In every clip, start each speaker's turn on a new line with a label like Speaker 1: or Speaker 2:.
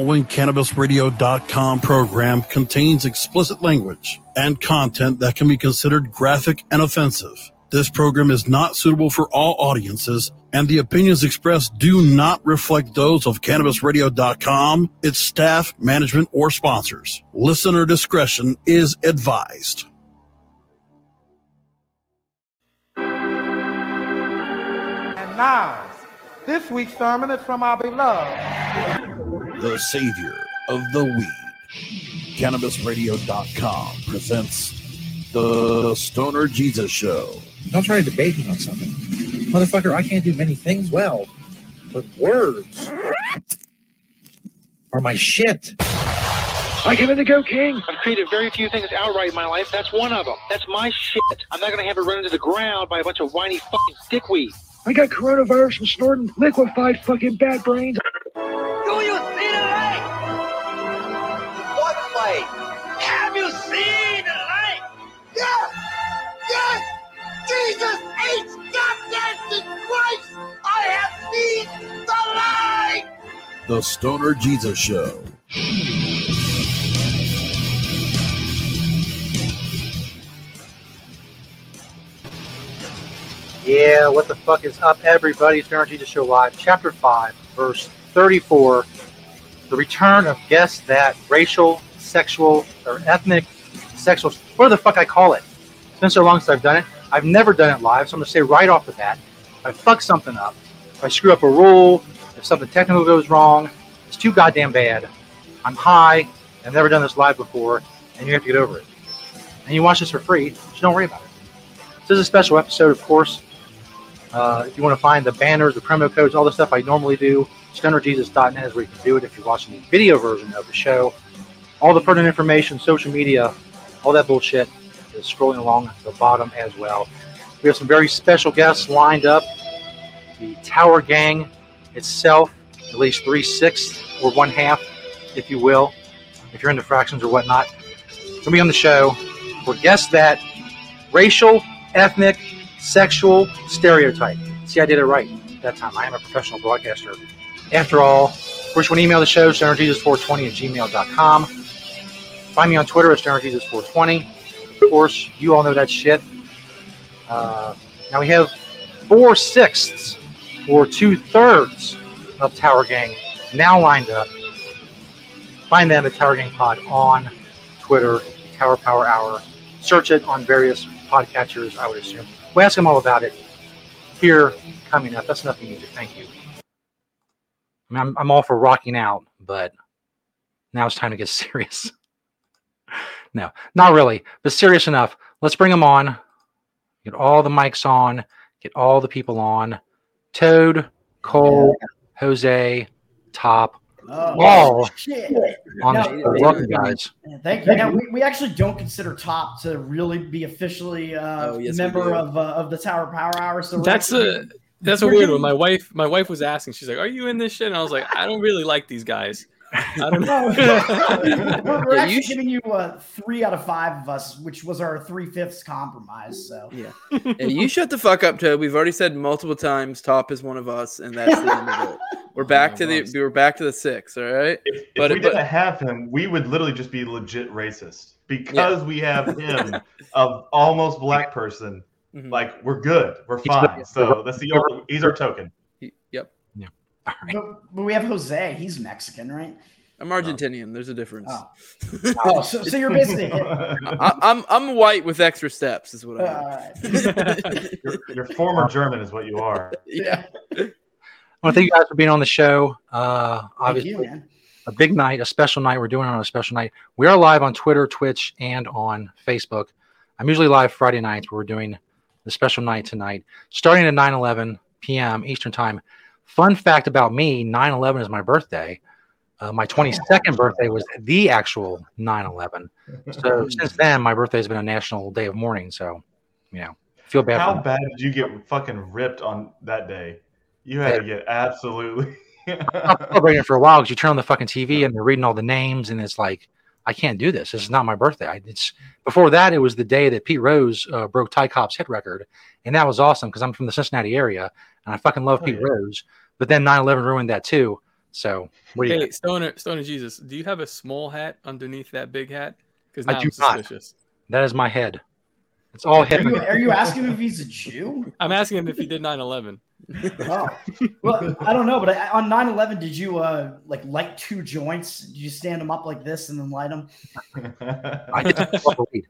Speaker 1: following CannabisRadio.com program contains explicit language and content that can be considered graphic and offensive. This program is not suitable for all audiences, and the opinions expressed do not reflect those of CannabisRadio.com, its staff, management, or sponsors. Listener discretion is advised.
Speaker 2: And now, this week's sermon is from our beloved.
Speaker 1: The savior of the weed. CannabisRadio.com presents The Stoner Jesus Show.
Speaker 3: Don't try to debate me on something. Motherfucker, I can't do many things well, but words are my shit.
Speaker 4: I give it the go, King. I've created very few things outright in my life. That's one of them. That's my shit. I'm not going to have it run into the ground by a bunch of whiny fucking dickweed. I got coronavirus from snorting liquefied fucking bat brains.
Speaker 5: Do you see the light?
Speaker 6: What light?
Speaker 5: Have you seen the light?
Speaker 6: Yes! Yes! Jesus H. Goddamn Christ! I have seen the light!
Speaker 1: The Stoner Jesus Show.
Speaker 3: Yeah, what the fuck is up, everybody? It's Stoner Jesus Show Live, Chapter 5, Verse 34 the return of guess that racial sexual or ethnic sexual whatever the fuck i call it it's been so long since i've done it i've never done it live so i'm going to say right off the bat if i fuck something up if i screw up a rule if something technical goes wrong it's too goddamn bad i'm high i've never done this live before and you have to get over it and you watch this for free so don't worry about it this is a special episode of course uh, if you want to find the banners the promo codes all the stuff i normally do stonerjesus.net is where you can do it if you're watching the video version of the show. All the pertinent information, social media, all that bullshit is scrolling along the bottom as well. We have some very special guests lined up. The Tower Gang itself, at least three sixths or one half, if you will, if you're into fractions or whatnot, will be on the show for guess that racial, ethnic, sexual stereotype. See, I did it right that time. I am a professional broadcaster. After all, of course, you want to email the show, stonerjesus420 at gmail.com. Find me on Twitter at stonerjesus420. Of course, you all know that shit. Uh, now we have four sixths or two thirds of Tower Gang now lined up. Find them at Tower Gang Pod on Twitter, Tower Power Hour. Search it on various podcatchers, I would assume. We ask them all about it here coming up. That's nothing major. Thank you. I mean, I'm, I'm all for rocking out, but now it's time to get serious. no, not really, but serious enough. Let's bring them on. Get all the mics on. Get all the people on. Toad, Cole, Jose, Top,
Speaker 7: Oh,
Speaker 3: all
Speaker 7: shit.
Speaker 3: on the
Speaker 7: No,
Speaker 3: show. Welcome, guys.
Speaker 7: Thank you. Now, we, we actually don't consider Top to really be officially uh,
Speaker 8: Oh, yes, we
Speaker 7: member
Speaker 8: do.
Speaker 7: of uh, of the Tower Power Hour. So we're-
Speaker 8: That's a that's a
Speaker 7: we're
Speaker 8: weird
Speaker 7: giving-
Speaker 8: one. My wife my wife was asking. She's like, "Are you in this shit?" And I was like, "I don't really like these guys. I don't
Speaker 7: No,
Speaker 8: know."
Speaker 7: we're, we're
Speaker 8: Yeah,
Speaker 7: actually
Speaker 8: you
Speaker 7: giving you uh, three out of five of us, which was our three fifths compromise. So
Speaker 9: yeah, Yeah, you shut the fuck up, Toad. We've already said multiple times top is one of us, and that's the end of it. We're back to the we're back to the six, all right?
Speaker 10: If we didn't have him, we would literally just be legit racist because we have him, a almost black person.
Speaker 9: Mhm.
Speaker 10: Like we're good, we're
Speaker 9: He's
Speaker 10: fine.
Speaker 9: the-
Speaker 10: so that's the only, he's our token.
Speaker 9: Yep.
Speaker 3: Yeah.
Speaker 7: But, but we have Jose. He's Mexican, right?
Speaker 9: I'm Argentinian. There's a difference.
Speaker 7: Oh. Oh, so- so you're basically-
Speaker 9: I, I'm I'm white with extra steps, is what I
Speaker 7: Uh,
Speaker 9: am.
Speaker 10: You're, you're former German, is what you are.
Speaker 9: Yeah.
Speaker 3: Well, thank you guys for being on the show. Uh, obviously,
Speaker 7: you, man.
Speaker 3: a big night, a special night. We're doing it on a special night. We are live on Twitter, Twitch, and on Facebook. I'm usually live Friday nights, but we're doing the special night tonight, starting at 9 11 p.m. Eastern Time. Fun fact about me 9 11 is my birthday. Uh, my 22nd birthday was the actual 9 11. So since then, my birthday has been a national day of mourning. So, you know, feel bad.
Speaker 10: How
Speaker 3: for
Speaker 10: bad did you get fucking ripped on that day? You had to get absolutely.
Speaker 3: stopped celebrating it for a while because you turn on the fucking TV and they're reading all the names, and it's like, I can't do this. This is not my birthday. I, it's before that. It was the day that Pete Rose uh, broke Ty Cobb's hit record, and that was awesome because I'm from the Cincinnati area and I fucking love Pete Rose. But then 9/11 ruined that too. So what do you?
Speaker 8: Hey, Stoner, Stoner Jesus, do you have a small hat underneath that big hat? Because
Speaker 3: I
Speaker 8: now
Speaker 3: do
Speaker 8: I'm
Speaker 3: not.
Speaker 8: suspicious.
Speaker 3: That is my head. It's all head.
Speaker 7: Are you, are you asking him if he's a Jew?
Speaker 8: I'm asking him if he did 9/11.
Speaker 7: Oh. Well, I don't know, but I, on 9-11, did you uh like light two joints? Did you stand them up like this and then light them?
Speaker 3: I did smoke a lot of weed.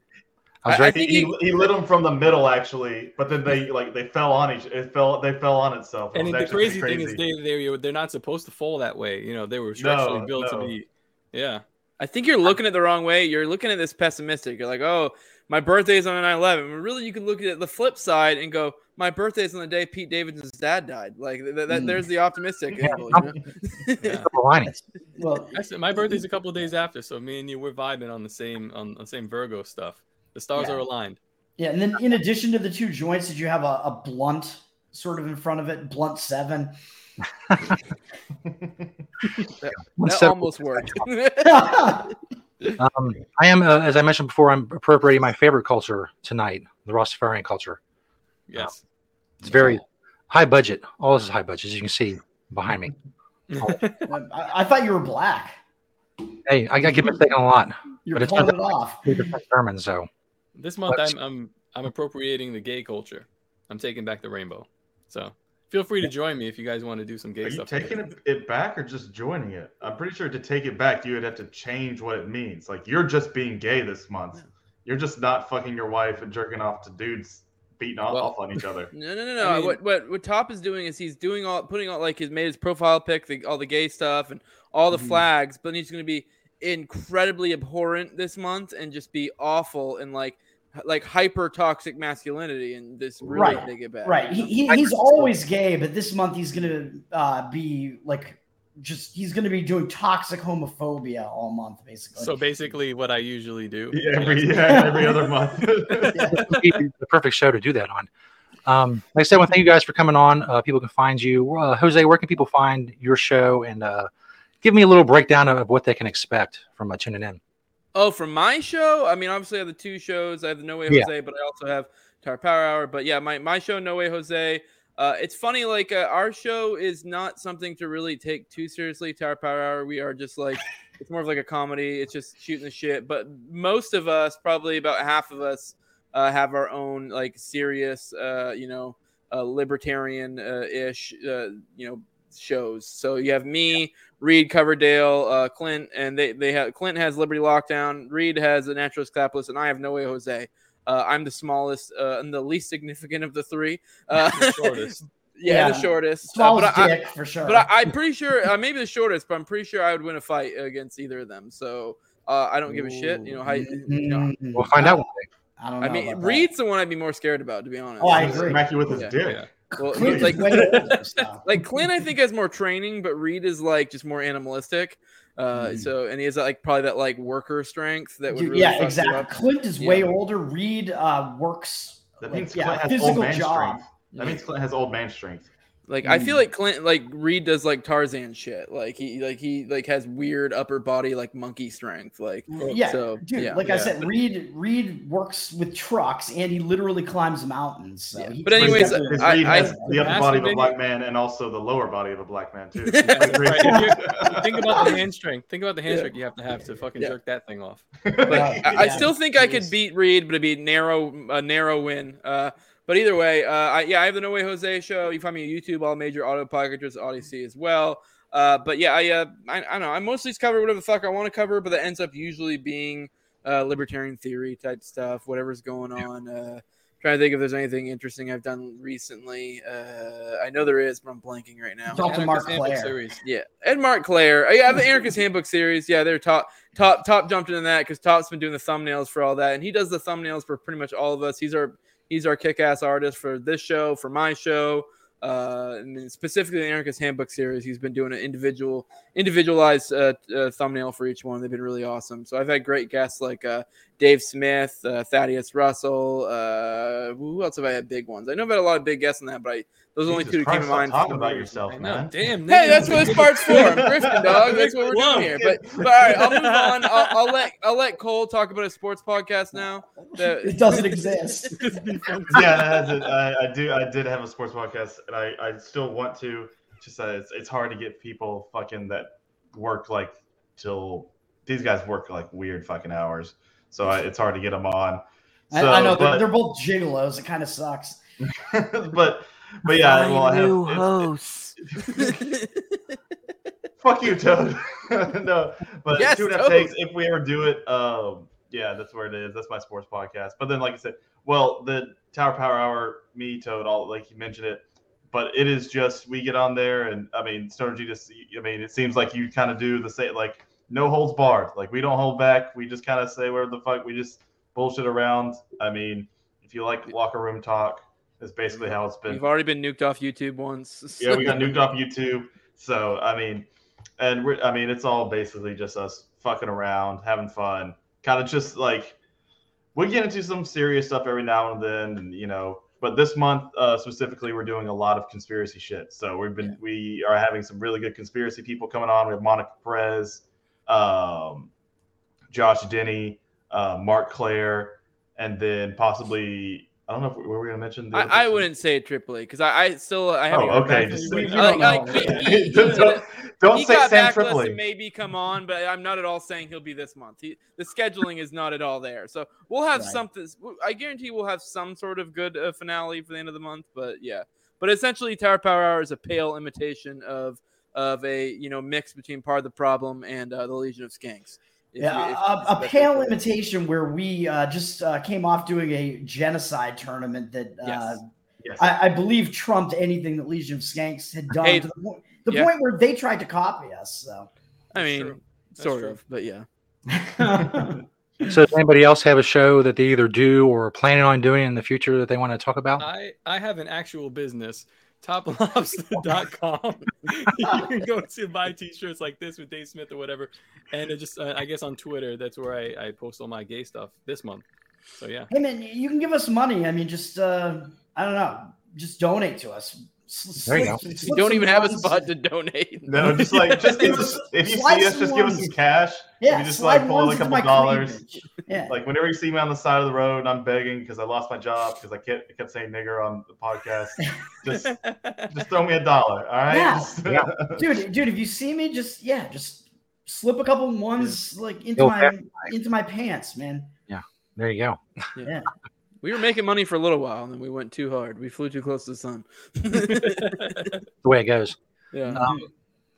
Speaker 3: I was
Speaker 4: I,
Speaker 3: right.
Speaker 4: think he, he lit him from the middle actually, but then they like they fell on each. It fell. They fell on itself. It
Speaker 8: And
Speaker 4: was
Speaker 8: the
Speaker 4: actually pretty
Speaker 8: crazy, thing is, they they they're not supposed to fall that way. You know, they were structurally built
Speaker 4: no.
Speaker 8: to be. Yeah.
Speaker 9: I think you're looking at the wrong way. You're looking at this pessimistic. You're like, oh, my birthday's on 9 11. Really, you can look at the flip side and go, my birthday's on the day Pete Davidson's dad died. Like, th- th-
Speaker 7: Hmm.
Speaker 9: there's the optimistic. angle, you know?
Speaker 8: yeah.
Speaker 3: Silver lining.
Speaker 7: Well,
Speaker 8: I said my birthday's a couple of days after, so me and you we're vibing on the same on the same Virgo stuff. The stars
Speaker 7: Yeah.
Speaker 8: are aligned.
Speaker 7: yeah, and then in addition to the two joints, did you have a, a blunt sort of in front of it? Blunt seven.
Speaker 9: That
Speaker 3: Separate-
Speaker 9: almost worked.
Speaker 3: Um, I am, uh, as I mentioned before, I'm appropriating my favorite culture tonight, the Rastafarian culture.
Speaker 8: Yes.
Speaker 3: It's very high budget. All this is high budget, as you can see behind me.
Speaker 7: I, I thought you were black.
Speaker 3: Hey, I, I get mistaken a lot.
Speaker 7: You're
Speaker 3: But it's
Speaker 7: pulling
Speaker 3: not
Speaker 7: it off.
Speaker 3: We're just German, so
Speaker 8: This month
Speaker 3: Let's-
Speaker 8: I'm I'm I'm appropriating the gay culture. I'm taking back the rainbow. So feel free to join me if you guys want to do some gay
Speaker 4: Are you
Speaker 8: stuff.
Speaker 4: taking it- it back or just joining it? I'm pretty sure to take it back, you would have to change what it means. Like you're just being gay this month. You're just not fucking your wife and jerking off to dudes beating
Speaker 8: Well-
Speaker 4: off on each other.
Speaker 9: No, no, no, no.
Speaker 8: I mean-
Speaker 9: what what what Top is doing is he's doing all putting all like he's made his profile pic, the, all the gay stuff and all the
Speaker 7: Mm-hmm.
Speaker 9: flags, but he's going to be incredibly abhorrent this month and just be awful and like h- like hyper toxic masculinity and this really
Speaker 7: Right,
Speaker 9: take it back.
Speaker 7: Right. He, he, he's always gay, but this month he's gonna uh, be like just he's gonna be doing toxic homophobia all month, basically.
Speaker 8: So basically what I usually do.
Speaker 4: Yeah, every yeah, every other month.
Speaker 3: it'd be the perfect show to do that on. Um, like I said, I want to thank you guys for coming on. Uh, people can find you. Uh, Jose, where can people find your show? And uh, give me a little breakdown of what they can expect from uh, tuning in.
Speaker 9: Oh, from my show? I mean, obviously, I have the two shows. I have the No Way
Speaker 3: Yeah.
Speaker 9: Jose, but I also have Tire Power Hour. But yeah, my, my show, No Way Jose. Uh, it's funny, like, uh, our show is not something to really take too seriously. Tire Power Hour, we are just like, it's more of like a comedy. It's just shooting the shit. But most of us, probably about half of us, uh, have our own, like, serious, uh, you know, uh, libertarian uh, ish, uh, you know, shows. So you have me. Reed, Coverdale, uh, Clint, and they they have Clint has Liberty Lockdown. Reed has the Naturalist Clapless, and I have No Way Jose. Uh, I'm the smallest uh, and the least significant of the three. Uh,
Speaker 8: The shortest.
Speaker 9: yeah,
Speaker 7: Yeah.
Speaker 9: the shortest. Uh,
Speaker 7: Swallows
Speaker 9: but I,
Speaker 7: dick for sure.
Speaker 9: but I, I'm pretty sure uh, maybe the shortest, but I'm pretty sure I would win a fight against either of them. So uh, I don't give a shit. You know, how, you know
Speaker 7: Mm,
Speaker 3: We'll find out. One day.
Speaker 7: I don't know.
Speaker 9: I mean,
Speaker 7: Mm-hmm. about that.
Speaker 9: Reed's the one I'd be more scared about, to be honest.
Speaker 7: Oh, I
Speaker 9: Well,
Speaker 7: agree.
Speaker 4: Smack you with his
Speaker 9: Yeah.
Speaker 4: dick.
Speaker 8: Yeah.
Speaker 7: Clint
Speaker 9: it's
Speaker 7: is
Speaker 9: like
Speaker 7: way older, so.
Speaker 9: like Clint, I think has more training, but Reed is like just more animalistic. Uh, So and he has like probably that like worker strength that would
Speaker 7: Dude,
Speaker 9: really fuck
Speaker 7: Mm-hmm. yeah,
Speaker 9: you
Speaker 7: exactly.
Speaker 9: up.
Speaker 7: Clint is way older. Reed uh, works.
Speaker 4: That
Speaker 7: like,
Speaker 4: means
Speaker 7: yeah,
Speaker 4: Clint has old
Speaker 7: physical
Speaker 4: man
Speaker 7: job.
Speaker 4: strength. That means Clint has old man strength.
Speaker 9: Like I
Speaker 7: Mm.
Speaker 9: feel like Clint, like Reed does like Tarzan shit. Like he like he like has weird upper body like monkey strength. Like
Speaker 7: Yeah,
Speaker 9: so
Speaker 7: dude.
Speaker 9: yeah.
Speaker 7: like I
Speaker 8: yeah.
Speaker 7: said, Reed Reed works with trucks, and he literally climbs mountains. So
Speaker 9: Yeah.
Speaker 7: he-
Speaker 9: But anyways,
Speaker 4: his, his
Speaker 9: I-
Speaker 4: reed
Speaker 9: I-
Speaker 4: has the upper
Speaker 8: Massive
Speaker 4: body of a
Speaker 8: video-
Speaker 4: black man and also the lower body of a black man too.
Speaker 8: Right, if you- think about the hand strength. Think about the hand
Speaker 9: Yeah.
Speaker 8: strength you have to have to fucking
Speaker 9: Yeah.
Speaker 8: jerk that thing off.
Speaker 9: But I, I
Speaker 7: Yeah.
Speaker 9: still think I could beat Reed, but it'd be narrow, a narrow win. Uh, but either way, uh, I, yeah, I have the No Way Jose show. You can find me on YouTube, all major auto podcasters, Odyssey as well. Uh, but yeah, I, uh, I, I don't know. I mostly just cover whatever the fuck I want to cover, but that ends up usually being uh, libertarian theory type stuff, whatever's going on. Uh, trying to think if there's anything interesting I've done recently. Uh, I know there is, but I'm blanking right now.
Speaker 7: Talk to
Speaker 8: Anarchist
Speaker 7: Mark
Speaker 8: Handbook
Speaker 7: Claire.
Speaker 8: Series.
Speaker 9: Yeah, and Mark Claire. Oh, Yeah, the Anarchist Handbook series. Yeah, they're top, top, top jumped into that because Top's been doing the thumbnails for all that, and he does the thumbnails for pretty much all of us. He's our he's our kick-ass artist for this show, for my show, uh, and then specifically the Anarchist Handbook series. He's been doing an individual, individualized uh, uh, thumbnail for each one. They've been really awesome. So I've had great guests like uh, Dave Smith, uh, Thaddeus Russell. Uh, who else have I had big ones? I know I've had a lot of big guests on that, but I, those are the only
Speaker 4: Jesus
Speaker 9: two that came
Speaker 4: Christ,
Speaker 9: to
Speaker 4: stop
Speaker 9: mind.
Speaker 4: Talking about yourself,
Speaker 8: I know.
Speaker 4: man.
Speaker 8: Damn.
Speaker 9: Hey,
Speaker 8: nigga.
Speaker 9: that's what this part's for. I'm grifting, dog. That's what we're doing here. But, but all right, I'll move on. I'll, I'll let I'll let Cole talk about his sports podcast now. The-
Speaker 7: it doesn't exist.
Speaker 4: yeah, I, had to- I, I do. I did have a sports podcast, and I, I still want to.
Speaker 8: just that it's, it's hard to get people fucking that work like till these guys work like weird fucking hours, so I, it's hard to get them on.
Speaker 7: I,
Speaker 8: So,
Speaker 7: I know
Speaker 8: but,
Speaker 7: they're, they're both gigolos. It kind of sucks.
Speaker 8: but but yeah, well, I have it's- Fuck you, Toad. no, but
Speaker 2: Yes,
Speaker 8: two and a half
Speaker 2: Toad.
Speaker 8: takes. If we ever do it, um, yeah, that's where it is. That's my sports podcast. But then, like I said, well, the Tower Power Hour, me, Toad, all like you mentioned it, but it is just we get on there, and I mean, Stoner G just, I mean, it seems like you kind of do the same, like no holds barred. Like we don't hold back. We just kind of say where the fuck we just bullshit around. I mean, if you like locker room talk, that's basically how it's been
Speaker 9: We've already been nuked off YouTube once.
Speaker 8: yeah, we got nuked off YouTube. So I mean, and we're I mean, it's all basically just us fucking around, having fun, kind of just like we get into some serious stuff every now and then, and you know. But this month uh, specifically, we're doing a lot of conspiracy shit. So we've been we are having some really good conspiracy people coming on. We have Monica Perez, um, Josh Denny, uh, Mark Claire, and then possibly I don't know if we were we gonna mention. The other
Speaker 9: I, I wouldn't say Triple A because I, I still I haven't.
Speaker 8: Oh,
Speaker 9: got
Speaker 8: okay.
Speaker 9: back
Speaker 8: Just
Speaker 9: to him.
Speaker 8: say-
Speaker 9: I- like, he- he-
Speaker 8: Don't- don't- don't
Speaker 9: he
Speaker 8: say
Speaker 9: got
Speaker 8: Sam
Speaker 9: back to us
Speaker 8: Tripoli.
Speaker 9: to Maybe come on, but I'm not at all saying he'll be this month. He, the scheduling is not at all there, so we'll have
Speaker 11: Right.
Speaker 9: something. I guarantee we'll have some sort of good uh, finale for the end of the month. But yeah, but essentially, Tower Power Hour is a pale imitation of of a you know mix between part of the problem and uh, the Legion of Skanks. If
Speaker 7: yeah,
Speaker 9: you- if-
Speaker 7: a, a pale imitation where we uh, just uh, came off doing a genocide tournament that uh,
Speaker 9: Yes. Yes.
Speaker 7: I, I believe trumped anything that Legion of Skanks had done
Speaker 9: Hey,
Speaker 7: to the, point, the
Speaker 9: yeah.
Speaker 7: point where they tried to copy us. So
Speaker 9: I mean, sort of, but yeah.
Speaker 3: So, does anybody else have a show that they either do or are planning on doing in the future that they want to talk about?
Speaker 6: I, I have an actual business, toplobster.com. you can go to buy t-shirts like this with Dave Smith or whatever. And it just, uh, I guess on Twitter, that's where I, I post all my gay stuff this month. So yeah.
Speaker 7: hey man, you can give us money. I mean, just uh, I don't know, just donate to us. S-
Speaker 8: There you go.
Speaker 7: slip-
Speaker 8: You
Speaker 7: slip
Speaker 9: don't
Speaker 7: some
Speaker 9: even have a
Speaker 7: funds.
Speaker 9: spot to donate.
Speaker 8: No, just like just give us if you
Speaker 7: Slide
Speaker 8: see us,
Speaker 7: some
Speaker 8: just give us
Speaker 7: ones.
Speaker 8: some cash.
Speaker 7: Yeah,
Speaker 8: if you just
Speaker 7: slide
Speaker 8: like pull in
Speaker 7: ones
Speaker 8: a
Speaker 7: into
Speaker 8: couple
Speaker 7: my
Speaker 8: dollars.
Speaker 7: Yeah.
Speaker 8: Like whenever you see me on the side of the road and I'm begging because I lost my job because I kept I kept saying nigger on the podcast, just just throw me a dollar, all right?
Speaker 7: Yeah.
Speaker 8: Just-
Speaker 7: dude, dude, if you see me, just yeah, just slip a couple ones like into
Speaker 3: Yo,
Speaker 7: my
Speaker 3: that-
Speaker 7: into my pants, man.
Speaker 3: Yeah, there you go.
Speaker 7: Yeah.
Speaker 9: We were making money for a little while, and then we went too hard. We flew too close to the sun.
Speaker 3: The way it goes.
Speaker 9: yeah.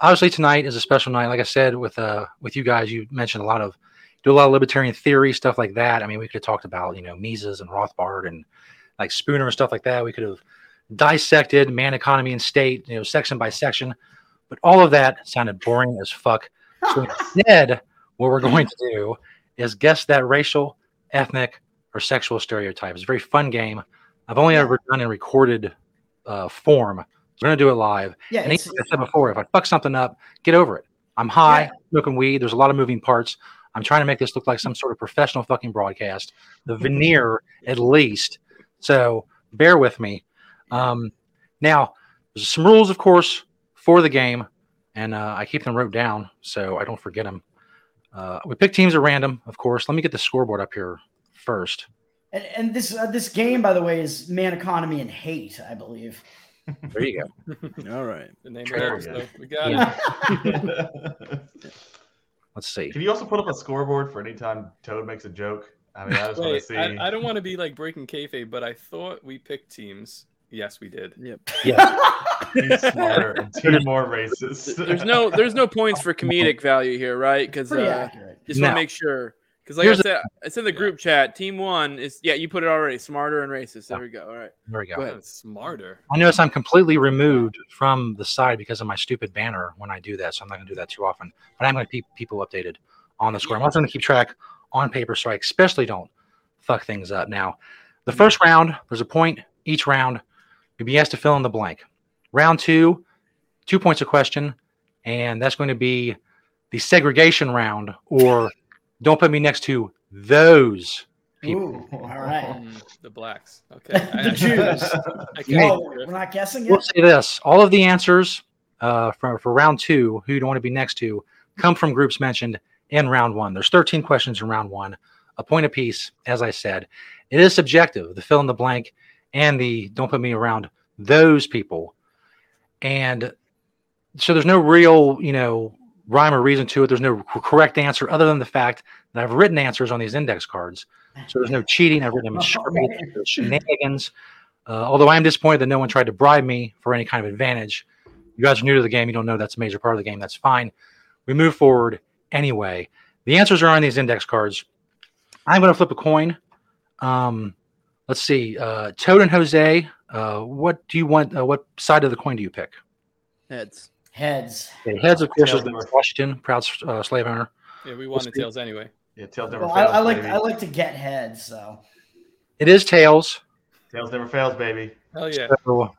Speaker 3: obviously tonight is a special night. Like I said, with uh with you guys, you mentioned a lot of do a lot of libertarian theory stuff like that. I mean, we could have talked about you know Mises and Rothbard and like Spooner and stuff like that. We could have dissected man, economy, and state, you know, section by section. But all of that sounded boring as fuck. So instead, what we're going to do is guess that racial, ethnic, or sexual stereotype. It's a very fun game. I've only ever done in recorded uh, form. We're gonna do it live.
Speaker 7: Yeah,
Speaker 3: and
Speaker 7: it's-
Speaker 3: like I said before, if I fuck something up, get over it. I'm high, smoking weed. There's a lot of moving parts. I'm trying to make this look like some sort of professional fucking broadcast, the veneer at least. So bear with me. Um, now, there's some rules, of course, for the game, and uh, I keep them wrote down so I don't forget them. Uh, we pick teams at random, of course. Let me get the scoreboard up here first.
Speaker 7: And, and this uh, this game, by the way, is man economy and hate, I believe.
Speaker 3: There you go.
Speaker 9: All right.
Speaker 6: The name of
Speaker 3: Sure.
Speaker 6: the episode. We got it.
Speaker 3: Let's see.
Speaker 8: Can you also put up a scoreboard for any time Toad makes a joke? I mean, I just want to
Speaker 6: Wait,
Speaker 8: see.
Speaker 6: I, I don't want to be like breaking kayfabe, but I thought we picked teams. Yes, we did.
Speaker 9: Yep.
Speaker 8: Be smarter and be more racist.
Speaker 9: There's no there's no points for comedic value here, right? Because
Speaker 8: Pretty
Speaker 9: uh,
Speaker 8: accurate.
Speaker 9: just want to
Speaker 8: No.
Speaker 9: make sure. Because like
Speaker 3: Here's
Speaker 9: I
Speaker 3: the-
Speaker 9: said, it's in the group chat. Team one is yeah, you put it already. Smarter and racist. There we go. All right.
Speaker 3: There we go.
Speaker 9: ahead.
Speaker 6: Smarter.
Speaker 3: I notice I'm completely removed from the side because of my stupid banner when I do that. So I'm not going to do that too often. But I'm going to keep people updated on the score. I'm also going to keep track on paper so I especially don't fuck things up. Now, the first round, there's a point each round. You'll be asked to fill in the blank. Round two, two points a question. And that's going to be the segregation round or don't put me next to those people.
Speaker 7: Ooh, all right.
Speaker 6: The blacks. Okay. I-
Speaker 7: the
Speaker 6: I-
Speaker 7: Jews.
Speaker 6: I can't
Speaker 3: Hey.
Speaker 7: oh, we're not guessing
Speaker 3: We'll
Speaker 7: yet.
Speaker 3: say this: all of the answers uh, for for round two, who you don't want to be next to, come from groups mentioned in round one. There's 13 questions in round one, a point apiece. As I said, it is subjective. The fill in the blank and the don't put me around those people. And so there's no real, you know, rhyme or reason to it. There's no c- correct answer other than the fact that I've written answers on these index cards. So there's no cheating. I've written them in Sharpie, there's shenanigans. Uh, although I am disappointed that no one tried to bribe me for any kind of advantage. You guys are new to the game. You don't know that's a major part of the game. That's fine. We move forward anyway. The answers are on these index cards. I'm going to flip a coin. Um, let's see. Uh, Toad and Jose, uh, what do you want? Uh, what side of the coin do you pick?
Speaker 9: Heads.
Speaker 7: Heads.
Speaker 3: Okay, heads, of course, is the question. Proud uh, slave owner.
Speaker 6: Yeah, we wanted tails anyway.
Speaker 8: Yeah, tails never
Speaker 7: Well, I,
Speaker 8: fails.
Speaker 7: I like
Speaker 8: baby.
Speaker 7: I like to get heads, so
Speaker 3: It is tails.
Speaker 8: Tails never fails, baby.
Speaker 6: Hell yeah.
Speaker 3: So,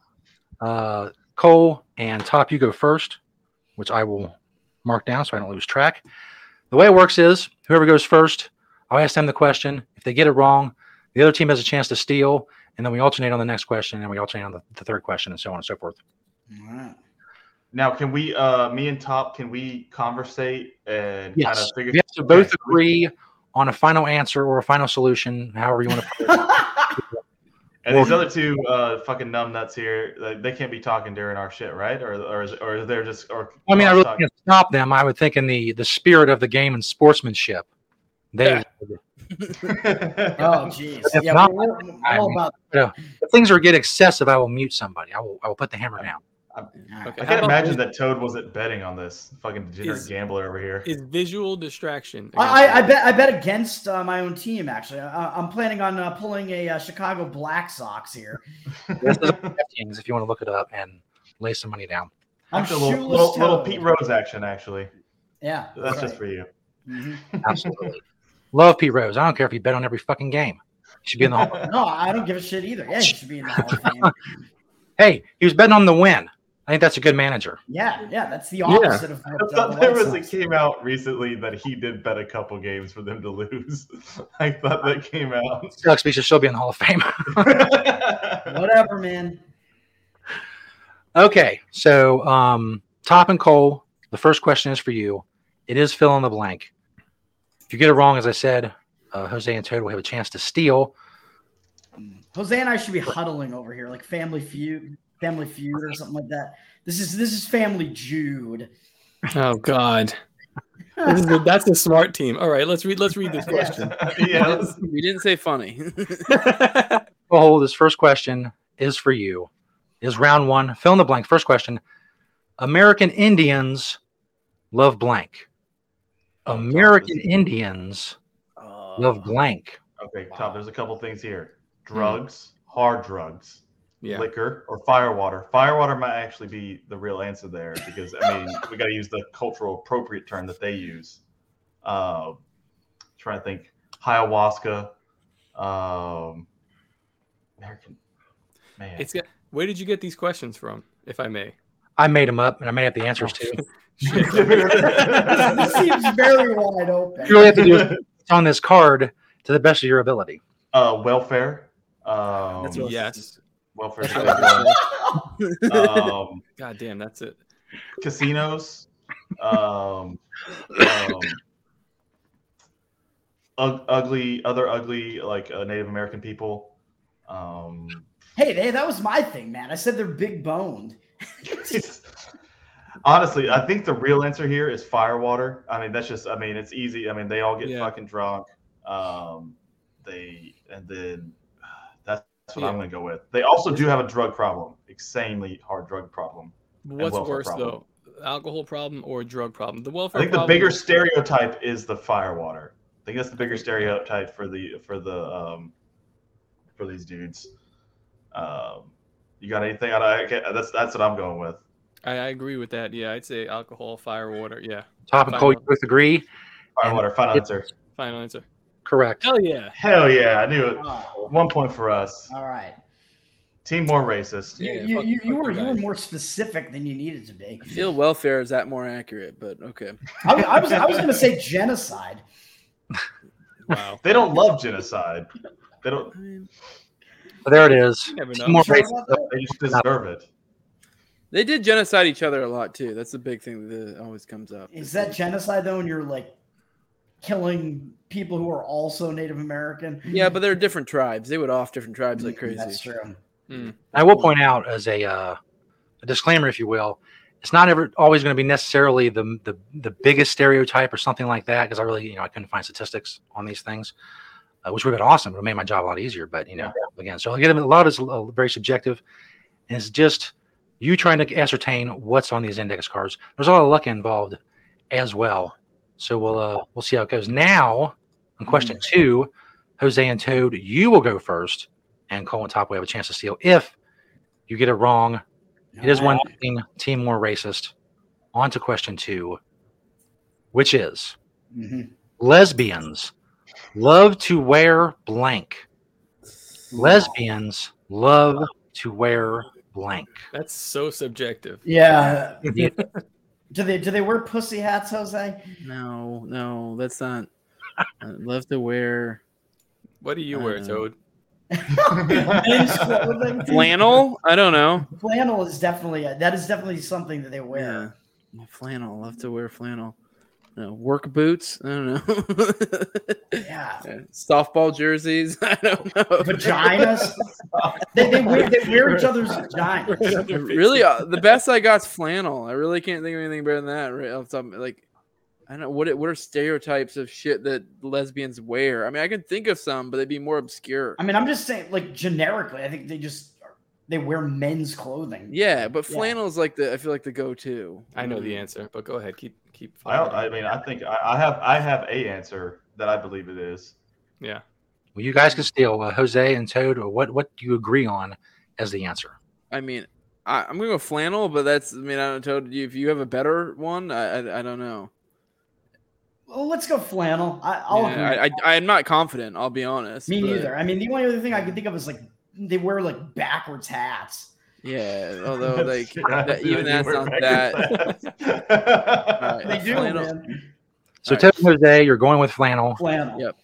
Speaker 3: uh, Cole and Top, you go first, which I will mark down so I don't lose track. The way it works is whoever goes first, I'll ask them the question. If they get it wrong, the other team has a chance to steal, and then we alternate on the next question, and we alternate on the, the third question, and so on and so forth.
Speaker 8: Now, can we, uh, me and Top, can we conversate and kind of
Speaker 3: Yes,
Speaker 8: figure?
Speaker 3: we have to both agree on a final answer or a final solution, however you want to put it.
Speaker 8: And these other two uh, fucking numbnuts here, they, they can't be talking during our shit, right? Or or is, or they're just or
Speaker 3: I mean, I really
Speaker 8: cross-talk.
Speaker 3: can't stop them. I would think in the the spirit of the game and sportsmanship, they would
Speaker 7: oh jeez.
Speaker 3: If
Speaker 7: Yeah,
Speaker 3: not,
Speaker 7: we're, we're
Speaker 3: I
Speaker 7: all
Speaker 3: mean,
Speaker 7: about
Speaker 3: you know, if things are get excessive, I will mute somebody. I will. I will put the hammer down.
Speaker 8: I can't imagine that Toad wasn't betting on this fucking degenerate
Speaker 6: Is-
Speaker 8: gambler over here.
Speaker 6: Is visual distraction.
Speaker 7: I, I, I bet I bet against uh, my own team. Actually, I, I'm planning on uh, pulling a uh, Chicago Black Sox here.
Speaker 3: This is on DraftKings if you want to look it up and lay some money down.
Speaker 7: I'm
Speaker 8: Actually, a little,
Speaker 7: shoeless
Speaker 8: little, little
Speaker 7: Toad.
Speaker 8: Pete Rose action, actually.
Speaker 7: Yeah,
Speaker 8: That's just
Speaker 7: right. Mm-hmm.
Speaker 8: for you.
Speaker 3: Absolutely. Love Pete Rose. I don't care if you bet on every fucking game. He should be in the hall.
Speaker 7: No, I don't give a shit either. Yeah, he should be in the Hall of Fame.
Speaker 3: hey, he was betting on the win. I think that's a good manager.
Speaker 7: Yeah, yeah, that's the
Speaker 8: Yeah.
Speaker 7: opposite of
Speaker 8: I
Speaker 7: what uh, the
Speaker 8: thought there
Speaker 7: White
Speaker 8: was it
Speaker 7: Sox-
Speaker 8: came out recently that he did bet a couple games for them to lose. I thought that came out.
Speaker 3: Sucks. but He should still be in the Hall of Fame.
Speaker 7: Whatever, man.
Speaker 3: okay, so um, Top and Cole. The first question is for you. It is fill in the blank. If you get it wrong, as I said, uh, Jose and Toad will have a chance to steal.
Speaker 7: Jose and I should be huddling over here, like Family Feud, Family Feud, or something like that. This is this is Family Jude.
Speaker 6: Oh God. This is the- that's the smart team. All right, let's read. Let's read this question.
Speaker 9: We didn't say funny.
Speaker 3: Cole, this first question is for you. Is round one fill in the blank? First question: American Indians love blank. American Indians love blank.
Speaker 8: Okay, Tom, there's a couple things here drugs, hard drugs,
Speaker 6: Hmm. Yeah.
Speaker 8: liquor, or firewater. Firewater might actually be the real answer there because, I mean, we got to use the cultural appropriate term that they use. Uh, trying to think ayahuasca, um, American, man.
Speaker 6: It's got, where did you get these questions from, if I may?
Speaker 3: I made them up, and I made up the answers too.
Speaker 7: this seems very wide open.
Speaker 3: you really have to do is it's on this card to the best of your ability.
Speaker 8: uh, welfare. Um,
Speaker 6: That's what- Yes.
Speaker 8: Welfare.
Speaker 6: That's what I
Speaker 8: um,
Speaker 6: God damn, that's it.
Speaker 8: casinos, um, um, ug- ugly, other ugly, like uh, Native American people. Um,
Speaker 7: Hey, they, that was my thing, man. I said they're big boned.
Speaker 8: honestly, I think the real answer here is firewater. I mean, that's just, I mean, it's easy. I mean, they all get fucking drunk. Um, they, and then uh, that's, that's what I'm
Speaker 6: Yeah.
Speaker 8: going to go with. They also do have a drug problem, insanely hard drug problem. and
Speaker 6: What's
Speaker 8: welfare
Speaker 6: worse
Speaker 8: problem.
Speaker 6: though, alcohol problem or drug problem? The welfare.
Speaker 8: I think the
Speaker 6: problem-
Speaker 8: bigger stereotype is the firewater. I think that's the bigger stereotype for the for the um for these dudes. Um, you got anything? out of- I can't, that's that's what I'm going with.
Speaker 6: I, I agree with that. Yeah, I'd say alcohol, fire, water. Yeah.
Speaker 3: Top and Cole, you
Speaker 6: Final-
Speaker 3: both agree.
Speaker 8: Firewater, final
Speaker 3: it's
Speaker 8: answer.
Speaker 6: Final answer.
Speaker 3: Correct.
Speaker 6: Hell yeah.
Speaker 8: Hell yeah, I knew it. One point for us.
Speaker 7: All right.
Speaker 8: Team more racist.
Speaker 7: You, you, you, you were you were more specific than you needed to be.
Speaker 9: I feel welfare is that more accurate, but okay.
Speaker 7: I, I was I was gonna say genocide.
Speaker 6: Wow.
Speaker 8: They don't love genocide. They don't.
Speaker 3: But there it is.
Speaker 8: You never know.
Speaker 3: Two more
Speaker 8: Sure
Speaker 3: races.
Speaker 8: about that? They just deserve it.
Speaker 9: They did genocide each other a lot too. That's the big thing that always comes up.
Speaker 7: Is that genocide though? When you're like killing people who are also Native American?
Speaker 9: Yeah, but they're different tribes. They would off different tribes like crazy.
Speaker 7: That's true.
Speaker 3: I will point out as a, uh, a disclaimer, if you will, it's not ever always going to be necessarily the, the the biggest stereotype or something like that because I really you know I couldn't find statistics on these things, uh, which would have been awesome. It would have made my job a lot easier. But you know, again, so again, a lot is uh, very subjective, and it's just you trying to ascertain what's on these index cards. There's a lot of luck involved as well. So we'll uh, we'll see how it goes. Now on question two, Jose and Toad, you will go first, and Cole and Top will have a chance to steal if you get it wrong. It is one thing, team more racist. On to question two, which is lesbians love to wear blank. Lesbians love to wear blank.
Speaker 6: That's so subjective.
Speaker 7: Yeah. Do they do they wear pussy hats, Jose?
Speaker 9: No, no, that's not. I love to wear uh,
Speaker 6: What do you wear, Toad?
Speaker 7: Men's clothing.
Speaker 9: flannel. I don't know.
Speaker 7: Flannel is definitely that is definitely something that they wear.
Speaker 9: Well, flannel. Love to wear flannel. No, work boots. I don't know.
Speaker 7: yeah.
Speaker 9: Softball jerseys. I don't know.
Speaker 7: Vaginas. they, they wear they wear each other's vaginas.
Speaker 9: really, uh, the best I got's flannel. I really can't think of anything better than that. Right off the top, of- like I don't know what it- what are stereotypes of shit that lesbians wear. I mean, I can think of some, but they'd be more obscure.
Speaker 7: I mean, I'm just saying, like generically, I think they just they wear men's clothing.
Speaker 9: yeah, but flannel's like the I feel like the go-to.
Speaker 6: I know the answer, but go ahead. Keep keep.
Speaker 8: I, don't, I mean, I think I, I have I have a answer that I believe it is.
Speaker 6: Yeah.
Speaker 3: Well, you guys can steal uh, Jose and Toad. Or what what do you agree on as the answer?
Speaker 9: I mean, I, I'm gonna go flannel, but that's I mean, I don't know if you have a better one. I I, I don't know.
Speaker 7: Well, let's go flannel. I, I'll
Speaker 9: Yeah,
Speaker 7: agree.
Speaker 9: I, I I'm not confident. I'll be honest.
Speaker 7: Me
Speaker 9: but-
Speaker 7: neither. I mean, the only other thing I can think of is like they wear like backwards hats.
Speaker 9: Yeah, although
Speaker 7: That's-
Speaker 9: like
Speaker 7: yeah,
Speaker 9: that,
Speaker 7: dude,
Speaker 9: even
Speaker 7: you
Speaker 9: that's
Speaker 7: were
Speaker 9: not
Speaker 7: back
Speaker 9: that. All
Speaker 7: They
Speaker 9: right,
Speaker 7: do,
Speaker 9: flannel-
Speaker 7: man.
Speaker 3: So Toad and Jose, you're going with flannel.
Speaker 7: Flannel.
Speaker 9: Yep.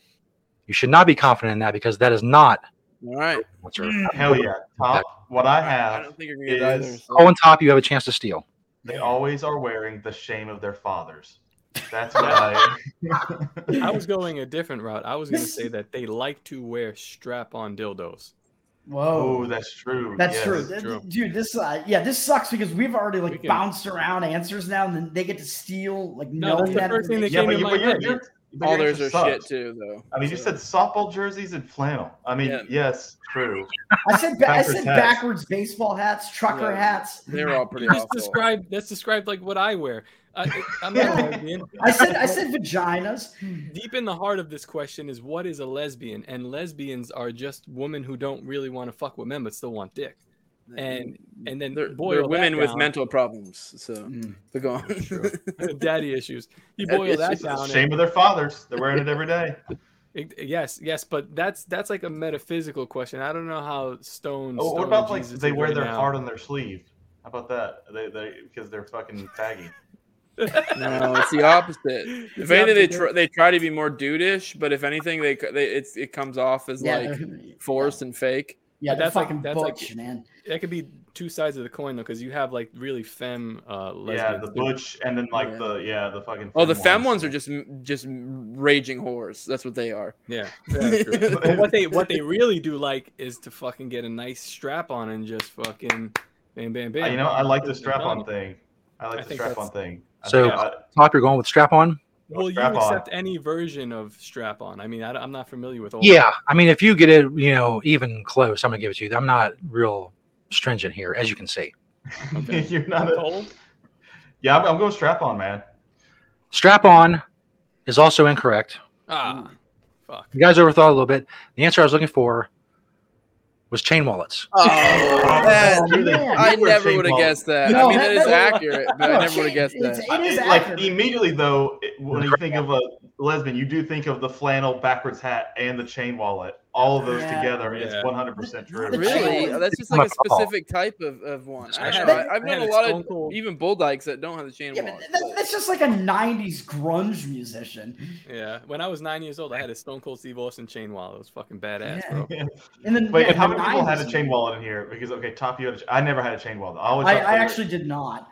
Speaker 3: You should not be confident in that because that is not
Speaker 9: All right.
Speaker 3: What's your-
Speaker 8: Hell yeah, Top. What I have
Speaker 9: think you're
Speaker 8: is
Speaker 9: gonna get either,
Speaker 3: Cole and Top. You have a chance to steal.
Speaker 8: they always are wearing the shame of their fathers. That's what I.
Speaker 6: I was going a different route. I was going to say that they like to wear strap-on dildos.
Speaker 7: Whoa.
Speaker 8: Oh, that's true.
Speaker 7: That's
Speaker 6: Yes,
Speaker 7: true.
Speaker 6: that's
Speaker 7: Th-
Speaker 6: true.
Speaker 7: dude. This, uh, yeah, this sucks because we've already like
Speaker 6: can-
Speaker 7: bounced around answers now, and then they get to steal like
Speaker 6: No, that's
Speaker 7: knowing
Speaker 6: the
Speaker 7: that
Speaker 6: first thing that came
Speaker 7: information.
Speaker 6: to my
Speaker 8: but you're-
Speaker 6: head.
Speaker 8: you're- but
Speaker 9: All
Speaker 8: your
Speaker 9: theirs are
Speaker 8: answer
Speaker 9: shit
Speaker 8: sucks.
Speaker 9: too, though.
Speaker 8: I mean, you said softball jerseys and flannel. I mean,
Speaker 9: Yeah.
Speaker 8: yes, true.
Speaker 7: I said ba- I
Speaker 8: Backwards
Speaker 7: said
Speaker 8: hats.
Speaker 7: backwards baseball hats, trucker
Speaker 9: Yeah.
Speaker 7: hats.
Speaker 9: They're all pretty
Speaker 6: Just
Speaker 9: awful.
Speaker 6: describe. That's described like what I wear. I, I'm not a lesbian.
Speaker 7: I said I said vaginas.
Speaker 6: Deep in the heart of this question is what is a lesbian, and lesbians are just women who don't really want to fuck with men but still want dick. And and then
Speaker 9: They're,
Speaker 6: boil
Speaker 9: they're
Speaker 6: that
Speaker 9: women with
Speaker 6: down-
Speaker 9: mental problems, so
Speaker 8: Mm.
Speaker 9: but go on.
Speaker 6: daddy issues. You
Speaker 9: That
Speaker 6: boil that
Speaker 9: issues.
Speaker 6: down. and-
Speaker 8: Shame of their fathers. They're wearing it every day.
Speaker 6: It- yes, yes, but that's that's like a metaphysical question. I don't know how stone.
Speaker 8: Oh,
Speaker 6: Stone
Speaker 8: what about like
Speaker 6: Jesus
Speaker 8: they
Speaker 6: is
Speaker 8: wear
Speaker 6: right
Speaker 8: their
Speaker 6: now.
Speaker 8: heart on their sleeve? How about that? They they because they're fucking faggy.
Speaker 9: no, it's the opposite. If
Speaker 6: the
Speaker 9: anything, they
Speaker 6: opposite.
Speaker 9: try, they try to be more dudeish, but if anything, they c- they it's, it comes off as
Speaker 7: Yeah,
Speaker 9: like
Speaker 7: they're-
Speaker 9: forced and fake.
Speaker 7: Yeah,
Speaker 6: But
Speaker 7: that's
Speaker 6: that's like-
Speaker 7: fucking
Speaker 6: that's like-
Speaker 7: butch, man.
Speaker 6: That could be two sides of the coin though, because you have like really femme uh, lesbians.
Speaker 8: yeah, the
Speaker 6: too.
Speaker 8: butch and then like
Speaker 9: Yeah.
Speaker 8: the yeah the fucking.
Speaker 9: Oh, the femme ones are just m- just raging whores. That's what they are.
Speaker 6: Yeah. yeah, true. but what they what they really do like is to fucking get a nice strap on and just fucking bam bam
Speaker 8: Uh,
Speaker 6: bam.
Speaker 8: you know, I like the
Speaker 6: They're
Speaker 8: strap on
Speaker 6: done.
Speaker 8: thing. I
Speaker 6: I
Speaker 8: like the
Speaker 6: think
Speaker 8: strap on
Speaker 6: that's-
Speaker 8: thing. I
Speaker 3: So
Speaker 8: think I-
Speaker 3: Top, you're going with strap on.
Speaker 6: Will you
Speaker 8: strap on.
Speaker 6: accept any version of strap on? I mean, I, am not familiar with all.
Speaker 3: Yeah, I mean, if you get it, you know, even close, I'm gonna give it to you. I'm not real stringent here, as you can see.
Speaker 6: Okay.
Speaker 8: You're not. A,
Speaker 6: Cold?
Speaker 8: yeah, I'm, I'm going strap on, man.
Speaker 3: Strap on is also incorrect.
Speaker 6: Ah, fuck.
Speaker 3: You guys overthought a little bit. The answer I was looking for was chain wallets.
Speaker 9: Oh, that-
Speaker 8: Oh, really?
Speaker 9: I
Speaker 8: You were
Speaker 9: never
Speaker 8: Shane
Speaker 9: would have
Speaker 8: Paul.
Speaker 9: guessed that.
Speaker 7: No,
Speaker 9: I mean,
Speaker 7: that-
Speaker 9: that is
Speaker 7: that-
Speaker 9: accurate, but I
Speaker 7: No,
Speaker 9: never would have
Speaker 7: Shane,
Speaker 9: guessed
Speaker 7: it's-
Speaker 9: that.
Speaker 7: It is
Speaker 8: It- like
Speaker 7: accurate.
Speaker 8: immediately though, it- when you think of a lesbian, you do think of the flannel backwards hat and the chain wallet. All of those
Speaker 7: Yeah.
Speaker 8: together is
Speaker 6: Yeah.
Speaker 8: 100% true.
Speaker 7: The
Speaker 9: Really?
Speaker 7: chain-
Speaker 9: That's just
Speaker 3: I'm
Speaker 9: like a
Speaker 3: a call.
Speaker 9: specific type of, of one. I
Speaker 6: Special.
Speaker 9: don't know. I, I've
Speaker 6: I
Speaker 9: known
Speaker 6: had a
Speaker 9: a lot
Speaker 6: Stone
Speaker 9: of
Speaker 6: Cold-
Speaker 9: even bull dykes that don't have the chain
Speaker 7: Yeah,
Speaker 9: wallet.
Speaker 7: but that, that's just like a '90s grunge musician.
Speaker 6: Yeah. When I was nine years old, I had a Stone Cold Steve Austin chain wallet. It was fucking badass,
Speaker 7: Yeah.
Speaker 6: bro.
Speaker 7: And then
Speaker 8: Wait,
Speaker 7: yeah,
Speaker 8: how
Speaker 7: the
Speaker 8: many people had a
Speaker 7: 90s
Speaker 8: chain wallet in here? Because okay, top you had. A, ch- I never had a chain wallet. I always.
Speaker 7: I,
Speaker 8: thought
Speaker 7: I
Speaker 8: that-
Speaker 7: actually did not.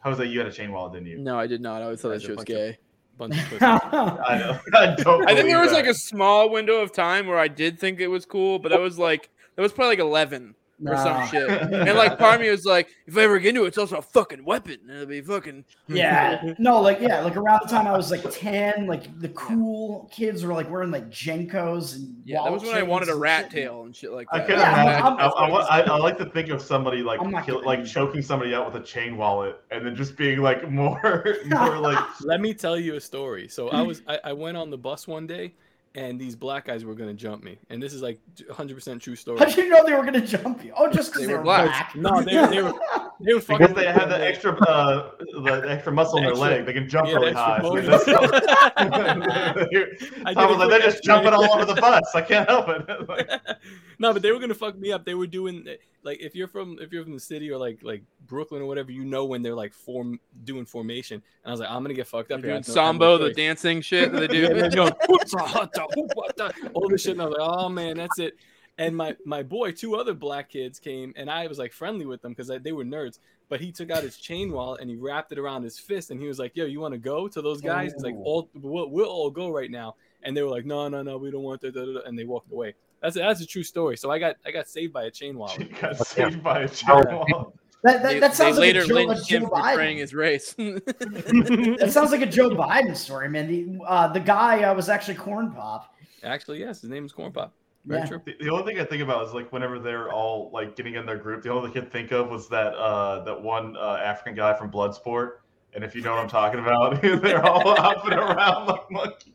Speaker 8: Jose, you had a chain wallet, didn't you?
Speaker 9: No, I did not. I always thought that
Speaker 6: Guys are
Speaker 9: shit was
Speaker 6: bunch of-
Speaker 9: gay.
Speaker 6: Bunch of pussies.
Speaker 7: I
Speaker 8: I know. I don't.
Speaker 9: I think there
Speaker 8: believe
Speaker 9: was
Speaker 8: that.
Speaker 9: like a small window of time where I did think it was cool, but that was like that was probably like eleven.
Speaker 6: or
Speaker 7: Nah.
Speaker 6: some shit. And like part of me was like, if I ever get into it, it's also a fucking weapon. and It'll be fucking
Speaker 7: Yeah. No, like yeah, like around the time I was like 10, like the cool kids were like wearing like Jenkos and
Speaker 6: Yeah, that was when I wanted a rat tail and shit like
Speaker 8: I
Speaker 6: that.
Speaker 8: could imagine. I, I, want- I, I like to think of somebody like kill, like choking somebody out with a chain wallet, and then just being like more more like
Speaker 9: Let me tell you a story. So I was I, I went on the bus one day, and these black guys were gonna jump me, and this is like 100 percent true story.
Speaker 7: How did you know they were gonna jump you? Oh, just because they, were black.
Speaker 9: No, they, they were they were fucking.
Speaker 8: because they have the extra uh, the extra muscle in their
Speaker 9: Extra-
Speaker 8: leg, they can jump
Speaker 9: yeah,
Speaker 8: really
Speaker 9: extra
Speaker 8: high. So
Speaker 9: bonus.
Speaker 8: that's-
Speaker 9: I
Speaker 8: Tom
Speaker 9: did
Speaker 8: was
Speaker 9: a quick
Speaker 8: like, they're just
Speaker 9: estimate.
Speaker 8: jumping all over the bus. I can't help it.
Speaker 9: no, but they were gonna fuck me up. They were doing like if you're from if you're from the city or like like Brooklyn or whatever, you know when they're like form doing formation. And I was like, I'm gonna get fucked up
Speaker 6: They're
Speaker 9: here. I
Speaker 6: doing
Speaker 9: have no- I
Speaker 6: Sambo,
Speaker 9: have no
Speaker 6: the
Speaker 9: choice.
Speaker 6: dancing shit that they do.
Speaker 9: Yeah, they're going, "Hoopsa, hutta, hoopata," all this shit. And I was like, oh man, that's it. And my my boy, two other black kids came, and I was like friendly with them because they were nerds. But he took out his chain wallet and he wrapped it around his fist, and he was like, "Yo, you want to go to those guys?" He's like,
Speaker 7: Ooh.
Speaker 9: "All we'll, we'll all go right now." And they were like, "No, no, no, we don't want that." da, da, da," And they walked away. That's a, that's a true story. So I got I got saved by a chain wallet.
Speaker 8: got saved by
Speaker 9: Oh.
Speaker 8: a chain
Speaker 9: wallet.
Speaker 7: That, that,
Speaker 9: They-
Speaker 7: that sounds
Speaker 9: they
Speaker 7: like
Speaker 9: later
Speaker 7: a Joe, a
Speaker 9: lynched
Speaker 7: Joe
Speaker 9: him for
Speaker 7: Biden.
Speaker 6: Betraying his race.
Speaker 7: that sounds like a Joe Biden story, man. The uh, the guy uh, was actually corn pop.
Speaker 9: Actually, yes, his name is Corn Pop.
Speaker 7: Very Yeah.
Speaker 8: The, the only thing I think about is like whenever they're all like getting in their group, the only thing I could think of was that uh, that one uh, African guy from Bloodsport. And if you know what I'm talking about, they're all hopping around like monkeys.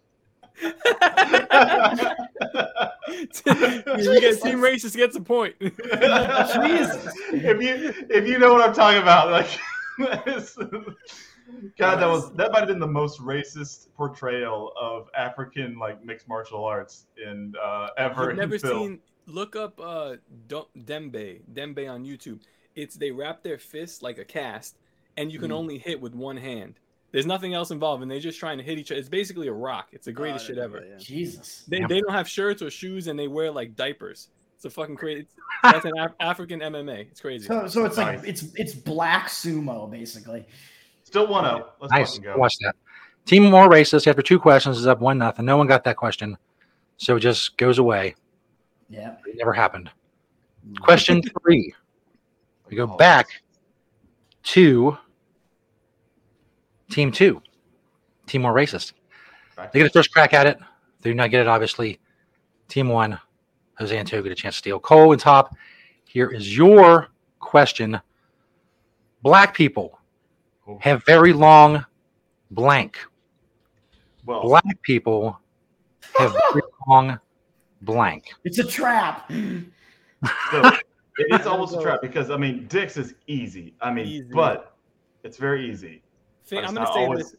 Speaker 9: you get team racist gets a point.
Speaker 8: If you if you know what I'm talking about, like God, that was that might have been the most racist portrayal of African like mixed martial arts in uh, ever.
Speaker 9: I've
Speaker 8: in
Speaker 9: never
Speaker 8: film.
Speaker 9: seen. Look up uh, Dom- Dembe Dembe on YouTube. It's they wrap their fists like a cast, and you can
Speaker 8: Mhm.
Speaker 9: only hit with one hand. There's nothing else involved, and they're just trying to hit each other. It's basically a rock. It's the greatest shit ever.
Speaker 7: Jesus.
Speaker 9: They, they don't have shirts or shoes, and they wear like diapers. It's a fucking crazy. it's- That's an Af- African MMA. It's crazy.
Speaker 7: So so it's like it's it's black sumo basically.
Speaker 8: Still one up. Let's
Speaker 3: Nice. Watch that. Team more racist after two questions is up one nothing. No one got that question, so it just goes away.
Speaker 7: Yeah.
Speaker 3: It never happened. Question three. We
Speaker 8: Oh.
Speaker 3: go back to team two. Team more racist. They get a first crack at it. They do not get it, obviously. Team one, Jose and Togo get a chance to steal. Cole and Top. Here is your question. Black people have very long blank.
Speaker 8: Well,
Speaker 3: Black people have very long blank.
Speaker 7: It's a trap.
Speaker 8: So it is almost a trap because I mean, dicks is easy. I mean, but it's very easy.
Speaker 9: Fa-
Speaker 8: But it's
Speaker 9: I'm gonna
Speaker 8: not
Speaker 9: say
Speaker 8: always-
Speaker 9: this,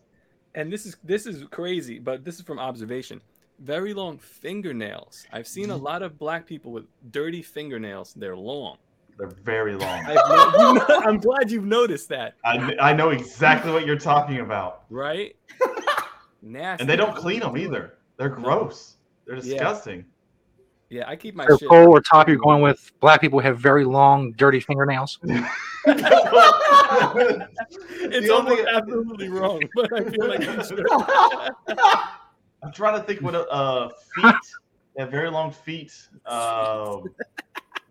Speaker 9: and this is this is crazy, but this is from observation. Very long fingernails. I've seen
Speaker 8: Mm-hmm.
Speaker 9: a lot of black people with dirty fingernails. They're long.
Speaker 8: They're very long.
Speaker 9: I've no- you know- I'm glad you've noticed that,
Speaker 8: I, kn- I know exactly what you're talking about,
Speaker 9: right? Nasty.
Speaker 8: and they don't clean them either. They're gross. They're
Speaker 9: Yeah.
Speaker 8: disgusting.
Speaker 9: Yeah, I keep my
Speaker 3: So
Speaker 9: shit.
Speaker 3: Cole or Top, you're going with black people have very long, dirty fingernails.
Speaker 9: it's almost absolutely wrong, but I feel like you should.
Speaker 8: I'm trying to think what uh feet. They have very long feet. Um,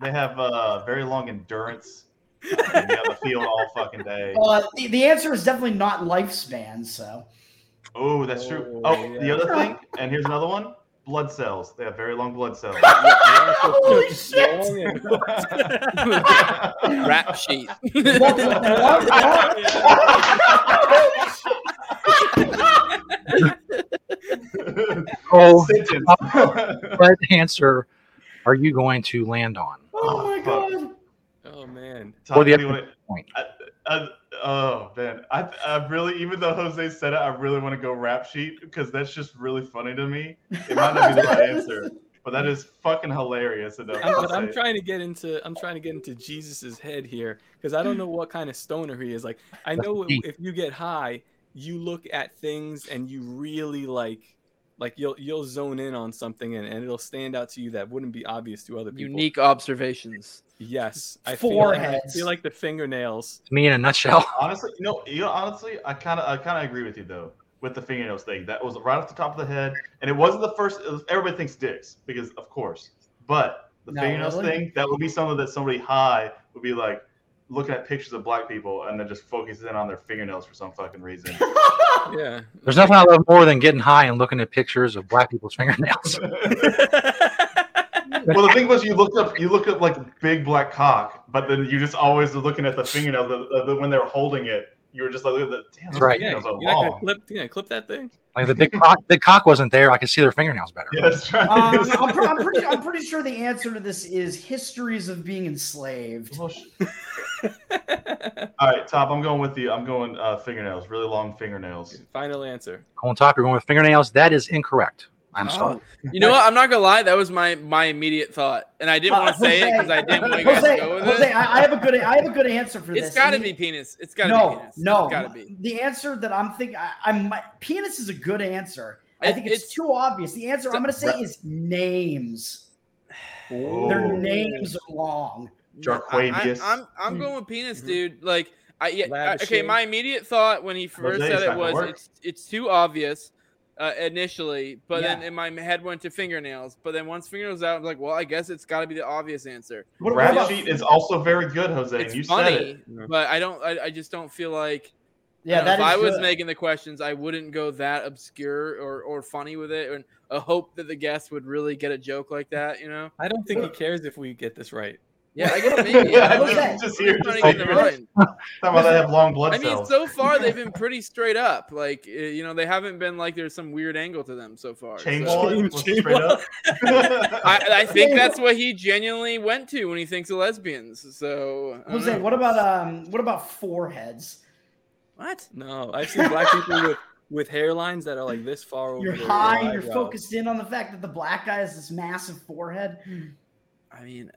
Speaker 8: they have uh very long endurance. They've been on the field all fucking day.
Speaker 7: Uh, the, the answer is definitely not lifespan. So
Speaker 8: Oh, that's true.
Speaker 7: Oh,
Speaker 8: Oh,
Speaker 7: yeah.
Speaker 8: the other thing, and here's another one: blood cells. They have very long blood cells.
Speaker 7: Holy shit!
Speaker 6: Rap sheet.
Speaker 7: uh,
Speaker 3: Cole, Top, what answer are you going to land on?
Speaker 7: Oh my god.
Speaker 9: Oh man.
Speaker 3: Or the
Speaker 8: Tell me
Speaker 3: other
Speaker 8: what-
Speaker 3: point.
Speaker 8: I, I, oh man, I, I really, even though Jose said it, I really want to go rap sheet because that's just really funny to me. It might not be the right answer, but that is fucking hilarious. Enough.
Speaker 9: I'm, but
Speaker 8: to
Speaker 9: I'm
Speaker 8: say.
Speaker 9: trying to get into I'm trying to get into Jesus's head here because I don't know what kind of stoner he is. Like I know
Speaker 3: deep.
Speaker 9: if you get high, you look at things and you really like like you'll you'll zone in on something and, and it'll stand out to you that wouldn't be obvious to other people.
Speaker 6: Unique observations.
Speaker 9: Yes, I feel like, I
Speaker 6: Foreheads.
Speaker 9: feel like the fingernails.
Speaker 3: Me in a nutshell.
Speaker 8: Honestly, you know, you know, honestly, I kind of, I kind of agree with you though with the fingernails thing. That was right off the top of the head, and it wasn't the first. It was, everybody thinks dicks because, of course, but The
Speaker 7: No,
Speaker 8: fingernails
Speaker 7: really?
Speaker 8: thing, that would be something that somebody high would be like looking at pictures of black people and then just focusing in on their fingernails for some fucking reason.
Speaker 6: yeah.
Speaker 3: There's nothing I love more than getting high and looking at pictures of black people's fingernails.
Speaker 8: well, the thing was, you looked up, you looked up like big black cock, but then you just always were looking at the fingernail the, the, when they were holding it. You were just like, look at the damn, those
Speaker 3: Right.
Speaker 6: Yeah,
Speaker 8: fingernails are
Speaker 6: you're not gonna
Speaker 8: long.
Speaker 6: clip, yeah, clip that thing.
Speaker 3: Like the big cock, big cock wasn't there. I could see their fingernails better.
Speaker 8: Yeah, that's right.
Speaker 7: Um, I'm, pre- I'm pretty. I'm pretty sure the answer to this is histories of being enslaved.
Speaker 8: All right, Top, I'm going with you. I'm going uh, fingernails, really long fingernails.
Speaker 6: Final answer.
Speaker 3: On top, you're going with fingernails. That is incorrect. I'm sorry.
Speaker 9: You know what? I'm not gonna lie. That was my my immediate thought, and I didn't
Speaker 7: Uh,
Speaker 9: want to say it
Speaker 7: Jose,
Speaker 9: because I didn't want you guys
Speaker 7: Jose,
Speaker 9: to go with
Speaker 7: Jose,
Speaker 9: it.
Speaker 7: I, I have a good. I have a good answer for this.
Speaker 9: it's got to
Speaker 7: and
Speaker 9: be
Speaker 7: you-
Speaker 9: penis. It's got to be
Speaker 7: no,
Speaker 9: penis.
Speaker 7: no.
Speaker 9: It's got to be.
Speaker 7: The answer that I'm thinking, I, I'm my, penis is a good answer. I
Speaker 9: It-
Speaker 7: think it's, too obvious. The answer I'm going to say is names. Their
Speaker 8: Ooh.
Speaker 7: names are long.
Speaker 8: Jarquavius.
Speaker 9: I, am
Speaker 7: Hmm.
Speaker 9: I'm going with penis,
Speaker 7: Mm-hmm.
Speaker 9: dude. Like I yeah. I-
Speaker 6: Lavish
Speaker 9: okay,
Speaker 6: shit.
Speaker 9: my immediate thought when he first
Speaker 8: Jose's
Speaker 9: said
Speaker 8: not
Speaker 9: it
Speaker 8: gonna
Speaker 9: was
Speaker 8: work.
Speaker 9: it's it's too obvious uh, initially, but then
Speaker 7: Yeah.
Speaker 9: in my head went to fingernails. But then once fingernails out, I'm like, well, I guess it's got to be the obvious answer.
Speaker 7: What-
Speaker 8: Rap
Speaker 7: what about-
Speaker 8: sheet is also very good, Jose. and
Speaker 9: It's
Speaker 8: you said
Speaker 9: funny,
Speaker 8: it.
Speaker 9: but I don't. I, I just don't feel like.
Speaker 7: Yeah,
Speaker 9: I don't know,
Speaker 7: that is
Speaker 9: if I was
Speaker 7: good.
Speaker 9: making the questions, I wouldn't go that obscure or, or funny with it, and a hope that the guest would really get a joke like that. You know?
Speaker 6: I don't think he cares if we get this right.
Speaker 9: Yeah, I guess maybe. yeah,
Speaker 8: I'm
Speaker 7: Jose.
Speaker 8: just here.
Speaker 9: I'm
Speaker 8: Just
Speaker 9: not
Speaker 8: like,
Speaker 9: even
Speaker 8: talking
Speaker 9: running.
Speaker 8: about they have long blood
Speaker 9: I mean,
Speaker 8: cells.
Speaker 9: so far they've been pretty straight up. Like, uh, you know, they haven't been like there's some weird angle to them so far.
Speaker 8: Chain
Speaker 9: so-
Speaker 8: wallet was straight up.
Speaker 9: I, I think that's what he genuinely went to when he thinks of lesbians. So, I don't
Speaker 7: Jose,
Speaker 9: know.
Speaker 7: what about um, what about foreheads?
Speaker 9: what?
Speaker 6: No, I've seen black people with, with hairlines that are like this far over.
Speaker 7: You're
Speaker 6: their
Speaker 7: high and you're
Speaker 6: eyebrows.
Speaker 7: focused in on the fact that the black guy has this massive forehead.
Speaker 9: I mean,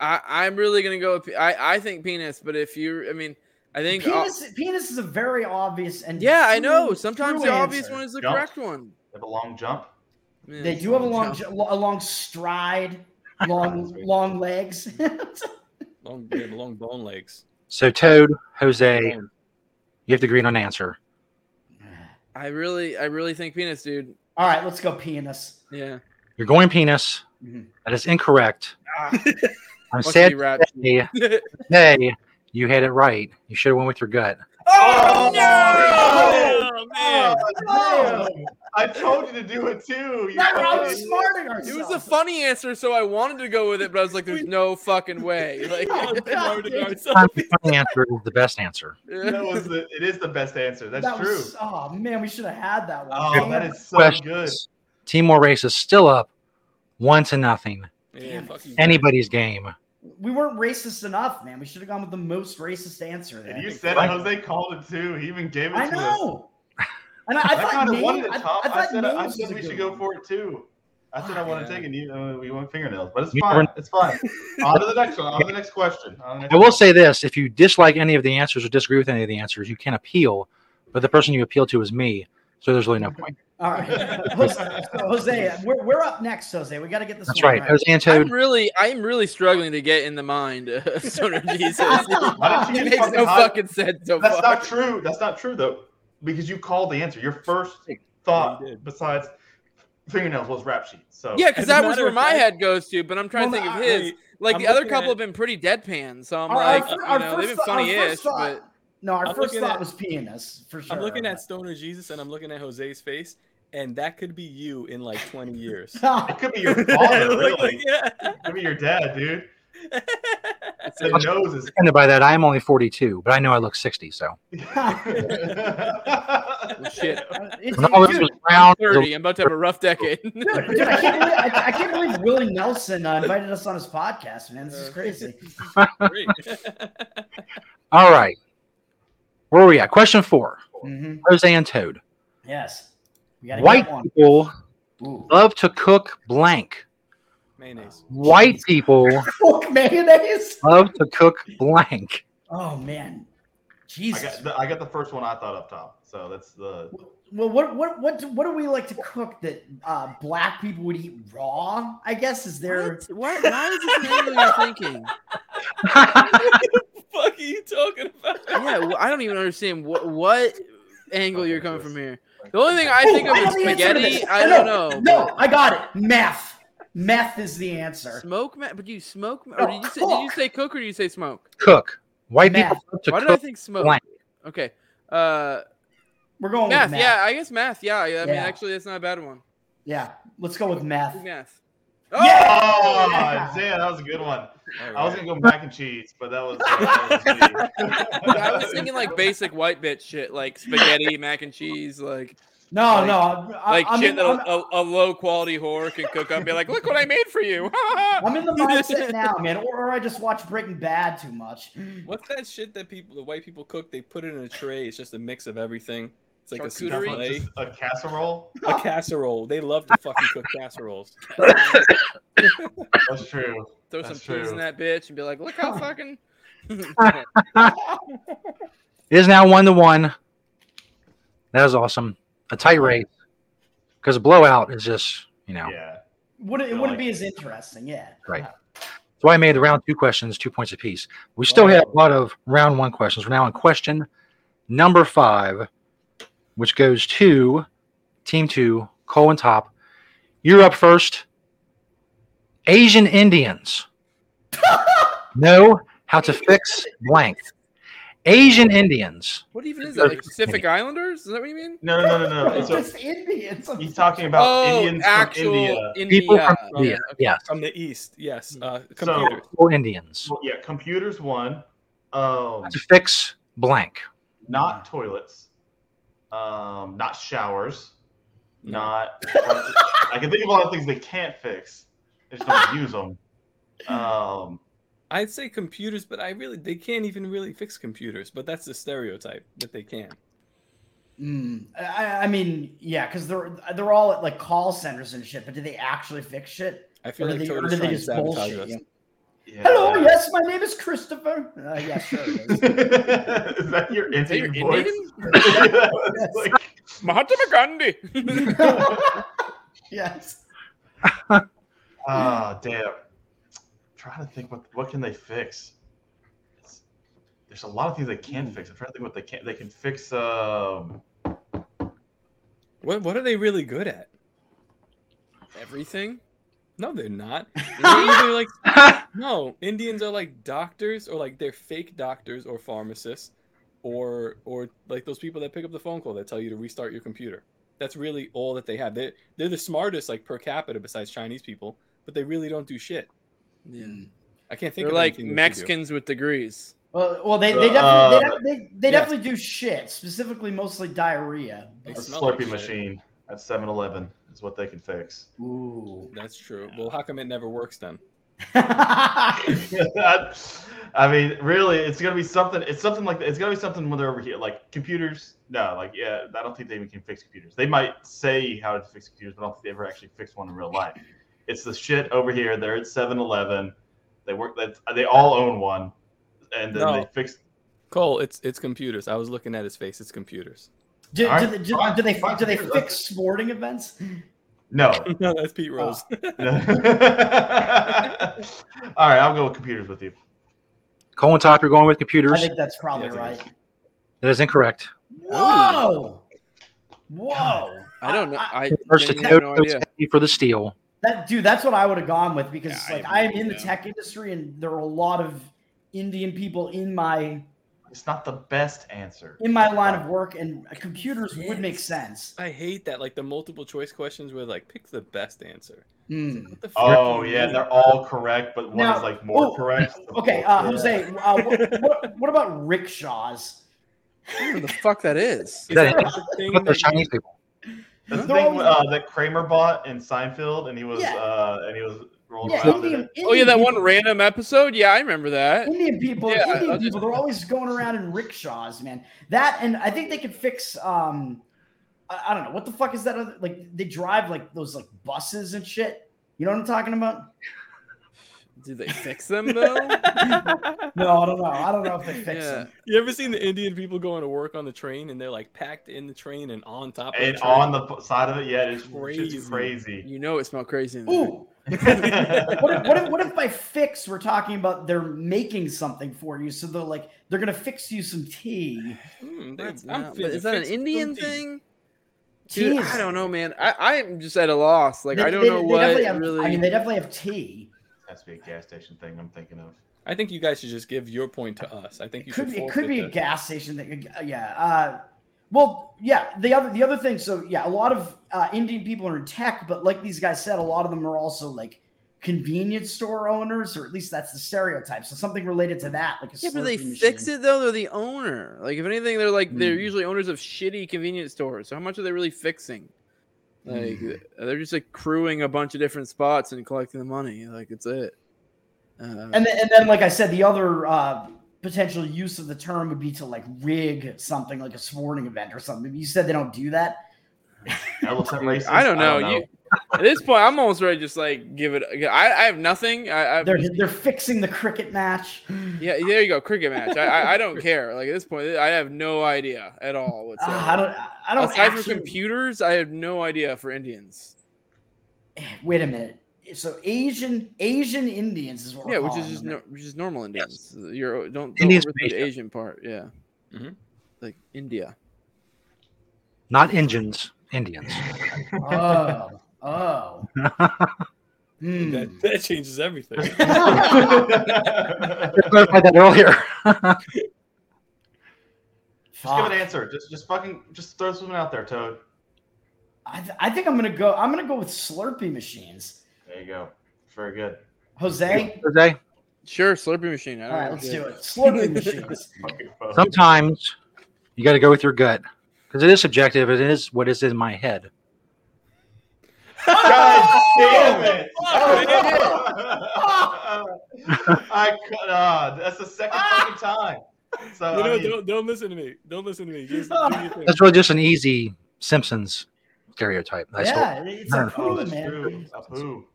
Speaker 9: I, I'm really gonna go. With, pe- I, I think penis, but if you, I mean, I think uh,
Speaker 7: Penis, penis is a very obvious and
Speaker 9: Yeah, I know.
Speaker 7: true-
Speaker 9: Sometimes
Speaker 7: true
Speaker 9: the obvious
Speaker 7: answer.
Speaker 9: one is the
Speaker 8: Jump.
Speaker 9: correct one.
Speaker 8: They have a long jump.
Speaker 9: Yeah,
Speaker 7: They
Speaker 9: it's
Speaker 7: do have a
Speaker 9: all
Speaker 7: long,
Speaker 9: jump.
Speaker 7: jo- lo- a long stride, long, long legs.
Speaker 6: Long, they have long bone legs.
Speaker 3: So Toad, Jose, you have to agree on an answer.
Speaker 9: I really, I really think penis, dude.
Speaker 7: All right, let's go penis.
Speaker 9: Yeah.
Speaker 3: You're going penis.
Speaker 7: Mhm.
Speaker 3: That is incorrect.
Speaker 8: Ah.
Speaker 3: I'm
Speaker 9: Must
Speaker 3: sad
Speaker 9: be
Speaker 3: to
Speaker 9: rap
Speaker 3: say,
Speaker 9: shit.
Speaker 3: today you had it right. You should have went with your gut.
Speaker 9: Oh,
Speaker 8: Oh,
Speaker 9: man.
Speaker 8: no! I told you to do it too. You
Speaker 7: Now we're
Speaker 8: fucking idiot.
Speaker 7: outsmarting
Speaker 9: It was
Speaker 7: ourselves.
Speaker 9: a funny answer, so I wanted to go with it, but I was like, "There's no fucking way!" Like,
Speaker 3: Sometimes the funny answer is the best answer.
Speaker 8: That was the, it is the best answer. That's
Speaker 7: that
Speaker 8: true.
Speaker 7: was, oh man, we should have had that one.
Speaker 8: oh,
Speaker 7: Damn.
Speaker 8: that is so good.
Speaker 3: Questions. Timor race is still up, one to nothing.
Speaker 6: Yeah, fuck you.
Speaker 3: Anybody's game.
Speaker 7: we weren't racist enough, man. We should have gone with the most racist answer. There,
Speaker 8: And you said it. Jose called it too. He even gave it
Speaker 7: I
Speaker 8: to us.
Speaker 7: know. And I, I
Speaker 8: I,
Speaker 7: thought
Speaker 8: kind of
Speaker 7: name-
Speaker 8: wanted it,
Speaker 7: I-
Speaker 8: Tom.
Speaker 7: I
Speaker 8: I,
Speaker 7: thought
Speaker 8: said, uh, I
Speaker 7: names
Speaker 8: said
Speaker 7: was a
Speaker 8: we
Speaker 7: good
Speaker 8: should go
Speaker 7: one.
Speaker 8: for it too. I said I
Speaker 7: Ah,
Speaker 8: wanted to
Speaker 9: yeah.
Speaker 8: take it. You, uh, we want fingernails, but it's
Speaker 3: You
Speaker 8: fine.
Speaker 3: weren't-
Speaker 8: It's fine. on to the next one. On to the next question. On to the next
Speaker 3: I will say this: if you dislike any of the answers or disagree with any of the answers, you can appeal, but the person you appeal to is me, so there's really no point.
Speaker 7: All right, Jose, so Jose, we're, we're up next, Jose. We got to get this.
Speaker 3: That's
Speaker 7: one
Speaker 3: right. Jose and Toad.
Speaker 9: I'm really, I'm really struggling to get in the mind of Stoner Jesus.
Speaker 8: Why don't you
Speaker 9: it makes
Speaker 8: fucking
Speaker 9: no
Speaker 8: hide-
Speaker 9: fucking sense so
Speaker 8: That's
Speaker 9: far.
Speaker 8: not true. That's not true though, because you called the answer. Your first thought,
Speaker 6: You did.
Speaker 8: besides fingernails, was rap sheet. So
Speaker 9: Yeah, because
Speaker 6: As a
Speaker 9: that was
Speaker 6: matter
Speaker 9: where
Speaker 6: of
Speaker 9: my
Speaker 6: fact-
Speaker 9: head goes to, but I'm trying
Speaker 7: Well,
Speaker 9: to think of
Speaker 7: I-
Speaker 9: his. Like
Speaker 6: I'm
Speaker 9: the other
Speaker 6: looking
Speaker 9: couple
Speaker 6: at-
Speaker 9: have been pretty deadpan, so I'm
Speaker 7: Our- our
Speaker 9: like,
Speaker 7: fir-
Speaker 9: you
Speaker 7: our
Speaker 9: know, they've been
Speaker 7: first- our
Speaker 9: funny-ish,
Speaker 7: first
Speaker 9: but
Speaker 7: thought- No, our
Speaker 6: I'm
Speaker 7: first
Speaker 6: looking
Speaker 7: thought
Speaker 6: at-
Speaker 7: was penis for sure.
Speaker 6: I'm looking at
Speaker 7: but-
Speaker 6: Stoner Jesus and I'm looking at Jose's face, and that could be you in like 20 years.
Speaker 8: it could be your father,
Speaker 6: Like,
Speaker 8: really.
Speaker 6: yeah.
Speaker 8: It could be your dad, dude. The nose is.
Speaker 3: Offended by that, I am only 42, but I know I look 60. So
Speaker 9: shit.
Speaker 7: It's-
Speaker 3: when all this
Speaker 7: dude,
Speaker 3: was around,
Speaker 9: I'm 30. I'm about to have a rough decade.
Speaker 7: dude, dude, I, can't believe, I, I can't believe Willie Nelson uh, invited us on his podcast, man. This is crazy.
Speaker 6: Great.
Speaker 3: all right, where are we at? Question four:
Speaker 7: Mhm.
Speaker 3: Jose and Toad.
Speaker 7: Yes, we gotta
Speaker 3: White
Speaker 7: get one.
Speaker 3: people
Speaker 7: Ooh.
Speaker 3: love to cook blank.
Speaker 6: Mayonnaise.
Speaker 3: White people
Speaker 7: Pork mayonnaise.
Speaker 3: love to cook blank.
Speaker 7: Oh man,
Speaker 8: I
Speaker 7: Jesus.
Speaker 8: got, the, I got the first one I thought up top. So that's the.
Speaker 7: Well, what what what do, what do we like to cook that uh, black people would eat raw? I guess is there.
Speaker 9: What? Why, why is this an angle you're thinking?
Speaker 6: fuck are you talking about?
Speaker 9: Yeah, well, I don't even understand what what angle you're coming from here. The only thing I
Speaker 7: Oh,
Speaker 9: think of
Speaker 7: know
Speaker 9: is
Speaker 7: the answer to
Speaker 9: spaghetti.
Speaker 7: this.
Speaker 9: I don't know.
Speaker 7: No, I got it. Math. Meth is the answer.
Speaker 9: Smoke meth? But you smoke? Or did, you say, did you say cook or did you say smoke?
Speaker 3: Cook. White people. love to
Speaker 9: Why did I
Speaker 3: cook
Speaker 9: think smoke?
Speaker 3: blank.
Speaker 9: Okay. Uh,
Speaker 7: We're going with
Speaker 9: math.
Speaker 7: Oh, math.
Speaker 9: Yeah, I guess math. Yeah, I mean,
Speaker 7: Yeah.
Speaker 9: actually, that's not a bad one.
Speaker 7: Yeah, let's go with meth.
Speaker 9: Math.
Speaker 8: Oh, damn, that was a good one. I was gonna go mac and cheese, but that was. uh, that was
Speaker 9: I was thinking like basic white bitch shit, like spaghetti, mac and cheese, like.
Speaker 7: No,
Speaker 9: like,
Speaker 7: no, I-
Speaker 9: like
Speaker 7: I'm
Speaker 9: shit
Speaker 7: in-
Speaker 9: that a, a low quality whore can cook up. and Be like, look what I made for you. I'm
Speaker 7: in the mindset now, man. Or, or I just watch Breaking Bad too much.
Speaker 6: What's that shit that people, the white people cook? They put it in a tray. It's just a mix of everything. It's like a
Speaker 9: Charcuterie?
Speaker 6: souffle, eh?
Speaker 8: Just a casserole.
Speaker 6: a casserole. They love to fucking cook casseroles.
Speaker 8: That's true.
Speaker 9: Throw some cheese in that bitch and be like, look how fucking.
Speaker 3: It is now one to one. That is awesome. A tight race because a blowout is just you know
Speaker 8: yeah.
Speaker 7: Wouldn't, it wouldn't be as interesting, yeah.
Speaker 3: right. So I made the round two questions two points apiece. We still had a lot of round one questions. We're now on question number five, which goes to team two, Cole and Top. You're up first. Asian Indians know how to fix blank. Asian Indians.
Speaker 9: What even is that? Like Pacific Islanders? Is that what you mean?
Speaker 8: No, no, no, no, no.
Speaker 7: It's
Speaker 8: So-
Speaker 7: just Indians.
Speaker 8: He's talking about
Speaker 9: Oh,
Speaker 8: Indians
Speaker 9: actual
Speaker 8: from India.
Speaker 3: People from India. Yes.
Speaker 6: From the East, yes. Uh,
Speaker 8: So-
Speaker 6: computers.
Speaker 3: People Indians.
Speaker 8: Well, yeah, computers one. Um,
Speaker 3: To fix blank.
Speaker 8: not toilets. Um, not showers. Not. I can think of a lot of things they can't fix. They just don't use them. Um,
Speaker 6: I'd say computers, but I really they can't even really fix computers. But that's the stereotype that they can.
Speaker 7: Mm, I, I mean, yeah, because they're they're all at like call centers and shit. But do they actually fix shit?
Speaker 6: I feel
Speaker 7: Or do
Speaker 6: like
Speaker 7: they- or
Speaker 6: Toto's
Speaker 7: do they
Speaker 6: trying to
Speaker 7: just
Speaker 6: sabotage
Speaker 7: bullshit
Speaker 6: us.
Speaker 7: you?
Speaker 8: yeah.
Speaker 7: Hello, yes, my name is Christopher. Uh, yeah, sure. it is.
Speaker 8: Is that your Indian
Speaker 9: your
Speaker 8: voice?
Speaker 9: Indian?
Speaker 8: Yeah, it's like-
Speaker 9: Mahatma Gandhi.
Speaker 7: yes.
Speaker 8: Ah, damn. trying to think what what can they fix. It's- There's a lot of things they can fix. I'm trying to think what they can. They can fix. Um,
Speaker 6: What what are they really good at?
Speaker 9: Everything?
Speaker 6: No, they're not. They're either like no, Indians are like doctors or like they're fake doctors or pharmacists or or like those people that pick up the phone call that tell you to restart your computer. That's really all that they have. They they're the smartest like per capita besides Chinese people, but they really don't do shit.
Speaker 9: Yeah.
Speaker 6: I can't think
Speaker 9: Hmm.
Speaker 6: of
Speaker 9: They're like
Speaker 6: anything that they do.
Speaker 9: Mexicans with degrees.
Speaker 7: Well, well, they they definitely
Speaker 8: Uh,
Speaker 7: they, def- they, they
Speaker 9: yeah.
Speaker 7: definitely do shit. Specifically, mostly diarrhea.
Speaker 8: a
Speaker 6: They smell like
Speaker 8: Slurpee
Speaker 6: shit.
Speaker 8: machine at 7-Eleven is what they can fix.
Speaker 7: Ooh.
Speaker 6: That's true. Well, how come it never works then?
Speaker 8: I mean, really, it's gonna be something. It's something like it's gonna be something when they're over here, like computers. No, like yeah, I don't think they even can fix computers. They might say how to fix computers, but I don't think they ever actually fix one in real life. It's the shit over here. They're at 7-Eleven. They work. That they all own one, and then
Speaker 6: No.
Speaker 8: they fix.
Speaker 6: Cole, it's it's computers. I was looking at his face. It's computers.
Speaker 7: Do,
Speaker 8: All
Speaker 7: do,
Speaker 8: right,
Speaker 7: they- do,
Speaker 8: fine,
Speaker 7: do they
Speaker 8: fine,
Speaker 7: do they
Speaker 8: fine.
Speaker 7: fix sporting events?
Speaker 8: No.
Speaker 6: no, that's Pete Rose.
Speaker 8: all right, I'll go with computers with you.
Speaker 3: Cole and Top, you're going with computers.
Speaker 7: I think that's probably right.
Speaker 3: That is incorrect.
Speaker 7: Whoa! Whoa!
Speaker 9: I don't know. I,
Speaker 3: First to
Speaker 9: genuinely have no
Speaker 3: Toto
Speaker 9: idea.
Speaker 3: Safety for the steal.
Speaker 7: That dude, that's what I would have gone with because
Speaker 9: Yeah, I
Speaker 7: like
Speaker 9: have
Speaker 7: I
Speaker 9: no
Speaker 7: am in the
Speaker 9: idea.
Speaker 7: tech industry and there are a lot of Indian people in my
Speaker 8: It's not the best answer.
Speaker 7: in my line of work and computers would make sense.
Speaker 6: I hate that. Like the multiple choice questions were like pick the best answer.
Speaker 7: Hmm.
Speaker 6: What the fuck
Speaker 8: Oh
Speaker 6: do you
Speaker 8: yeah,
Speaker 6: mean?
Speaker 8: they're all correct, but one
Speaker 7: Now-
Speaker 8: is like more
Speaker 7: oh,
Speaker 8: correct.
Speaker 7: Okay, uh, Jose, uh, what, what, what about rickshaws?
Speaker 9: I don't know what the fuck that is.
Speaker 6: Is
Speaker 3: That
Speaker 6: that the thing
Speaker 3: But they're
Speaker 6: that you-
Speaker 3: Chinese people.
Speaker 8: That's the
Speaker 7: They're
Speaker 8: thing
Speaker 7: all-
Speaker 8: uh, that Kramer bought in Seinfeld, and he was
Speaker 7: Yeah.
Speaker 8: uh, and he was rolled
Speaker 7: Yeah,
Speaker 8: around. in
Speaker 7: Indian,
Speaker 8: it.
Speaker 9: Oh yeah,
Speaker 7: Indian
Speaker 9: that
Speaker 7: people-
Speaker 9: one random episode. Yeah, I remember that.
Speaker 7: Indian people,
Speaker 9: Yeah, I- I
Speaker 7: Indian
Speaker 9: just-
Speaker 7: people, they're always going around in rickshaws, man. That and I think they could fix. um I, I don't know what the fuck is that? Other, like they drive like those like buses and shit. You know what I'm talking about?
Speaker 9: Do they fix them though?
Speaker 7: No, I don't know. I don't know if they fix
Speaker 9: Yeah.
Speaker 7: them.
Speaker 6: You ever seen the Indian people going to work on the train and they're like packed in the train and on top of
Speaker 8: And
Speaker 6: the train?
Speaker 8: on the p- side of it, yeah, it's crazy.
Speaker 6: Crazy.
Speaker 8: crazy.
Speaker 9: you know it smelled crazy. In there.
Speaker 7: Ooh, what if, what if what if by fix we're talking about they're making something for you? So they're like they're gonna fix you some tea.
Speaker 6: Hmm, they-
Speaker 9: That's
Speaker 6: I'm
Speaker 9: not-
Speaker 6: fit
Speaker 9: but
Speaker 6: to
Speaker 9: is that an
Speaker 6: fix
Speaker 9: Indian
Speaker 6: cookies.
Speaker 9: thing? Dude, I
Speaker 7: Jeez.
Speaker 9: don't know, man. I, I am just at a loss. Like
Speaker 7: They-
Speaker 9: I don't
Speaker 7: they-
Speaker 9: know
Speaker 7: they
Speaker 9: what
Speaker 7: definitely have-
Speaker 9: really.
Speaker 7: I mean, they definitely have tea.
Speaker 8: Has to be a gas station thing. I'm thinking of.
Speaker 6: I think you guys should just give your point to us. I think you
Speaker 7: could
Speaker 6: should
Speaker 7: be, it could
Speaker 6: forfeit
Speaker 7: be a
Speaker 6: the-
Speaker 7: gas station thing. Uh, Yeah. Uh, well, yeah. The other the other thing. So yeah, a lot of uh, Indian people are in tech, but like these guys said, a lot of them are also like convenience store owners, or at least that's the stereotype. So something related to that, like a
Speaker 9: Yeah, but they
Speaker 7: Slurpee
Speaker 9: fix
Speaker 7: machine. Hmm.
Speaker 9: it though. They're the owner. Like if anything, they're like they're usually owners of shitty convenience stores. So how much are they really fixing? Like
Speaker 7: Mm.
Speaker 9: they're just like crewing a bunch of different spots and collecting the money. Like it's it. Uh,
Speaker 7: And then, and then, like I said, the other uh, potential use of the term would be to like rig something, like a sporting event or something. You said they don't do that.
Speaker 8: Elephant races.
Speaker 9: I don't know. You, at this point, I'm almost ready to just like give it. I, I have nothing. I, I
Speaker 7: They're they're fixing the cricket match.
Speaker 9: yeah. There you go. Cricket match. I, I I don't care. Like at this point, I have no idea at all. Whatsoever.
Speaker 7: Ah, I don't. I don't.
Speaker 9: Aside
Speaker 7: actually-
Speaker 9: from computers, I have no idea for Indians.
Speaker 7: Wait a minute. So Asian Asian Indians is what.
Speaker 9: Yeah,
Speaker 7: we're
Speaker 9: which is
Speaker 7: calling
Speaker 9: just
Speaker 7: them,
Speaker 9: no,
Speaker 7: right?
Speaker 9: which is normal Indians. You're don't, don't
Speaker 3: Indians from
Speaker 9: overthink the
Speaker 3: Asia.
Speaker 9: Asian part. Yeah, like India.
Speaker 3: Not Indians, Indians.
Speaker 7: Oh, oh. Hmm,
Speaker 6: That, that changes everything.
Speaker 3: I clarified that earlier.
Speaker 8: Just give an answer. Just just fucking just throw something out there, Toad.
Speaker 7: I, th- I think I'm gonna go. I'm gonna go with Slurpee machines.
Speaker 8: There you go. Very good.
Speaker 7: Jose.
Speaker 3: Jose?
Speaker 9: Sure, Slurpee machine. I
Speaker 7: All
Speaker 9: don't
Speaker 7: right,
Speaker 9: know.
Speaker 7: let's do it. Slurpee machines.
Speaker 3: Sometimes you got to go with your gut because it is subjective. It is what is in my head.
Speaker 8: God
Speaker 7: Oh,
Speaker 8: damn it! Oh, I could. Uh, that's the second fucking time. So
Speaker 6: You
Speaker 8: I
Speaker 6: know,
Speaker 8: mean,
Speaker 6: don't don't listen to me. Don't listen to me. Just do your thing.
Speaker 3: That's really just an easy Simpsons stereotype. That's all.
Speaker 7: Yeah, it's a
Speaker 8: oh,
Speaker 7: poo,
Speaker 8: that's
Speaker 7: man.
Speaker 8: true. A poo.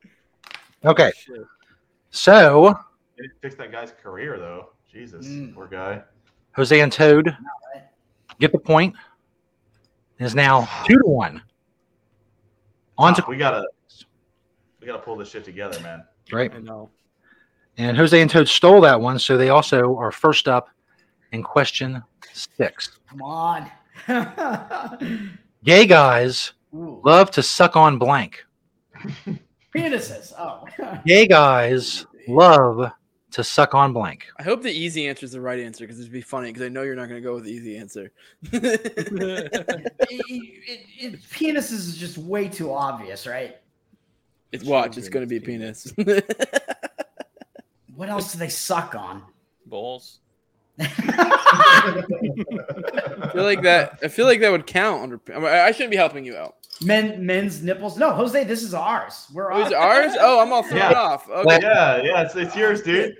Speaker 3: Okay. So
Speaker 8: It fixed that guy's career though. Jesus, poor guy.
Speaker 3: Jose and Toad get the point. It Is now two to one. On to
Speaker 8: we gotta we gotta pull this shit together, man.
Speaker 3: right.
Speaker 6: I know.
Speaker 3: And Jose and Toad stole that one, so they also are first up in question six.
Speaker 7: Come on.
Speaker 3: Gay guys
Speaker 7: Ooh.
Speaker 3: love to suck on blank.
Speaker 7: Penises. Oh.
Speaker 3: Gay guys love to suck on blank.
Speaker 9: I hope the easy answer is the right answer because it'd be funny because I know you're not going to go with the easy answer.
Speaker 7: It- it- it- penises is just way too obvious, right?
Speaker 9: It's watch. It's going to be penis.
Speaker 7: What else do they suck on?
Speaker 6: Balls.
Speaker 9: I feel like that. I feel like that would count under. I, mean, I I shouldn't be helping you out.
Speaker 7: Men, men's nipples. No, Jose, this is ours. We're
Speaker 9: It was
Speaker 7: ours.
Speaker 9: ours. Oh, I'm all thrown
Speaker 8: Yeah.
Speaker 9: off. Okay.
Speaker 8: Yeah, yeah, it's, it's yours, dude.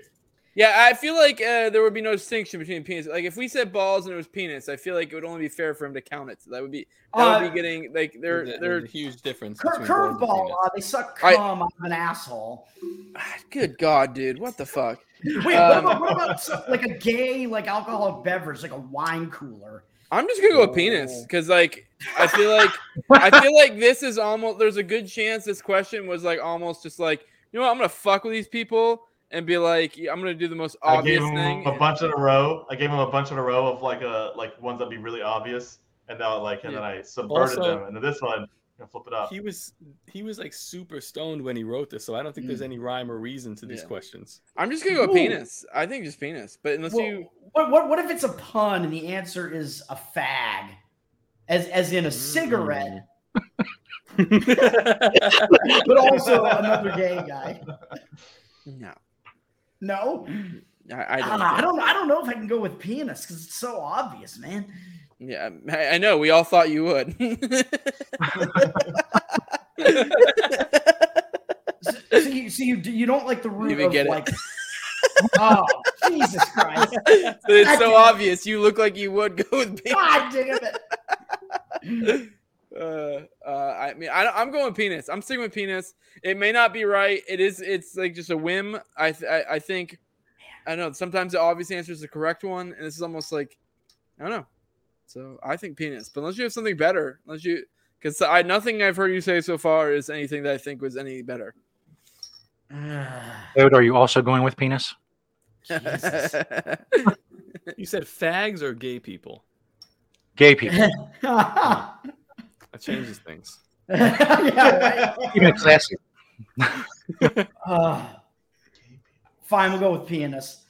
Speaker 9: Yeah, I feel like uh, there would be no distinction between penis. Like if we said balls and it was penis, I feel like it would only be fair for him to count it. That would be that would
Speaker 7: Uh,
Speaker 9: be getting like they're
Speaker 6: There's a-
Speaker 9: they're
Speaker 6: there's a huge difference.
Speaker 7: Cur-
Speaker 6: between balls and
Speaker 7: curveball.
Speaker 6: penis.
Speaker 7: Uh, they suck
Speaker 9: I-
Speaker 7: cum out of an asshole.
Speaker 9: good god, dude. What the fuck?
Speaker 7: Wait,
Speaker 9: Um,
Speaker 7: what about, what about so- like a gay like alcoholic beverage, like a wine cooler?
Speaker 9: I'm just gonna go with
Speaker 7: Oh.
Speaker 9: penis because like I feel like I feel like this is almost there's a good chance this question was like almost just like you know what I'm gonna fuck with these people and be like yeah, I'm gonna do the most
Speaker 8: I
Speaker 9: obvious
Speaker 8: gave him
Speaker 9: thing.
Speaker 8: a bunch in a row. I gave him a bunch in a row of like a like ones that'd be really obvious, and now like and then I subverted
Speaker 6: Also-
Speaker 8: them, and then this one, i flip it up.
Speaker 6: Uh, He was he was like super stoned when he wrote this, so I don't think there's any rhyme or reason to these
Speaker 9: Yeah.
Speaker 6: questions.
Speaker 9: I'm just gonna go with
Speaker 7: Ooh.
Speaker 9: penis. I think just penis. But unless
Speaker 7: Well,
Speaker 9: you
Speaker 7: What, what what if it's a pun and the answer is a fag, as as in a cigarette,
Speaker 9: Mm.
Speaker 7: but also another gay guy?
Speaker 9: no,
Speaker 7: No,
Speaker 9: I, I don't.
Speaker 7: Ah, I
Speaker 9: think-
Speaker 7: don't I don't know if I can go with penis because it's so obvious, man.
Speaker 9: Yeah, um, I, I know. We all thought you would.
Speaker 7: So, so you so you, you don't like the root
Speaker 9: even
Speaker 7: of
Speaker 9: get it.
Speaker 7: like. oh Jesus Christ!
Speaker 9: But it's so obvious. You look like you would go with penis.
Speaker 7: God damn it!
Speaker 9: Uh, uh, I mean, I, I'm going with penis. I'm sticking with penis. It may not be right. It is. It's like just a whim. I th- I, I think. I know. Sometimes the obvious answer is the correct one, and this is almost like I don't know. So I think penis. But unless you have something better, unless you because I nothing I've heard you say so far is anything that I think was any better.
Speaker 3: Toad, are you also going with penis?
Speaker 7: Ah, Jesus.
Speaker 6: You said fags are gay people.
Speaker 3: Gay people.
Speaker 6: That changes things.
Speaker 7: yeah, right?
Speaker 3: Even classic.
Speaker 7: Uh, fine, we'll go with penis.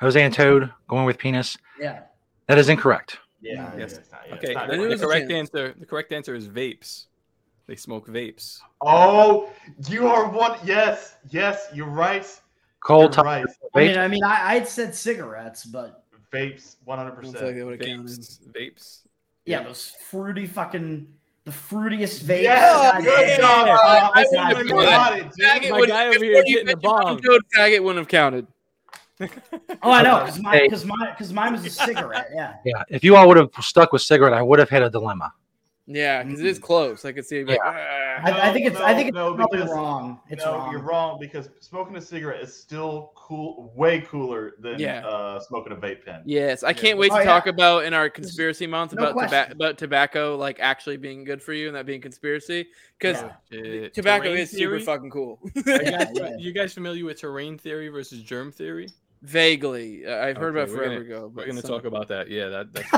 Speaker 3: Jose and Toad going with penis.
Speaker 7: Yeah.
Speaker 3: That is incorrect.
Speaker 8: Yeah.
Speaker 6: Yes.
Speaker 8: yeah,
Speaker 6: Okay.
Speaker 8: it's not-
Speaker 6: The,
Speaker 8: there was a
Speaker 6: correct answer. The correct answer is vapes. They smoke vapes.
Speaker 8: Oh, you are one. Yes, yes, you're right.
Speaker 3: Cold top
Speaker 8: You're right.
Speaker 7: I mean, I mean, I, I had said cigarettes, but
Speaker 8: Vapes, 100. percent
Speaker 6: Vapes. Vapes.
Speaker 7: yeah, those fruity fucking the fruitiest vapes.
Speaker 8: Yeah,
Speaker 7: God
Speaker 8: good
Speaker 7: damn. Oh,
Speaker 8: job.
Speaker 9: I- I
Speaker 8: I
Speaker 9: wouldn't have
Speaker 8: wouldn't
Speaker 9: known
Speaker 8: have got
Speaker 9: that.
Speaker 8: it,
Speaker 9: Faggot
Speaker 8: dude.
Speaker 6: My
Speaker 9: would-
Speaker 6: guy over
Speaker 9: before
Speaker 6: here
Speaker 9: you
Speaker 6: getting the
Speaker 9: mentioned Tom
Speaker 6: bomb.
Speaker 9: Toad faggot wouldn't have counted.
Speaker 7: Oh, I know, because mine, because mine, because mine was a cigarette. Yeah.
Speaker 3: Yeah. If you all would have stuck with cigarette, I would have had a dilemma.
Speaker 9: Yeah, because
Speaker 6: Mm.
Speaker 9: it is close. I could see. it Like, ah.
Speaker 7: I, I think it's. I think it's
Speaker 8: No, no,
Speaker 7: probably
Speaker 8: because-
Speaker 7: wrong. It's
Speaker 8: no,
Speaker 7: wrong.
Speaker 8: you're wrong because smoking a cigarette is still cool, way cooler than
Speaker 9: Yeah.
Speaker 8: uh, smoking a vape pen.
Speaker 9: Yes, I can't wait to
Speaker 7: Oh, yeah.
Speaker 9: talk about in our conspiracy month
Speaker 7: no
Speaker 9: about
Speaker 7: question.
Speaker 9: toba- about tobacco like actually being good for you and that being conspiracy because
Speaker 7: Yeah.
Speaker 6: Shit.
Speaker 9: tobacco
Speaker 6: Uh, Terrain
Speaker 9: is
Speaker 6: theory?
Speaker 9: super fucking cool.
Speaker 6: Are you, guys,
Speaker 7: Yeah, yeah.
Speaker 6: you guys familiar with terrain theory versus germ theory?
Speaker 9: Vaguely, uh, I've heard
Speaker 6: Okay,
Speaker 9: about
Speaker 6: we're
Speaker 9: forever
Speaker 6: gonna-
Speaker 9: ago.
Speaker 6: We're
Speaker 9: but
Speaker 6: going to
Speaker 9: some-
Speaker 6: talk about that. Yeah, that, that's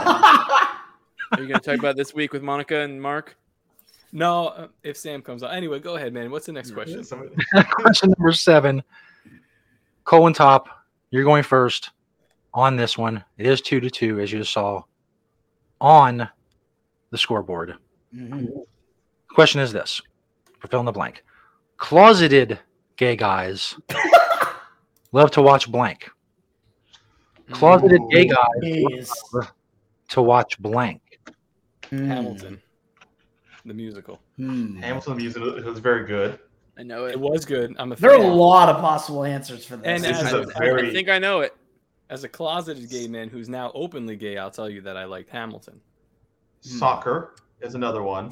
Speaker 9: Are you going to talk about this week with Monica and Mark?
Speaker 6: no. uh, If Sam comes on, anyway, go ahead, man. What's the next question?
Speaker 8: Somebody-
Speaker 3: Question number seven. Cole and Top, you're going first on this one. It is two to two, as you just saw on the scoreboard.
Speaker 7: Mhm.
Speaker 3: Question is this for fill in the blank. Closeted gay guys love to watch blank. Closeted gay guys
Speaker 7: Jeez.
Speaker 3: love to watch blank.
Speaker 7: Mm.
Speaker 6: Hamilton, the musical.
Speaker 7: Hmm.
Speaker 8: Hamilton music was very good.
Speaker 9: I know it.
Speaker 6: It was good. I'm a
Speaker 7: There are a
Speaker 6: fan.
Speaker 7: lot of possible answers for this.
Speaker 6: And
Speaker 8: This
Speaker 6: as
Speaker 8: is
Speaker 6: a-
Speaker 8: a very.
Speaker 9: I think I know it.
Speaker 6: As a closeted gay man who's now openly gay, I'll tell you that I liked Hamilton.
Speaker 8: Soccer is another one.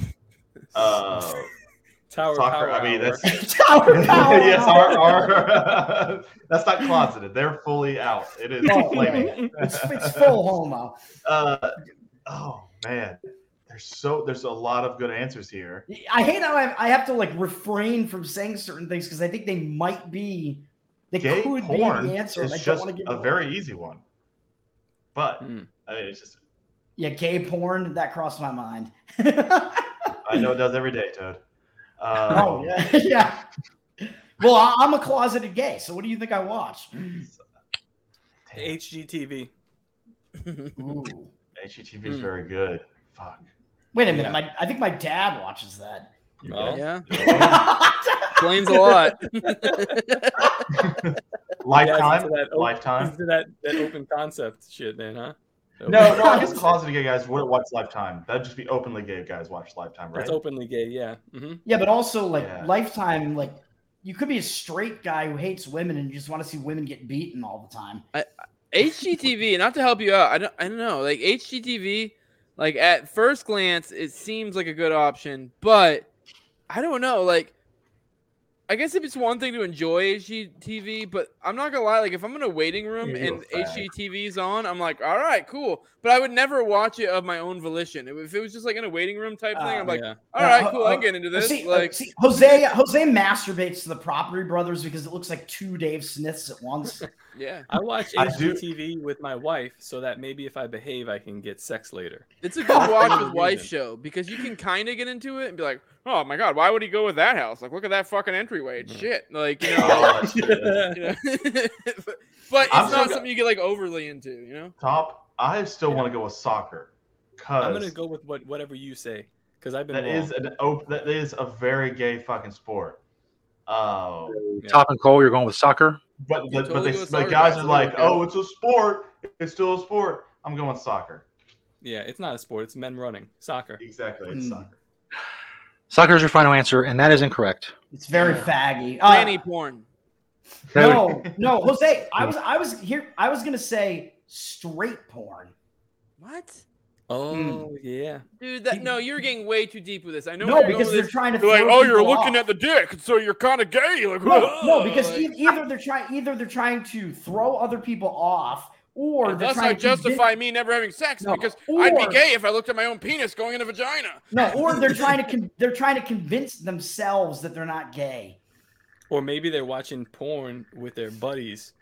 Speaker 8: Uh,
Speaker 6: Tower
Speaker 8: soccer.
Speaker 6: Power
Speaker 8: I mean,
Speaker 6: Hour.
Speaker 8: that's
Speaker 7: Tower Power.
Speaker 8: yes, our, our that's not closeted. They're fully out. It is
Speaker 7: Oh.
Speaker 8: flaming.
Speaker 7: It's, it's full homo.
Speaker 8: Uh, oh man, there's so there's a lot of good answers here.
Speaker 7: I hate how I, I have to like refrain from saying certain things because I think they might be they
Speaker 8: Gay
Speaker 7: could
Speaker 8: porn
Speaker 7: be the answer. and I
Speaker 8: is
Speaker 7: don't
Speaker 8: just
Speaker 7: want to give
Speaker 8: a
Speaker 7: it-
Speaker 8: very easy one, but
Speaker 6: Hmm.
Speaker 8: I mean, it's just
Speaker 7: yeah gay porn that crossed my mind.
Speaker 8: Uh-huh. I know it does every day, Toad. Um,
Speaker 7: oh yeah, yeah. Well, I, I'm a closeted gay, so what do you think I watch?
Speaker 6: HGTV.
Speaker 7: Ooh.
Speaker 8: HGTV
Speaker 6: Hmm.
Speaker 8: is very good. Fuck.
Speaker 7: Wait a minute,
Speaker 6: Yeah.
Speaker 7: my, I think my dad watches that.
Speaker 6: Oh.
Speaker 9: Yeah,
Speaker 7: yeah,
Speaker 9: explains a lot.
Speaker 8: Lifetime.
Speaker 6: that open,
Speaker 8: Lifetime.
Speaker 6: Into that, that open concept shit, man, huh? So-
Speaker 8: No, no, I guess closeted gay guys wouldn't watch Lifetime. That'd just be openly gay guys watch Lifetime, right?
Speaker 6: That's openly gay, yeah. hmm
Speaker 7: but also like
Speaker 8: Yeah.
Speaker 7: Lifetime, like you could be a straight guy who hates women and you just want to see women get beaten all the time.
Speaker 9: HGTV, not to help you out, I don't, I don't know. Like HGTV, like at first glance, it seems like a good option, but I don't know. Like, I guess if it's one thing to enjoy HGTV, but I'm not gonna lie. Like, if I'm in a waiting room
Speaker 8: You're a
Speaker 9: and
Speaker 8: fag.
Speaker 9: HGTV's on, I'm like, all right, cool. But I would never watch it of my own volition. If it was just like in a waiting room type thing,
Speaker 7: Ah,
Speaker 9: I'm like,
Speaker 6: yeah.
Speaker 9: all
Speaker 7: Yeah,
Speaker 9: right,
Speaker 7: uh,
Speaker 9: cool,
Speaker 7: uh,
Speaker 9: I can get into this.
Speaker 7: see, uh,
Speaker 9: like,
Speaker 7: see, Jose, Jose masturbates to the Property Brothers because it looks like two Dave Smiths at once.
Speaker 9: yeah,
Speaker 6: I watch
Speaker 8: I do-
Speaker 6: HGTV with my wife so that maybe if I behave, I can get sex later.
Speaker 9: It's a good watch with
Speaker 6: Amazing.
Speaker 9: wife show because you can kind of get into it and be like, oh my god, why would he go with that house? Like, look at that fucking entryway.
Speaker 7: Mm.
Speaker 9: It's shit. Like, you know.
Speaker 8: Oh, shit.
Speaker 9: you know. but it's
Speaker 8: I'm
Speaker 9: not
Speaker 8: so-
Speaker 9: something you get like overly into, you know?
Speaker 8: Top. I still want to go with soccer
Speaker 6: I'm
Speaker 8: because
Speaker 6: going to go with what whatever you say because I've been
Speaker 8: that
Speaker 6: wrong.
Speaker 8: is an op- that is a very gay fucking sport. Oh,
Speaker 6: Yeah.
Speaker 3: Top and Cole, you're going with soccer.
Speaker 8: but but, but
Speaker 9: totally
Speaker 8: they,
Speaker 9: go with
Speaker 8: but
Speaker 9: soccer,
Speaker 8: guys
Speaker 9: guys.
Speaker 8: are like,
Speaker 9: Okay.
Speaker 8: oh, it's a sport. It's still a sport. I'm going soccer.
Speaker 6: yeah, it's not a sport. It's men running. Soccer.
Speaker 8: Exactly, it's
Speaker 7: Hmm.
Speaker 8: soccer.
Speaker 3: Soccer is your final answer, and that is incorrect.
Speaker 7: It's very faggy. Uh,
Speaker 9: Fanny porn.
Speaker 3: That would-
Speaker 7: no, no, Jose, I was, I was here, I was gonna say straight porn.
Speaker 9: What?
Speaker 8: Hmm.
Speaker 6: Oh, yeah.
Speaker 9: Dude, that no, you're getting way too deep with this. I know
Speaker 7: No,
Speaker 9: where you're
Speaker 7: because
Speaker 9: going
Speaker 7: they're
Speaker 9: with
Speaker 7: trying to.
Speaker 9: this. You're like,
Speaker 7: throw
Speaker 9: oh, you're
Speaker 7: people
Speaker 9: looking
Speaker 7: off.
Speaker 9: at the dick, so you're kind of gay. Like,
Speaker 7: No, no, because
Speaker 9: like,
Speaker 7: e- either they're trying, either they're trying to throw other people off, or
Speaker 9: and
Speaker 7: they're
Speaker 9: thus
Speaker 7: trying
Speaker 9: I
Speaker 7: to convince-
Speaker 9: justify me never having sex
Speaker 7: No,
Speaker 9: because I'd be
Speaker 7: or-
Speaker 9: gay if I looked at my own penis going in a vagina.
Speaker 7: no, or they're trying to, con- they're trying to convince themselves that they're not gay.
Speaker 6: Or maybe they're watching porn with their buddies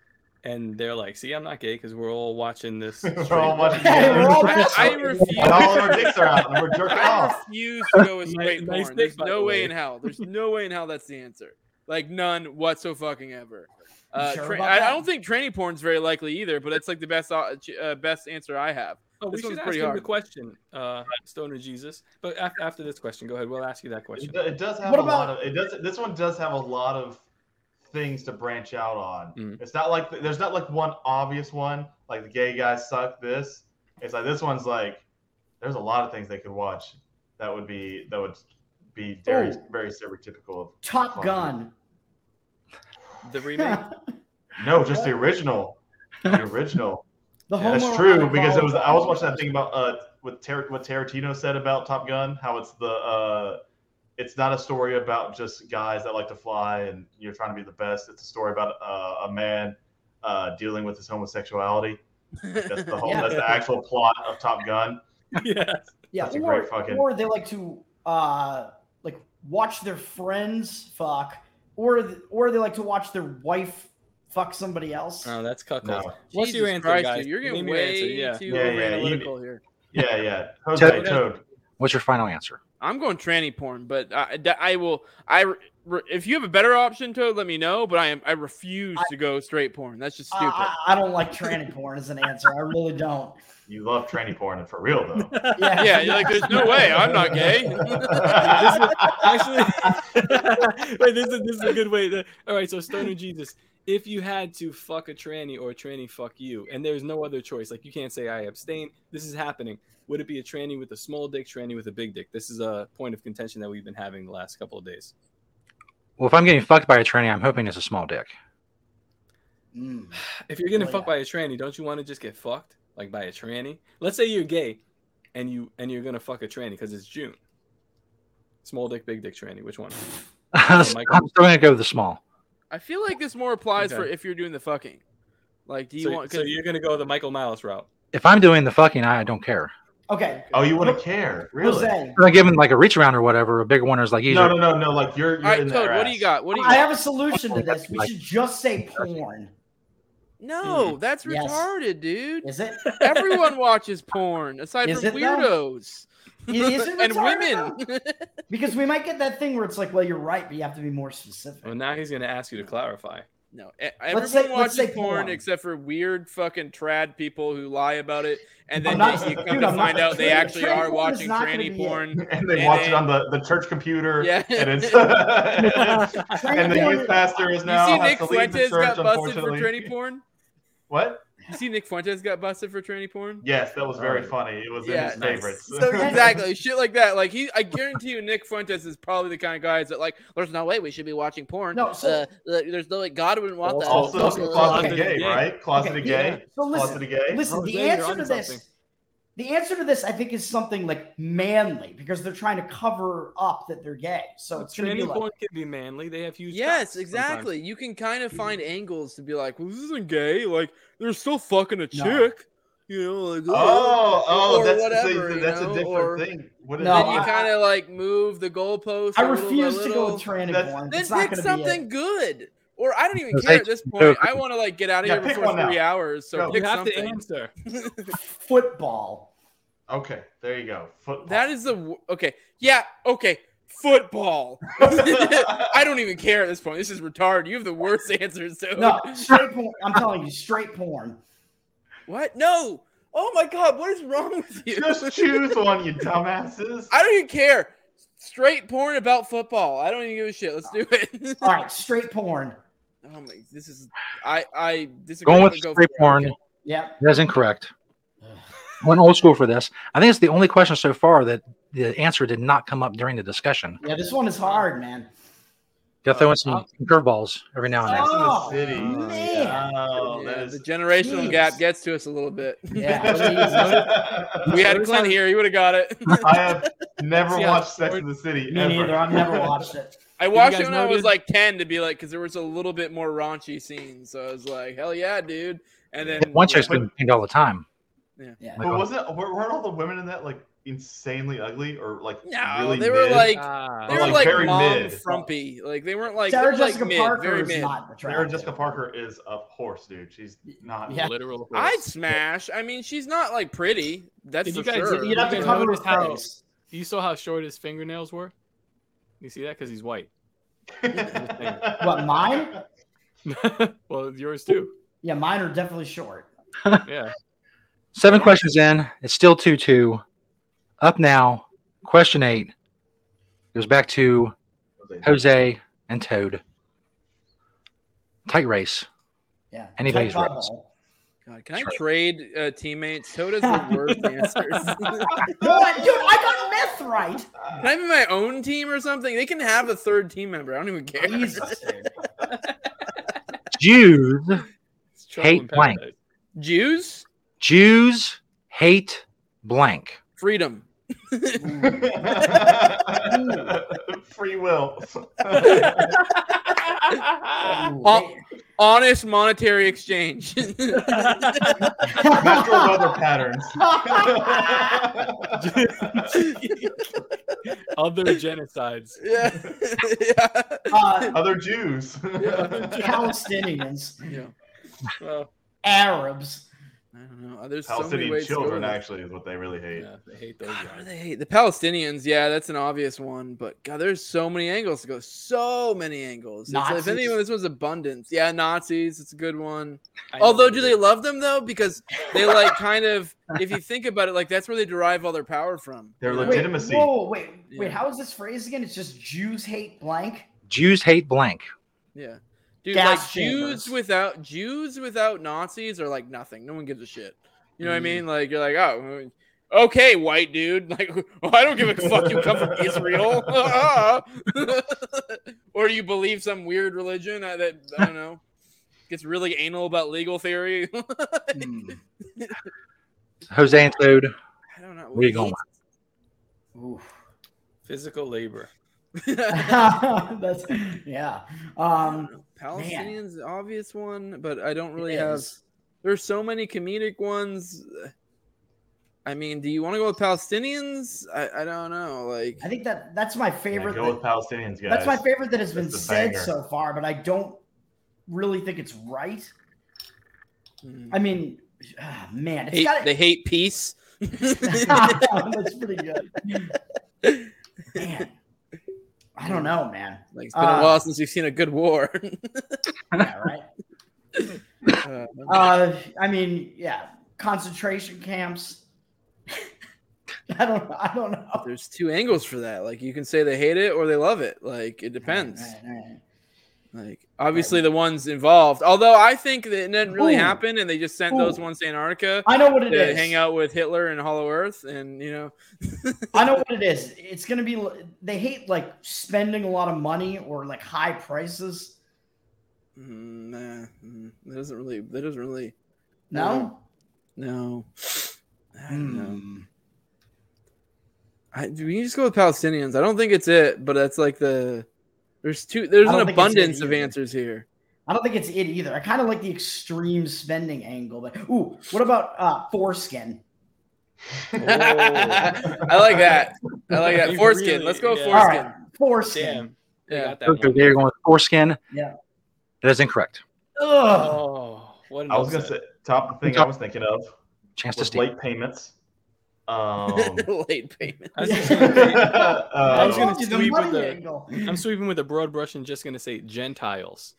Speaker 6: and they're like, "See, I'm not gay because we're all watching this.
Speaker 8: We're all watching Hey, we're all watching
Speaker 9: I
Speaker 8: it.
Speaker 9: refuse.
Speaker 8: And all our dicks are out, and we're jerking
Speaker 9: I
Speaker 8: off.
Speaker 9: refuse to go with
Speaker 6: Oh. Nice-
Speaker 9: straight
Speaker 6: nice dick,
Speaker 9: porn. There's
Speaker 6: by
Speaker 9: no
Speaker 6: the
Speaker 9: way
Speaker 6: way.
Speaker 9: in hell. There's no way in hell that's the answer. Like none whatso fucking ever. Uh,
Speaker 6: sure
Speaker 9: tra-
Speaker 6: about
Speaker 9: I, I
Speaker 6: that?
Speaker 9: don't think tranny porn's very likely either, but that's like the best uh, ch- uh, best answer I have.
Speaker 6: Oh, we
Speaker 9: this
Speaker 6: should
Speaker 9: one's
Speaker 6: ask
Speaker 9: pretty
Speaker 6: him the
Speaker 9: hard.
Speaker 6: question, uh, Stoner Jesus. But af- after this question, go ahead. We'll ask you that question.
Speaker 8: It, do- it does have
Speaker 6: What
Speaker 8: a lot
Speaker 6: about-
Speaker 8: of. It does. This one does have a lot of things to branch out on.
Speaker 9: Mm.
Speaker 8: It's not like there's not like one obvious one. Like the gay guys suck. This. It's like this one's like. There's a lot of things they could watch. That would be that would be very
Speaker 7: Oh.
Speaker 8: very stereotypical of
Speaker 7: Top Gun.
Speaker 6: The remake.
Speaker 8: No, just the original. The original.
Speaker 7: The
Speaker 8: That's
Speaker 7: homoerotic
Speaker 8: true because it was. I was
Speaker 7: volleyball.
Speaker 8: watching that thing about uh, with Tar- what Tarantino said about Top Gun, how it's the uh, it's not a story about just guys that like to fly and you're trying to be the best. It's a story about uh, a man uh, dealing with his homosexuality. That's the whole.
Speaker 7: Yeah.
Speaker 8: That's the actual plot of Top Gun.
Speaker 6: Yeah.
Speaker 7: Yeah,
Speaker 8: That's a
Speaker 7: or,
Speaker 8: great fucking-
Speaker 7: or they like to uh like watch their friends fuck, or th- or they like to watch their wife fuck somebody else.
Speaker 6: Oh, that's cuckold.
Speaker 8: No.
Speaker 6: What's your
Speaker 9: Jesus
Speaker 6: answer,
Speaker 9: Christ,
Speaker 6: guys?
Speaker 9: dude, you're getting
Speaker 6: Name your answer,
Speaker 9: way
Speaker 6: yeah.
Speaker 9: too
Speaker 8: Yeah, yeah, you-
Speaker 9: analytical here.
Speaker 8: Yeah, yeah. Jose
Speaker 3: Toad.
Speaker 8: Toad.
Speaker 3: What's your final answer?
Speaker 9: I'm going tranny porn, but I, that- I will. I re- re- if you have a better option, Toad, let me know. But I am. I refuse to go straight porn. That's
Speaker 6: Uh,
Speaker 9: just stupid.
Speaker 7: I, I I don't like tranny porn as an answer. I really don't.
Speaker 8: You love tranny porn, and for real though.
Speaker 6: uh,
Speaker 7: Yeah.
Speaker 9: yeah, you're like there's no way. I'm not gay.
Speaker 6: this is, actually, wait, this is this is a good way. To, all right, so Stoner Jesus, if you had to fuck a tranny or a tranny fuck you, and there's no other choice, like you can't say I abstain. This is happening. Would it be a tranny with a small dick, tranny with a big dick? This is a point of contention that we've been having the last couple of days.
Speaker 3: Well, if I'm getting fucked by a tranny, I'm hoping it's a small dick.
Speaker 6: If you're getting
Speaker 7: Well,
Speaker 6: fucked by a tranny, don't you want to just get fucked like by a tranny? Let's say you're gay, and you and you're gonna fuck a tranny because it's June. Small dick, big dick, tranny. Which one?
Speaker 3: I'm still going to go with the small.
Speaker 9: I feel like this more applies for
Speaker 6: Okay.
Speaker 9: if you're doing the fucking. Like, do you
Speaker 6: so,
Speaker 9: want?
Speaker 6: so you're gonna go the Michael Miles route.
Speaker 3: If I'm doing the fucking, I don't care.
Speaker 7: Okay.
Speaker 8: Oh, you wouldn't care, really?
Speaker 7: Jose,
Speaker 3: If I give him like a reach around or whatever, a big one is like
Speaker 8: No,
Speaker 3: easier.
Speaker 8: no, no, no. Like you're you're
Speaker 9: All right,
Speaker 8: in
Speaker 9: Toad.
Speaker 8: there.
Speaker 9: What do you got? What do you?
Speaker 7: I
Speaker 9: got?
Speaker 7: have a solution to this. We should just say porn.
Speaker 9: No, that's
Speaker 7: Yes.
Speaker 9: retarded, dude.
Speaker 7: Is it?
Speaker 9: Everyone watches porn aside
Speaker 7: Is
Speaker 9: from
Speaker 7: it though?
Speaker 9: weirdos
Speaker 7: Is it
Speaker 9: and
Speaker 7: retarded,
Speaker 9: women.
Speaker 7: Because we might get that thing where it's like, well, you're right, but you have to be more specific.
Speaker 6: Well, now he's gonna ask you to clarify.
Speaker 9: No, e- everyone
Speaker 7: Let's say- let's
Speaker 9: watches
Speaker 7: say
Speaker 9: porn,
Speaker 7: porn.
Speaker 9: except for weird fucking trad people who lie about it, and then
Speaker 7: I'm not-
Speaker 9: they- you come
Speaker 7: dude,
Speaker 9: to
Speaker 7: I'm not-
Speaker 9: find out they
Speaker 7: tranny-
Speaker 9: actually
Speaker 7: tranny porn
Speaker 9: are
Speaker 7: is
Speaker 9: watching
Speaker 7: not gonna
Speaker 9: tranny
Speaker 7: be it.
Speaker 9: porn.
Speaker 8: And they watch it
Speaker 9: then-
Speaker 8: on the, the church computer.
Speaker 9: Yeah.
Speaker 8: And it's and, the youth pastor is now
Speaker 9: you see
Speaker 8: has
Speaker 9: Nick
Speaker 8: to leave the
Speaker 9: Fuentes
Speaker 8: church,
Speaker 9: got busted for
Speaker 8: unfortunately.
Speaker 9: tranny porn.
Speaker 8: What?
Speaker 9: You see Nick Fuentes got busted for tranny porn.
Speaker 8: Yes, that was very funny. It was in his
Speaker 9: nice.
Speaker 8: favorites.
Speaker 9: So exactly, shit like that. Like he, I guarantee you, Nick Fuentes is probably the kind of guys that like. There's no way we should be watching porn.
Speaker 7: No, so-
Speaker 9: uh, there's no like God wouldn't want that.
Speaker 8: also,
Speaker 9: Uh,
Speaker 8: closeted
Speaker 6: okay.
Speaker 8: gay, right? Closeted
Speaker 7: Okay,
Speaker 8: gay.
Speaker 7: yeah. So listen,
Speaker 8: closeted gay.
Speaker 7: Listen,
Speaker 6: Jose,
Speaker 7: the
Speaker 6: you're
Speaker 7: answer
Speaker 6: onto
Speaker 7: to this,
Speaker 6: something.
Speaker 7: the answer to this, I think, is something like manly because they're trying to cover up that they're gay. So it's going to be
Speaker 6: Tranny
Speaker 7: like,
Speaker 6: porn can be manly. They have huge.
Speaker 9: Yes,
Speaker 6: cocks
Speaker 9: exactly. You can kind of find angles to be like, well, this isn't gay. Like, they're still fucking a
Speaker 7: No.
Speaker 9: chick. You know, like,
Speaker 8: Oh, oh,
Speaker 9: or
Speaker 8: that's
Speaker 9: whatever,
Speaker 8: see,
Speaker 9: you
Speaker 8: that's a
Speaker 9: know,
Speaker 8: different
Speaker 9: or-
Speaker 8: thing. What is
Speaker 7: No,
Speaker 9: Then you
Speaker 8: that?
Speaker 7: I-
Speaker 9: kind of like move the goalpost.
Speaker 7: I
Speaker 9: a little by
Speaker 7: refuse to go
Speaker 9: little.
Speaker 7: with tranny
Speaker 8: That's-
Speaker 7: porn.
Speaker 9: Then
Speaker 7: it's not
Speaker 9: pick
Speaker 7: going to be
Speaker 9: something
Speaker 7: it.
Speaker 9: good. Or I don't even
Speaker 3: Jose,
Speaker 9: care at this
Speaker 3: pick
Speaker 9: point.
Speaker 3: two.
Speaker 9: I want to like get out of
Speaker 8: Yeah,
Speaker 9: here
Speaker 8: pick
Speaker 9: before
Speaker 8: one now.
Speaker 9: three hours. So
Speaker 8: Go.
Speaker 6: You
Speaker 9: pick
Speaker 6: have to
Speaker 9: something.
Speaker 6: answer.
Speaker 7: Football.
Speaker 8: Okay, there you go. Football.
Speaker 9: That is the w- okay. Yeah, okay. Football. I don't even care at this point. This is retarded. You have the worst answers. So
Speaker 7: No, straight porn. I'm telling you, straight porn.
Speaker 9: What? No. Oh my god, what is wrong with you?
Speaker 8: just choose one, you dumbasses.
Speaker 9: I don't even care. Straight porn about football. I don't even give a shit. Let's do it.
Speaker 7: All right, straight porn.
Speaker 9: Oh my, this is I I disagree.
Speaker 3: Going with
Speaker 9: but go
Speaker 3: straight
Speaker 9: for it.
Speaker 3: porn.
Speaker 7: Yeah.
Speaker 3: That is incorrect. Went old school for this. I think it's the only question so far that the answer did not come up during the discussion.
Speaker 7: Yeah, this one is hard, man.
Speaker 3: Got to throw in some
Speaker 8: Oh.
Speaker 3: curveballs every now and then.
Speaker 7: Oh,
Speaker 8: City.
Speaker 7: man.
Speaker 8: Oh,
Speaker 9: Yeah,
Speaker 8: that is.
Speaker 9: the generational
Speaker 7: Jeez.
Speaker 9: gap gets to us a little bit.
Speaker 7: Yeah.
Speaker 9: we had Clint here. He would have got it.
Speaker 8: I have never
Speaker 9: Yeah.
Speaker 8: watched Sex in the City.
Speaker 7: Me
Speaker 8: ever.
Speaker 7: neither. I've never watched it.
Speaker 9: I watched
Speaker 6: guys
Speaker 9: it when I was
Speaker 6: noted?
Speaker 9: like ten to be like because there was a little bit more raunchy scenes. So I was like, hell yeah, dude. And then
Speaker 8: Oh.
Speaker 3: One chick's been banged all the time.
Speaker 7: Yeah.
Speaker 8: But wasn't weren't all the women in that like insanely ugly or like
Speaker 9: No,
Speaker 8: really
Speaker 9: they were
Speaker 8: mid,
Speaker 9: like
Speaker 6: Ah,
Speaker 8: or,
Speaker 9: they were like,
Speaker 8: very
Speaker 9: mom
Speaker 8: mid.
Speaker 9: frumpy. Like they weren't like
Speaker 7: Sarah
Speaker 9: they were, like,
Speaker 7: Jessica
Speaker 9: mid,
Speaker 7: Parker
Speaker 9: very
Speaker 7: is
Speaker 9: mid.
Speaker 7: not
Speaker 8: Sarah Jessica Parker is a horse, dude. She's not
Speaker 9: Yeah.
Speaker 6: Literal
Speaker 9: I'd smash. I mean, she's not like pretty. That's
Speaker 6: Did
Speaker 9: for
Speaker 6: you guys,
Speaker 9: sure.
Speaker 6: did you guys notice how you saw how short his fingernails were? You see that because he's white.
Speaker 7: What mine?
Speaker 6: well, yours too.
Speaker 7: Yeah, mine are definitely short.
Speaker 6: yeah.
Speaker 3: Seven questions in. It's still 2 2. Up now. Question eight goes back to Jose and Toad. Tight race.
Speaker 7: Yeah.
Speaker 3: Anybody's
Speaker 9: Tight
Speaker 3: race.
Speaker 9: God, can I trade uh, teammates? Toad has the worst answers.
Speaker 7: What, dude? I got meth right.
Speaker 9: Can I be my own team or something? They can have a third team member. I don't even care.
Speaker 3: Jews hate
Speaker 9: in
Speaker 3: blank.
Speaker 9: Jews,
Speaker 3: Jews hate blank.
Speaker 9: freedom.
Speaker 8: Free will.
Speaker 9: Hon- honest monetary exchange.
Speaker 8: Natural weather patterns.
Speaker 6: Other genocides.
Speaker 9: Yeah.
Speaker 7: Uh,
Speaker 8: Other Jews.
Speaker 7: Palestinians,
Speaker 9: yeah.
Speaker 7: Arabs.
Speaker 9: I don't know. Uh, There's so many
Speaker 8: Palestinian
Speaker 9: ways to go
Speaker 8: children
Speaker 9: with it.
Speaker 8: actually is what they really hate. Yeah,
Speaker 6: they hate those.
Speaker 9: What do they hate? The Palestinians, yeah, that's an obvious one, but God, there's so many angles to go. So many angles. It's like, if
Speaker 6: Nazis.
Speaker 9: anyone, this was abundance. Yeah, Nazis, it's a good one.
Speaker 6: I know
Speaker 9: Although, do they love them though? Because they like kind of, if you think about it, like that's where they derive all their power from.
Speaker 8: Their
Speaker 9: you know?
Speaker 7: Wait, whoa, wait, wait. How is this phrase again? It's just Jews hate blank.
Speaker 3: Jews hate blank.
Speaker 9: Yeah. Dude,
Speaker 7: Gas
Speaker 9: like
Speaker 7: chambers.
Speaker 9: Jews without Jews without Nazis are like nothing. No one gives a shit. You
Speaker 7: Mm.
Speaker 9: know what I mean? Like you're like, oh, okay, white dude. Like, well, I don't give a fuck. You come from Israel, or you believe some weird religion uh, that I don't know. Gets really anal about legal theory.
Speaker 3: Jose and Toad.
Speaker 9: I don't know.
Speaker 3: Where you going? with?
Speaker 6: Physical labor.
Speaker 7: That's yeah. Um, man.
Speaker 9: Palestinians, obvious one, but I don't really have. There's so many comedic ones. I mean, do you want to go with Palestinians? I, I don't know. Like,
Speaker 7: I think that that's my favorite.
Speaker 8: go
Speaker 7: that-
Speaker 8: with Palestinians, guys.
Speaker 7: That's my favorite that has been
Speaker 8: That's a
Speaker 7: said
Speaker 8: banger.
Speaker 7: so far, but I don't really think it's right. I mean, ah, man, it's
Speaker 9: hmm. hate,
Speaker 7: got
Speaker 9: they hate peace.
Speaker 7: That's pretty good. Man, I don't know, man.
Speaker 9: Like it's been a while since we've seen a good war.
Speaker 7: yeah, right.
Speaker 9: Uh,
Speaker 7: Uh, I mean, yeah, concentration camps. I don't. I don't know.
Speaker 9: There's two angles for that. Like, you can say they hate it or they love it. Like, it depends. Like, obviously, the ones involved. Although I think that it didn't really
Speaker 7: Ooh.
Speaker 9: happen, and they just sent those
Speaker 7: Ooh.
Speaker 9: ones to Antarctica.
Speaker 7: I know what it
Speaker 9: to
Speaker 7: is.
Speaker 9: Hang out with Hitler and Hollow Earth, and you know,
Speaker 7: I know what it is. It's gonna be. They hate like spending a lot of money or like high prices.
Speaker 9: mm, nah, mm, that doesn't really. That doesn't really. Mm-hmm.
Speaker 7: No?
Speaker 9: No. I don't know. I, do we just go with Palestinians? I don't think it's it, but that's like the there's two there's
Speaker 7: I
Speaker 9: an
Speaker 7: don't think it's it
Speaker 9: abundance of
Speaker 7: either.
Speaker 9: answers here.
Speaker 7: I don't think it's it either. I kind of like the extreme spending angle, but ooh, what about uh foreskin?
Speaker 9: Oh. I like that. I like that.
Speaker 7: You
Speaker 9: Foreskin.
Speaker 7: really-
Speaker 9: Let's go
Speaker 7: yeah.
Speaker 9: foreskin.
Speaker 7: Alright, foreskin.
Speaker 9: Yeah.
Speaker 3: Jose, you're going with foreskin.
Speaker 7: Yeah.
Speaker 3: That is incorrect.
Speaker 6: Oh, what an
Speaker 8: I was gonna say
Speaker 6: upset.
Speaker 8: top thing I was thinking of
Speaker 3: Chance to
Speaker 8: was
Speaker 3: steal.
Speaker 8: late payments. Um,
Speaker 9: late payment.
Speaker 6: I was just gonna say- I was
Speaker 8: Uh,
Speaker 6: gonna
Speaker 8: The
Speaker 6: sweep with
Speaker 8: money
Speaker 6: the,
Speaker 8: angle.
Speaker 6: I'm sweeping with a broad brush and just gonna say Gentiles.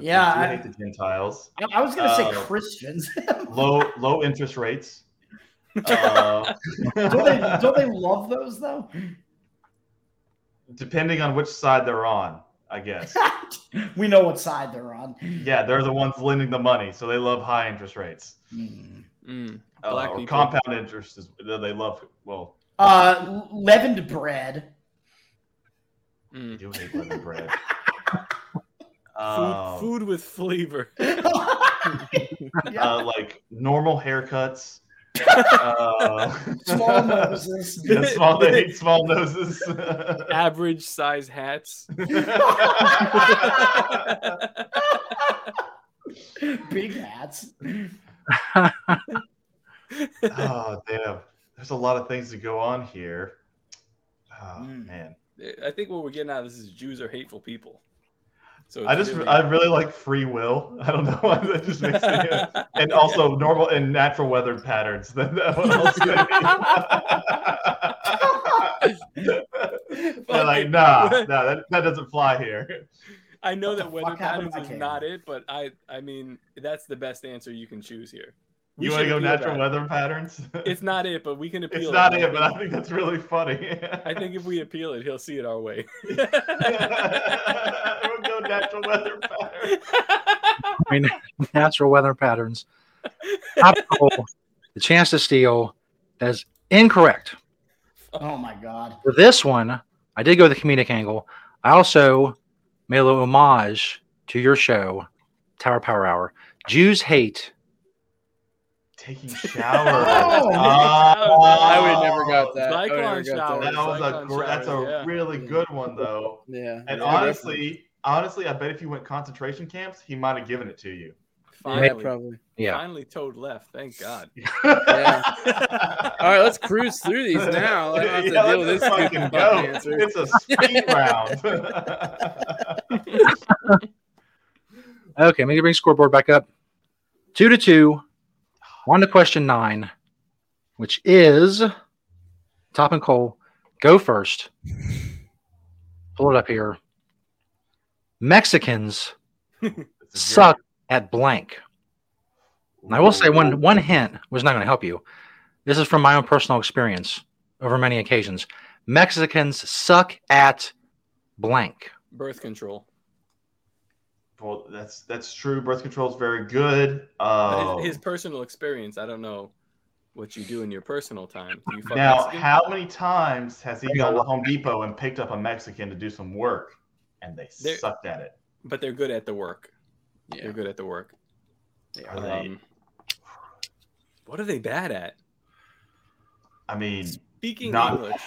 Speaker 7: Yeah,
Speaker 8: I do
Speaker 7: I-
Speaker 8: hate the Gentiles.
Speaker 7: I, I was gonna say
Speaker 6: Oh.
Speaker 8: Uh,
Speaker 7: Christians.
Speaker 8: low low interest rates. Uh,
Speaker 7: don't they don't they love those though?
Speaker 8: depending on which side they're on, I guess.
Speaker 7: We know what side they're on.
Speaker 8: Yeah, they're the ones lending the money, so they love high interest rates.
Speaker 7: Hmm.
Speaker 6: Mm.
Speaker 8: Uh,
Speaker 6: Black
Speaker 8: or
Speaker 6: people.
Speaker 8: compound interest is they love. Well,
Speaker 7: Uh leavened bread.
Speaker 8: I do hate living bread.
Speaker 6: Food,
Speaker 8: Um,
Speaker 6: food with flavor.
Speaker 8: uh, like normal haircuts. uh,
Speaker 6: Small noses.
Speaker 8: Yeah, small, they hate small noses.
Speaker 6: Average size hats.
Speaker 7: Big hats.
Speaker 8: oh damn! there's a lot of things to go on here. Oh man.
Speaker 6: I think what we're getting out of this is Jews are hateful people. So
Speaker 8: I
Speaker 6: it's
Speaker 8: just I really like free will. I don't know why that just makes me and also normal and natural weather patterns. That- that one also- They're like, nah, nah, that, that doesn't fly here.
Speaker 6: I know that weather
Speaker 8: fuck happened
Speaker 6: patterns
Speaker 8: to my
Speaker 6: is
Speaker 8: king?
Speaker 6: not it, but I I mean that's the best answer you can choose here. We
Speaker 8: You wanna
Speaker 6: should
Speaker 8: go
Speaker 6: appeal
Speaker 8: natural
Speaker 6: that.
Speaker 8: weather patterns?
Speaker 6: It's not it, but we can appeal.
Speaker 8: It's not
Speaker 6: it,
Speaker 8: it, but I think that's really funny.
Speaker 6: I think if we appeal it, he'll see it our way.
Speaker 8: we'll go natural weather patterns.
Speaker 3: I mean, natural weather patterns. Top goal, the chance to steal. That is incorrect.
Speaker 7: Oh my god.
Speaker 3: For this one, I did go the comedic angle. I also made a little homage to your show, Tower Power Hour. Jews hate.
Speaker 8: Taking shower.
Speaker 3: Oh.
Speaker 9: I would've never got that. I would've
Speaker 8: Ah,
Speaker 9: never
Speaker 8: That
Speaker 9: got that.
Speaker 8: was a
Speaker 9: Zyklon
Speaker 8: gr- that's a
Speaker 9: showers, yeah.
Speaker 8: really good one though.
Speaker 9: Yeah.
Speaker 8: And
Speaker 9: Yeah.
Speaker 8: honestly, honestly, I bet if you went concentration camps, he might have given it to you.
Speaker 9: Finally. probably.
Speaker 3: Yeah.
Speaker 6: Finally, Toad left. Thank God.
Speaker 9: All right, let's cruise through these now. I don't have to
Speaker 6: Yeah,
Speaker 9: deal with
Speaker 6: let's
Speaker 9: this
Speaker 6: just
Speaker 9: fucking
Speaker 6: fucking go.
Speaker 9: fucking answer.
Speaker 6: It's a speed
Speaker 8: round.
Speaker 3: Okay, I'm going to bring scoreboard back up. Two to two. On to question nine, which is Top and Cole. Go first. Pull it up here. Mexicans suck at blank. And I will say one one hint was not going to help you. This is from my own personal experience over many occasions. Mexicans suck at blank.
Speaker 6: Birth control.
Speaker 8: Well, that's that's true. Birth control is very good. Um,
Speaker 6: His, his personal experience. I don't know what you do in your personal time. You fuck
Speaker 8: now,
Speaker 6: Mexican?
Speaker 8: how many times has he gone to Home Depot and picked up a Mexican to do some work, and they
Speaker 6: They're-
Speaker 8: sucked at it?
Speaker 6: But they're good at the work. They're good at the work.
Speaker 8: Are they-
Speaker 6: Um, what are they bad at?
Speaker 8: I mean,
Speaker 6: Speaking
Speaker 8: not-
Speaker 6: English.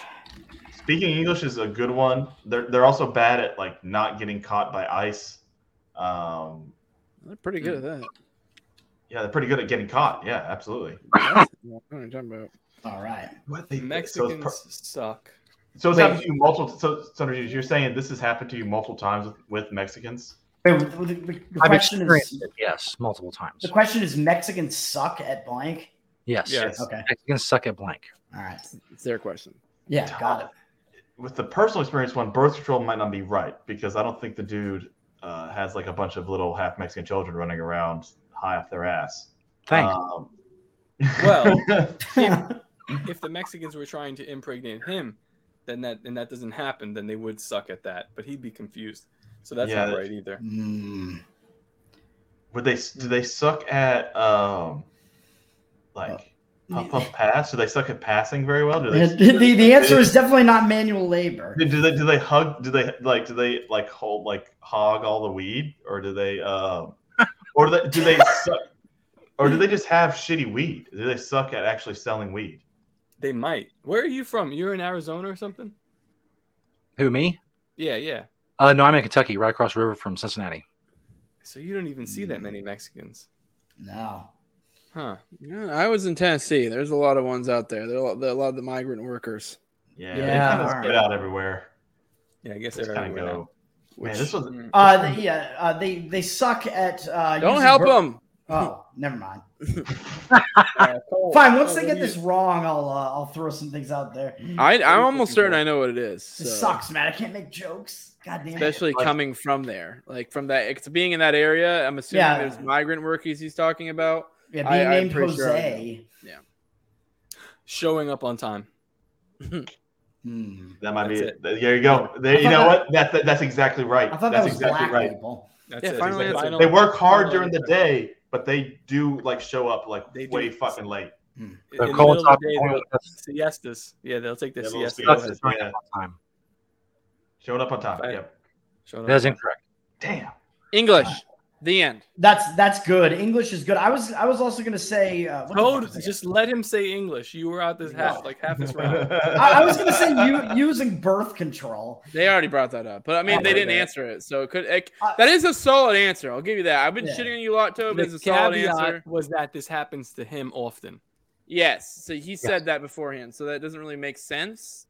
Speaker 8: Speaking English is a good one. They're they're also bad at like not getting caught by ICE. Um,
Speaker 9: They're pretty good at that.
Speaker 8: yeah, they're pretty good at getting caught. Yeah, absolutely.
Speaker 9: Yeah, I don't know what you're talking about.
Speaker 7: All right.
Speaker 8: What they
Speaker 6: Mexicans
Speaker 8: so it's
Speaker 6: suck.
Speaker 8: So it's
Speaker 6: Wait.
Speaker 8: happened to you multiple. So, so you're saying this has happened to you multiple times with, with Mexicans?
Speaker 7: Wait, the, the- the
Speaker 3: I've
Speaker 7: question
Speaker 3: experienced
Speaker 7: is
Speaker 3: it, yes, multiple times.
Speaker 7: the question is Mexicans suck at blank.
Speaker 3: Yes.
Speaker 7: Yes. Okay.
Speaker 3: Mexicans suck at blank.
Speaker 7: All right.
Speaker 9: It's their question.
Speaker 7: Yeah, got it.
Speaker 8: With the personal experience one, birth control might not be right because I don't think the dude uh, has like a bunch of little half Mexican children running around high off their ass.
Speaker 3: Thanks.
Speaker 8: Um,
Speaker 6: Well, if, if the Mexicans were trying to impregnate him, then that and that doesn't happen, then they would suck at that. But he'd be confused. So that's not
Speaker 8: Yeah, that-
Speaker 6: right either.
Speaker 7: Hmm.
Speaker 8: would they? Do they suck at um, like puff puff pass? Do they suck at passing very well? Do they?
Speaker 7: The, Uh, the, the answer is definitely not manual labor.
Speaker 8: Do do they do they hug? Do they like do they like hold like hog all the weed, or do they um, or do they, do they suck, or do they just have shitty weed? Do they suck at actually selling weed?
Speaker 6: They might. Where are you from? You're in Arizona or something?
Speaker 3: Who me?
Speaker 6: Yeah, yeah.
Speaker 3: Uh, no, I'm in Kentucky, right across the river from Cincinnati.
Speaker 6: So you don't even see
Speaker 8: Mm.
Speaker 6: that many Mexicans.
Speaker 7: No.
Speaker 6: Huh.
Speaker 9: Yeah, I was in Tennessee. There's a lot of ones out there. There are a lot, a lot of the migrant workers.
Speaker 8: Yeah, they kind of spread out everywhere.
Speaker 6: Yeah, I guess
Speaker 8: Just kind of
Speaker 6: everywhere Mm.
Speaker 8: go. Man, this was
Speaker 7: Uh, they- yeah, uh, they they suck at. Uh,
Speaker 9: Don't
Speaker 7: using
Speaker 9: help
Speaker 7: ver-
Speaker 9: 'em.
Speaker 7: Oh, never mind. Fine. Once they get this wrong, I'll uh, I'll throw some things out there.
Speaker 9: I, I'm almost certain I know what it is.
Speaker 7: This
Speaker 9: so-
Speaker 7: sucks, man. I can't make jokes. God damn it.
Speaker 9: especially coming from there, like from that, it's being in that area. I'm assuming
Speaker 7: Yeah.
Speaker 9: there's migrant workers he's talking about.
Speaker 7: Yeah,
Speaker 9: I-
Speaker 7: being
Speaker 9: I'm
Speaker 7: named
Speaker 9: pretty sure I would know.
Speaker 7: Jose.
Speaker 9: Yeah.
Speaker 6: Showing up on time.
Speaker 7: Hmm.
Speaker 8: that might be
Speaker 6: That's
Speaker 8: it. There you go. There,
Speaker 6: I
Speaker 8: you
Speaker 6: thought
Speaker 8: know
Speaker 6: that-
Speaker 8: what? That, that that's exactly right.
Speaker 7: I thought that
Speaker 8: that's
Speaker 7: was
Speaker 8: exactly
Speaker 7: black
Speaker 8: right.
Speaker 7: people.
Speaker 6: That's
Speaker 9: Yeah,
Speaker 6: it.
Speaker 9: finally
Speaker 6: Exactly.
Speaker 9: answer.
Speaker 8: They work hard
Speaker 6: Final
Speaker 8: during the
Speaker 6: answer.
Speaker 8: day, but they do like show up like
Speaker 6: They do.
Speaker 8: way fucking late.
Speaker 6: In
Speaker 3: So
Speaker 6: the
Speaker 3: Cole
Speaker 6: middle of the
Speaker 3: Top-
Speaker 6: day, they'll- siestas. Yeah, they'll take their
Speaker 8: Yeah, little
Speaker 6: siesta.
Speaker 8: siestas.
Speaker 6: Go ahead.
Speaker 8: Yeah.
Speaker 3: Time.
Speaker 8: Showing up on time.
Speaker 6: Right.
Speaker 8: Yep.
Speaker 6: Showing
Speaker 3: That is
Speaker 6: up.
Speaker 3: incorrect.
Speaker 8: Damn.
Speaker 9: English, the end.
Speaker 7: That's that's good. English is good. I was I was also gonna say. Uh, what the fuck was I
Speaker 6: Toad, just let him say English. You were out this half, like half this round.
Speaker 7: I, I was gonna say u- using birth control.
Speaker 9: They already brought that up, but I mean,
Speaker 7: I
Speaker 9: they
Speaker 7: heard
Speaker 9: didn't
Speaker 6: that.
Speaker 9: answer it, so it could. It, that is a solid answer. I'll give you that. I've been
Speaker 7: Uh, Yeah.
Speaker 9: shitting on you a lot, Toby. It's
Speaker 6: The
Speaker 9: a solid
Speaker 6: caveat
Speaker 9: answer.
Speaker 6: was that this happens to him often.
Speaker 9: Yes. So he said that beforehand. So that doesn't really make sense.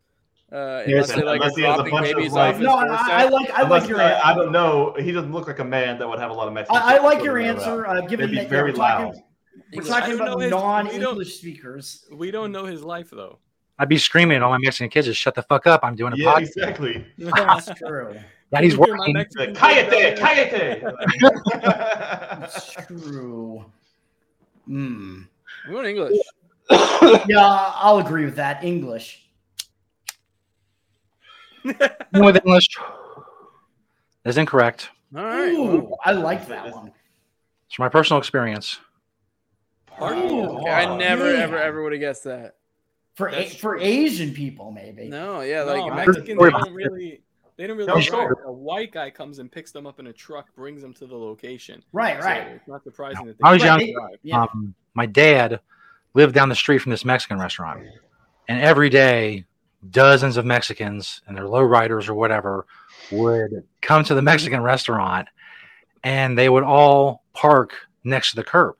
Speaker 9: Uh, unless
Speaker 8: Yes,
Speaker 9: they like
Speaker 8: unless
Speaker 9: are
Speaker 8: he has a
Speaker 9: dropping
Speaker 8: bunch of,
Speaker 9: babies
Speaker 8: like-
Speaker 9: off. his doorstep.
Speaker 8: Unless, uh, I don't know. He doesn't look like a man that would have a lot of Mexican.
Speaker 7: I, I
Speaker 8: chicks
Speaker 7: like your
Speaker 8: living
Speaker 7: answer.
Speaker 8: around.
Speaker 7: Uh, given
Speaker 8: They'd be
Speaker 7: that
Speaker 8: very
Speaker 7: we're
Speaker 8: loud.
Speaker 7: talking, we're
Speaker 6: Because
Speaker 7: talking
Speaker 6: I don't
Speaker 7: about
Speaker 6: know his- we don't-
Speaker 7: non-English speakers.
Speaker 6: We don't know his life though.
Speaker 3: I'd be screaming at all my Mexican kids, just shut the fuck up. I'm doing a podcast.
Speaker 8: exactly.
Speaker 7: That's true.
Speaker 3: Daddy's
Speaker 6: Can you hear my
Speaker 3: working.
Speaker 6: Mexican
Speaker 8: Cállate,
Speaker 6: kids out there?
Speaker 8: cállate.
Speaker 7: True. Hmm.
Speaker 9: We want English.
Speaker 7: Yeah, I'll agree with that. English.
Speaker 3: With English. That's incorrect.
Speaker 9: All right.
Speaker 7: Ooh, I like that one.
Speaker 3: It's from my personal experience.
Speaker 7: Ooh,
Speaker 9: Okay, I never,
Speaker 7: man.
Speaker 9: ever, ever would have guessed that.
Speaker 7: for a,
Speaker 6: That's
Speaker 7: for Asian people maybe.
Speaker 9: No, yeah,
Speaker 6: No,
Speaker 9: like
Speaker 6: Mexicans they
Speaker 3: Or-
Speaker 6: don't really they don't really
Speaker 8: No,
Speaker 6: no,
Speaker 8: sure.
Speaker 6: A white guy comes and picks them up in a truck, brings them to the location.
Speaker 7: Right, right.
Speaker 6: It's not surprising that they
Speaker 3: When I was
Speaker 7: Right,
Speaker 3: young.
Speaker 7: they- yeah.
Speaker 3: Um, my dad lived down the street from this Mexican restaurant, and every day, dozens of Mexicans and their lowriders or whatever would come to the Mexican restaurant, and they would all park next to the curb.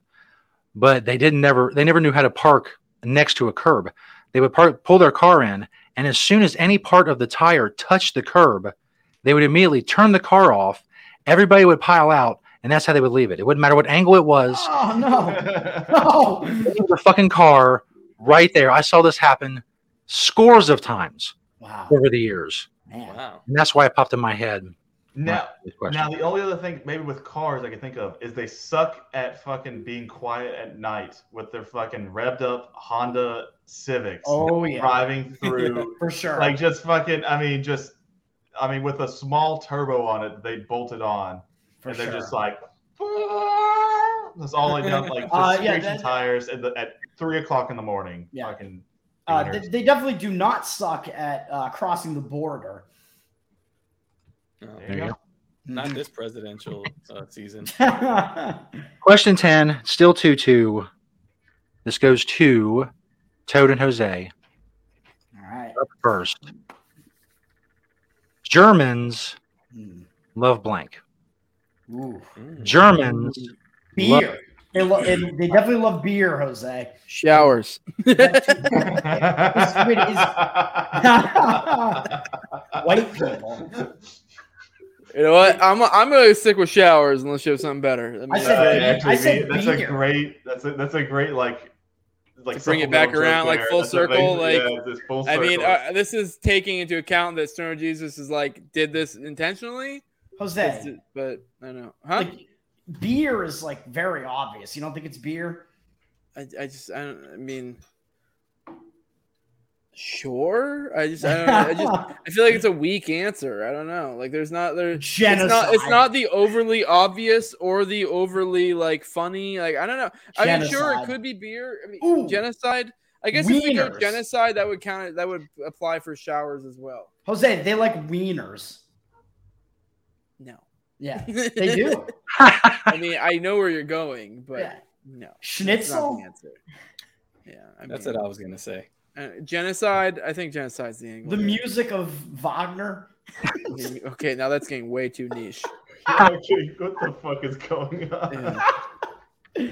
Speaker 3: But they didn't never they never knew how to park next to a curb. They would park, pull their car in, and as soon as any part of the tire touched the curb, they would immediately turn the car off. Everybody would pile out, and that's how they would leave it. It wouldn't matter what angle it was
Speaker 7: Oh no, no.
Speaker 3: into the fucking car right there. I saw this happen scores of times
Speaker 7: Wow,
Speaker 3: over the years.
Speaker 7: man.
Speaker 6: Wow.
Speaker 3: And that's why it popped in my head.
Speaker 8: Now,
Speaker 3: Good question.
Speaker 8: now the only other thing maybe with cars I can think of is they suck at fucking being quiet at night with their fucking revved up Honda Civics
Speaker 7: Oh yeah,
Speaker 8: driving through
Speaker 7: for sure.
Speaker 8: like just fucking I mean just I mean with a small turbo on it they bolted on
Speaker 7: for
Speaker 8: and
Speaker 7: sure.
Speaker 8: they're just like that's all they done like just
Speaker 7: Uh, yeah,
Speaker 8: screeching
Speaker 7: that-
Speaker 8: tires at, the, at three o'clock in the morning
Speaker 7: Yeah.
Speaker 8: fucking
Speaker 7: uh, they, they definitely do not suck at uh, crossing the border.
Speaker 6: No,
Speaker 8: There you go.
Speaker 6: not
Speaker 7: Hmm.
Speaker 6: this presidential uh, season.
Speaker 3: Question 10, still 2 2. This goes to Toad and Jose
Speaker 7: All right.
Speaker 3: up first. Germans
Speaker 7: Hmm.
Speaker 3: love blank.
Speaker 7: Ooh.
Speaker 3: Germans,
Speaker 7: Beer. They, lo- they, they definitely love beer, Jose.
Speaker 9: Showers.
Speaker 7: Wait, is- White people.
Speaker 9: You know what? I'm I'm gonna stick with showers unless you have something better. Let me
Speaker 7: I
Speaker 9: just
Speaker 7: said
Speaker 8: Uh,
Speaker 9: say-
Speaker 7: beer.
Speaker 8: actually,
Speaker 7: I said
Speaker 8: that's
Speaker 7: beer.
Speaker 8: a great. That's a that's a great like. Like
Speaker 9: To bring it
Speaker 8: supplemental
Speaker 9: back
Speaker 8: joke
Speaker 9: around, like,
Speaker 8: there.
Speaker 9: full
Speaker 8: That's
Speaker 9: circle,
Speaker 8: amazing.
Speaker 9: like,
Speaker 8: Yeah, it's full
Speaker 9: I mean,
Speaker 8: circle.
Speaker 9: uh, this is taking into account that Stoner Jesus is like did this intentionally, It's-
Speaker 7: Jose,
Speaker 9: but I don't know, huh?
Speaker 7: like, beer is like very obvious. You don't think it's beer?
Speaker 9: I, I just I don't. I mean, sure. I just I don't. know. I just I feel like it's a weak answer. I don't know. Like there's not there. It's not, it's
Speaker 7: Genocide.
Speaker 9: not the overly obvious or the overly like funny. Like I don't know. I mean, sure, it
Speaker 7: Genocide.
Speaker 9: could be beer. I mean,
Speaker 7: Ooh.
Speaker 9: genocide. I guess if we go
Speaker 7: Wieners.
Speaker 9: genocide, that would count. it- That would apply for showers as well.
Speaker 7: Jose, they like wieners.
Speaker 9: No,
Speaker 7: Yeah, they do.
Speaker 9: I mean, I know where you're going, but
Speaker 7: Yeah.
Speaker 9: no, that's not
Speaker 7: Schnitzel.
Speaker 9: the answer. Yeah, I
Speaker 6: That's
Speaker 9: mean,
Speaker 6: what I was gonna say.
Speaker 9: Uh, genocide. I think genocide's the angle.
Speaker 7: The
Speaker 9: here.
Speaker 7: music of Wagner.
Speaker 9: okay, now that's getting way too niche.
Speaker 8: Okay, what the fuck is going on?
Speaker 9: uh, Yeah.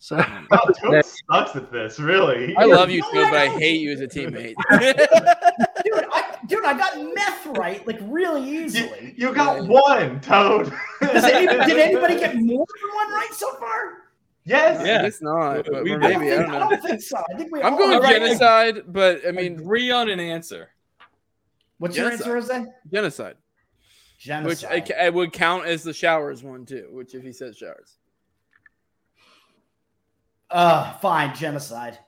Speaker 3: so
Speaker 8: Wow, Toad sucks at this, really.
Speaker 9: I love you,
Speaker 7: No,
Speaker 9: Toad,
Speaker 7: I
Speaker 9: but I
Speaker 7: don't.
Speaker 9: hate you as a teammate.
Speaker 7: Dude, I, dude, I got meth right like really
Speaker 8: You,
Speaker 7: easily.
Speaker 8: you got one, Toad.
Speaker 7: Does any, did anybody get more than one right so far?
Speaker 8: Yes.
Speaker 6: Yeah.
Speaker 9: It's not, but
Speaker 6: We-
Speaker 9: or
Speaker 7: I don't
Speaker 9: maybe I
Speaker 7: think,
Speaker 9: don't know.
Speaker 7: think so. I think we
Speaker 9: I'm
Speaker 7: all-
Speaker 9: going
Speaker 7: All right,
Speaker 9: genocide, but I
Speaker 6: I mean,
Speaker 9: mean
Speaker 6: agree on an answer.
Speaker 7: What's your
Speaker 9: Yes,
Speaker 7: answer, Jose?
Speaker 9: genocide, which
Speaker 7: Genocide.
Speaker 9: I, ca- I would count as the showers one too. Which if he says showers,
Speaker 7: uh, fine, genocide.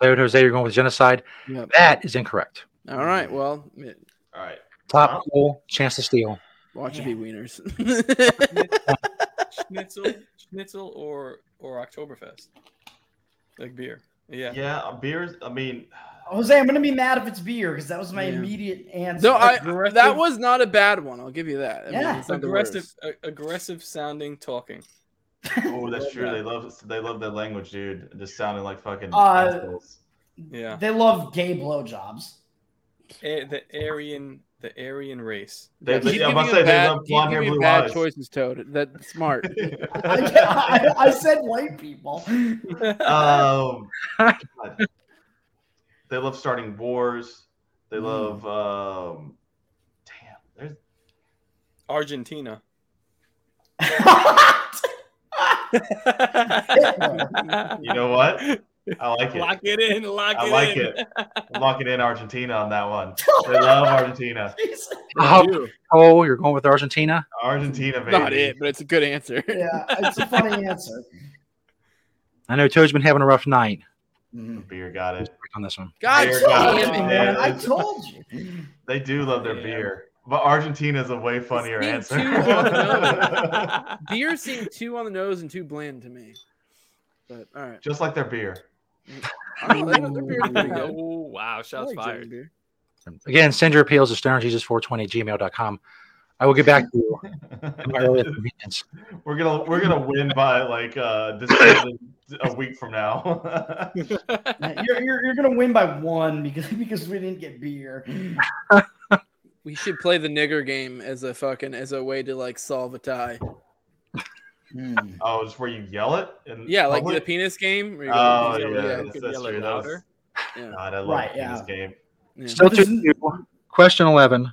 Speaker 3: Toad Jose, you're going with genocide.
Speaker 9: Yep.
Speaker 3: That is incorrect.
Speaker 9: all right. Well, yeah,
Speaker 8: All right.
Speaker 3: Top goal, chance to steal.
Speaker 9: watch it be wieners.
Speaker 6: Schnitzel, schnitzel, or or Oktoberfest, like beer. Yeah.
Speaker 8: Yeah, beers. I mean,
Speaker 7: Jose, I'm gonna be mad if it's beer because that was my
Speaker 9: Yeah.
Speaker 7: immediate answer.
Speaker 9: no, I
Speaker 6: Aggressive-
Speaker 9: that was not a bad one. I'll give you that. I
Speaker 7: Yeah.
Speaker 9: it's not the
Speaker 6: Aggressive,
Speaker 9: worst.
Speaker 6: a- aggressive sounding talking.
Speaker 8: oh, that's true. They love they love their language, dude. Just sounding like fucking.
Speaker 7: Uh,
Speaker 8: assholes.
Speaker 6: Yeah.
Speaker 7: They love gay blowjobs.
Speaker 6: A- the Aryan the Aryan race.
Speaker 8: They-
Speaker 9: Keep
Speaker 8: they-
Speaker 9: giving
Speaker 8: I'm about to
Speaker 9: you
Speaker 8: say, they
Speaker 9: bad-
Speaker 8: love
Speaker 9: keep
Speaker 8: blonde hair,
Speaker 9: giving you
Speaker 8: blue
Speaker 9: bad
Speaker 8: eyes.
Speaker 9: choices, Toad. That's smart.
Speaker 7: I, I said white people.
Speaker 8: um, God. they love starting wars. They
Speaker 6: Mm.
Speaker 8: love. Um, damn, there's
Speaker 6: Argentina.
Speaker 8: you know what? I like it.
Speaker 6: Lock it in. Lock
Speaker 8: I
Speaker 6: it
Speaker 8: like
Speaker 6: in.
Speaker 8: it. Lock it in Argentina on that one. They love Argentina.
Speaker 3: Oh, oh, you're going with Argentina?
Speaker 8: Argentina, baby.
Speaker 9: Not it, but it's a good answer.
Speaker 7: Yeah, it's a funny answer.
Speaker 3: I know Toad's been having a rough night
Speaker 8: Beer got it.
Speaker 3: on this one.
Speaker 9: God
Speaker 8: Beer got
Speaker 9: damn it,
Speaker 8: Yeah,
Speaker 9: man.
Speaker 7: I
Speaker 8: it's-
Speaker 7: told you.
Speaker 8: They do love their beer, but Argentina is a way funnier
Speaker 9: Being
Speaker 8: answer.
Speaker 9: too on the
Speaker 6: oh.
Speaker 9: nose. Beer seemed too on the nose and too bland to me. But all right.
Speaker 8: Just like their beer.
Speaker 9: I mean, their- their beer's pretty good.
Speaker 6: Oh wow!
Speaker 9: I
Speaker 6: Shots
Speaker 9: like German
Speaker 6: fired.
Speaker 9: beer.
Speaker 3: Again, send your appeals to stonerjesus420 gmail.com. I will get back to you at my earliest convenience.
Speaker 8: We're gonna we're gonna win by like uh this a week from now.
Speaker 7: You're, you're, you're gonna win by one because because we didn't get beer.
Speaker 9: We should play the nigger game as a fucking as a way to like solve a tie.
Speaker 8: oh, it's where you yell it and
Speaker 9: Yeah, like the penis game. where you go,
Speaker 8: Oh
Speaker 9: you
Speaker 8: yeah,
Speaker 9: know,
Speaker 8: that's,
Speaker 6: could
Speaker 8: that's
Speaker 6: yell it
Speaker 8: true. That was-
Speaker 6: louder.
Speaker 9: yeah.
Speaker 8: God, I love
Speaker 7: Right,
Speaker 8: penis game.
Speaker 9: yeah.
Speaker 3: Still to you. Question 11.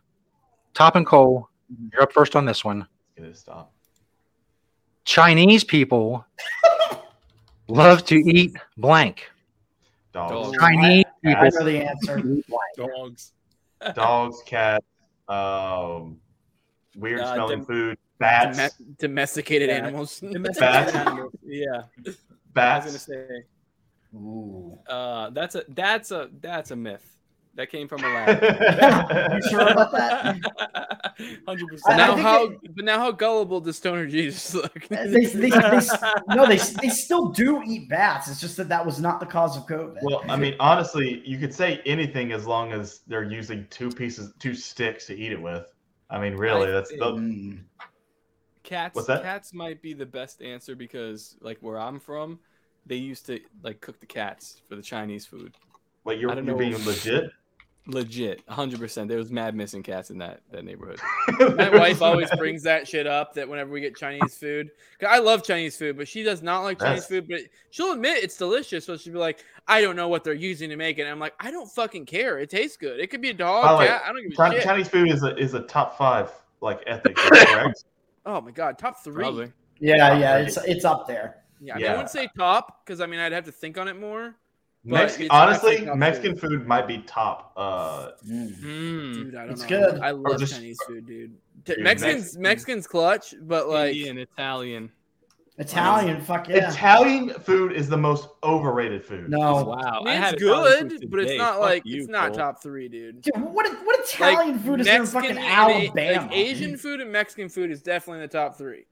Speaker 3: Top and Cole,
Speaker 9: Mm-hmm.
Speaker 3: you're up first on this one.
Speaker 8: It's gonna stop.
Speaker 3: Chinese people love to eat blank.
Speaker 8: Dogs,
Speaker 6: Dogs.
Speaker 3: Chinese
Speaker 8: I- I
Speaker 3: people
Speaker 7: know the answer.
Speaker 3: eat blank.
Speaker 6: Dogs.
Speaker 8: dogs, cats, um, weird
Speaker 6: Uh,
Speaker 8: smelling
Speaker 6: dem-
Speaker 8: food, bats,
Speaker 9: Dome- domesticated
Speaker 6: Yeah.
Speaker 9: animals.
Speaker 6: Domesticated
Speaker 8: Bats.
Speaker 6: animals. Yeah. I was gonna
Speaker 8: bats.
Speaker 6: say
Speaker 7: Ooh.
Speaker 6: uh, that's a that's a that's a myth that came from a lab.
Speaker 7: You sure about that?
Speaker 6: Hundred
Speaker 7: I-
Speaker 9: But
Speaker 6: percent.
Speaker 9: now
Speaker 7: think
Speaker 9: how but now how gullible does Stoner Jesus look?
Speaker 7: They, they, they, no, they, they still do eat bats. It's just that that was not the cause of COVID.
Speaker 8: Well, I mean, honestly, you could say anything as long as they're using two pieces, two sticks to eat it with. I mean, really,
Speaker 6: I
Speaker 8: that's the,
Speaker 7: Mm.
Speaker 6: Cats.
Speaker 8: What's that?
Speaker 6: Cats might be the best answer because like where I'm from, they used to like cook the cats for the Chinese food.
Speaker 8: like you're,
Speaker 6: I don't
Speaker 8: you're
Speaker 6: know.
Speaker 8: being legit.
Speaker 6: Legit, hundred percent. There was mad missing cats in that that neighborhood.
Speaker 9: My wife always brings that shit up that whenever we get Chinese food, 'cause I love Chinese food, but she does not like Chinese
Speaker 8: Yes.
Speaker 9: food. But she'll admit it's delicious. So she'll be like, "I don't know what they're using to make it." And I'm like, "I don't fucking care. It tastes good. It could be a dog.
Speaker 8: By the way,
Speaker 9: cat. I don't give a
Speaker 8: Chi-
Speaker 9: shit."
Speaker 8: Chinese food is a, is a top five like ethic, correct?
Speaker 9: oh my god, top three.
Speaker 6: Probably.
Speaker 7: yeah, yeah, it's it's up there.
Speaker 9: Yeah, I, mean, I
Speaker 8: Yeah.
Speaker 9: wouldn't say top because I mean I'd have to think on it more. But
Speaker 8: Mex-
Speaker 9: it's
Speaker 8: honestly,
Speaker 9: definitely top
Speaker 8: Mexican food might be top. Uh,
Speaker 7: Mm.
Speaker 6: Mm.
Speaker 9: Dude, I don't
Speaker 7: It's
Speaker 9: know.
Speaker 7: good.
Speaker 9: I love
Speaker 8: just-
Speaker 9: Chinese food, dude.
Speaker 8: Dude,
Speaker 9: Mexicans,
Speaker 8: Mex-
Speaker 9: Mexicans clutch, but like,
Speaker 6: Indian, Italian.
Speaker 7: Italian, fuck yeah.
Speaker 8: Italian food is the most overrated food.
Speaker 7: no,
Speaker 6: Wow,
Speaker 9: I
Speaker 6: uh, I
Speaker 9: mean,
Speaker 6: had
Speaker 9: it's
Speaker 6: Italian food
Speaker 9: good, but it's
Speaker 6: today.
Speaker 9: not
Speaker 6: Fuck
Speaker 9: like
Speaker 6: you,
Speaker 9: it's not
Speaker 6: Cole.
Speaker 9: top three, dude.
Speaker 7: Dude, what what
Speaker 9: Like,
Speaker 7: Italian food is there in fucking
Speaker 9: and A-
Speaker 7: Alabama?
Speaker 9: Like Asian food and Mexican food is definitely in the top three.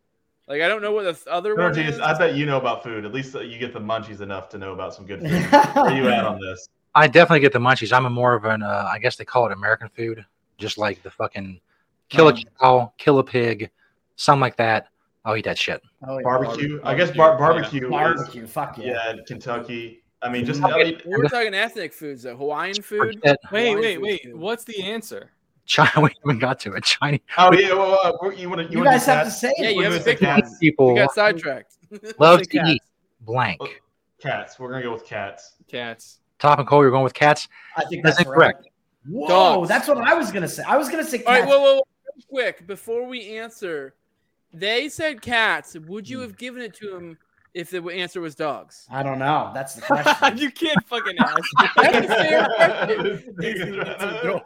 Speaker 9: Like I don't know what the th- other one
Speaker 8: Energy
Speaker 9: is.
Speaker 8: is- I bet you know about food. At least uh, you get the munchies enough to know about some good food. Where are you at on this?
Speaker 3: I definitely get the munchies. I'm a more of an, uh, I guess they call it American food, just like the fucking kill a
Speaker 7: Um,
Speaker 3: cow, kill a pig, something like that. I'll eat that shit.
Speaker 7: Oh, yeah.
Speaker 8: Barbecue. I guess bar-
Speaker 6: Barbecue,
Speaker 8: barbecue.
Speaker 7: Barbecue,
Speaker 8: Is,
Speaker 7: fuck yeah.
Speaker 8: yeah, Kentucky. I mean, just
Speaker 3: Okay.
Speaker 8: I mean,
Speaker 9: We're talking ethnic foods though. Hawaiian food.
Speaker 3: Shit.
Speaker 6: Wait,
Speaker 9: Hawaiian
Speaker 6: wait,
Speaker 9: food's
Speaker 6: wait.
Speaker 9: good.
Speaker 6: What's the answer?
Speaker 3: China, we haven't got to it. Chinese
Speaker 8: Oh yeah, well, uh, we're- you want to?
Speaker 7: You, guys have to say
Speaker 9: Yeah,
Speaker 7: it.
Speaker 9: you
Speaker 8: We're
Speaker 9: have
Speaker 8: doing
Speaker 9: to pick
Speaker 8: the
Speaker 9: one.
Speaker 8: cats.
Speaker 9: We
Speaker 3: people
Speaker 9: got sidetracked.
Speaker 3: love
Speaker 9: Say
Speaker 3: to
Speaker 9: cats.
Speaker 3: eat blank.
Speaker 8: Oh. cats. We're gonna go with cats.
Speaker 6: Cats.
Speaker 3: Top and Cole, you're going with cats.
Speaker 7: I think
Speaker 3: That's
Speaker 7: that's
Speaker 3: incorrect.
Speaker 7: right. Whoa,
Speaker 9: Dogs.
Speaker 7: that's what I was gonna say. I was gonna say.
Speaker 9: All right,
Speaker 7: cats.
Speaker 9: whoa, whoa, whoa. Real Quick, before we answer, they said cats. Would
Speaker 6: Hmm.
Speaker 9: you have given it to them if the answer was dogs?
Speaker 7: I don't know. That's the question.
Speaker 6: you can't fucking ask.
Speaker 9: That's a fair question.
Speaker 8: They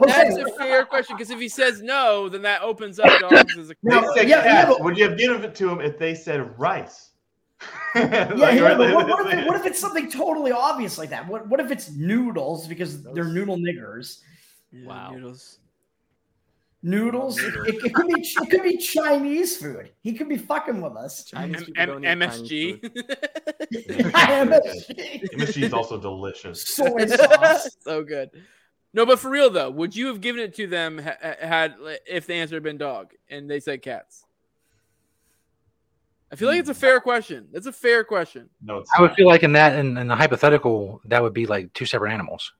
Speaker 9: That's a fair question because if he says no, then that opens up dogs as a
Speaker 7: No,
Speaker 8: said
Speaker 7: yeah, yeah,
Speaker 8: cats.
Speaker 7: but-
Speaker 8: Would you have given it to them if they said rice?
Speaker 7: yeah, yeah, but what, what, if it, what if it's something totally obvious like that? What what if it's noodles because they're noodle niggers?
Speaker 9: Yeah,
Speaker 6: Wow.
Speaker 9: noodles.
Speaker 7: Noodles. It, it- it could be it could be Chinese food. He could be fucking with us.
Speaker 6: Chinese people
Speaker 9: M-
Speaker 6: don't eat Chinese
Speaker 9: MSG.
Speaker 6: food.
Speaker 8: MSG is also delicious.
Speaker 7: Soy sauce.
Speaker 9: Oh, so good. No, but for real though, would you have given it to them ha- ha- had if the answer had been dog and they said cats? I feel like it's a fair question. That's a fair question.
Speaker 8: No, it's
Speaker 3: I would feel like in that, in, in the hypothetical, that would be like two separate animals.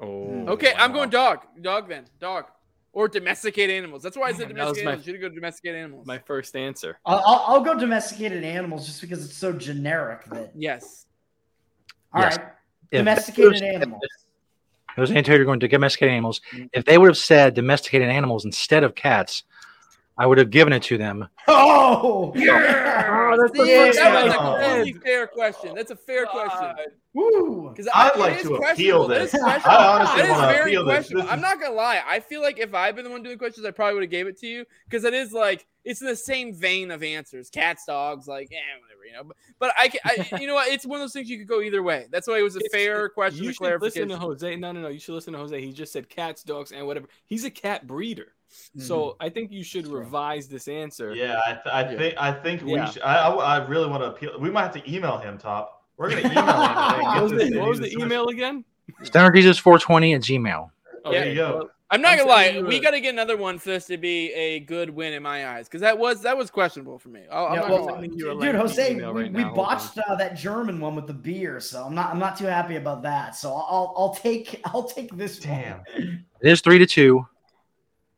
Speaker 6: Oh.
Speaker 9: Okay, I'm
Speaker 6: wow.
Speaker 9: going dog. Dog then. Dog. or domesticate animals. That's why I said
Speaker 6: that was
Speaker 9: domesticate
Speaker 6: my-
Speaker 9: animals. You should go domesticate animals.
Speaker 6: My first answer.
Speaker 7: I'll, I'll, I'll go domesticated animals just because it's so generic that.
Speaker 9: Yes.
Speaker 7: All right,
Speaker 3: Yes. If-
Speaker 7: Domesticated animals. Mm-hmm.
Speaker 3: Those anterior going to domesticated animals. If they would have said domesticated animals instead of cats, I would have given it to them.
Speaker 7: Oh,
Speaker 9: yeah.
Speaker 12: that's the
Speaker 9: See,
Speaker 12: first
Speaker 9: that was a
Speaker 3: one.
Speaker 9: completely fair question. That's a fair question.
Speaker 7: Woo!
Speaker 9: Because
Speaker 8: I'd like to appeal this. I honestly wanna appeal this. This
Speaker 9: I'm
Speaker 8: is-
Speaker 9: not gonna lie. I feel like if I've been the one doing questions, I probably would have gave it to you because it is like it's in the same vein of answers. Cats, dogs, like eh, whatever you know. But, but I, ca- I, you know what? It's one of those things you could go either way. That's why it was a fair question.
Speaker 6: You
Speaker 9: to
Speaker 6: should listen
Speaker 9: clarification.
Speaker 6: to Jose. No, no, no. You should listen to Jose. He just said cats, dogs, and whatever. He's a cat breeder. So I think you should revise this answer.
Speaker 8: Mm-hmm. Yeah, I, th- I
Speaker 6: Yeah.
Speaker 8: think I think we.
Speaker 6: Yeah.
Speaker 8: Should, I, I I really want to appeal. We might have to email him, Top. We're gonna email him. and
Speaker 6: What
Speaker 8: get
Speaker 6: was
Speaker 8: this
Speaker 6: the, what
Speaker 8: dude
Speaker 6: was
Speaker 8: to
Speaker 6: the
Speaker 8: switch-
Speaker 6: email again?
Speaker 3: Stonerjesus420 at Gmail.
Speaker 6: Okay,
Speaker 8: there you go.
Speaker 6: well,
Speaker 9: I'm
Speaker 6: I'm
Speaker 9: not gonna
Speaker 6: sending
Speaker 9: lie.
Speaker 6: you
Speaker 9: We
Speaker 6: a-
Speaker 9: got to get another one for this to be a good win in my eyes because that was that was questionable for me. I'll, I'm
Speaker 7: Yeah,
Speaker 9: not
Speaker 7: well,
Speaker 9: gonna lie.
Speaker 7: Dude, Jose, we, we botched uh, that German one with the beer, so I'm not I'm not too happy about that. So I'll I'll take I'll take this Damn.
Speaker 3: It is three to two.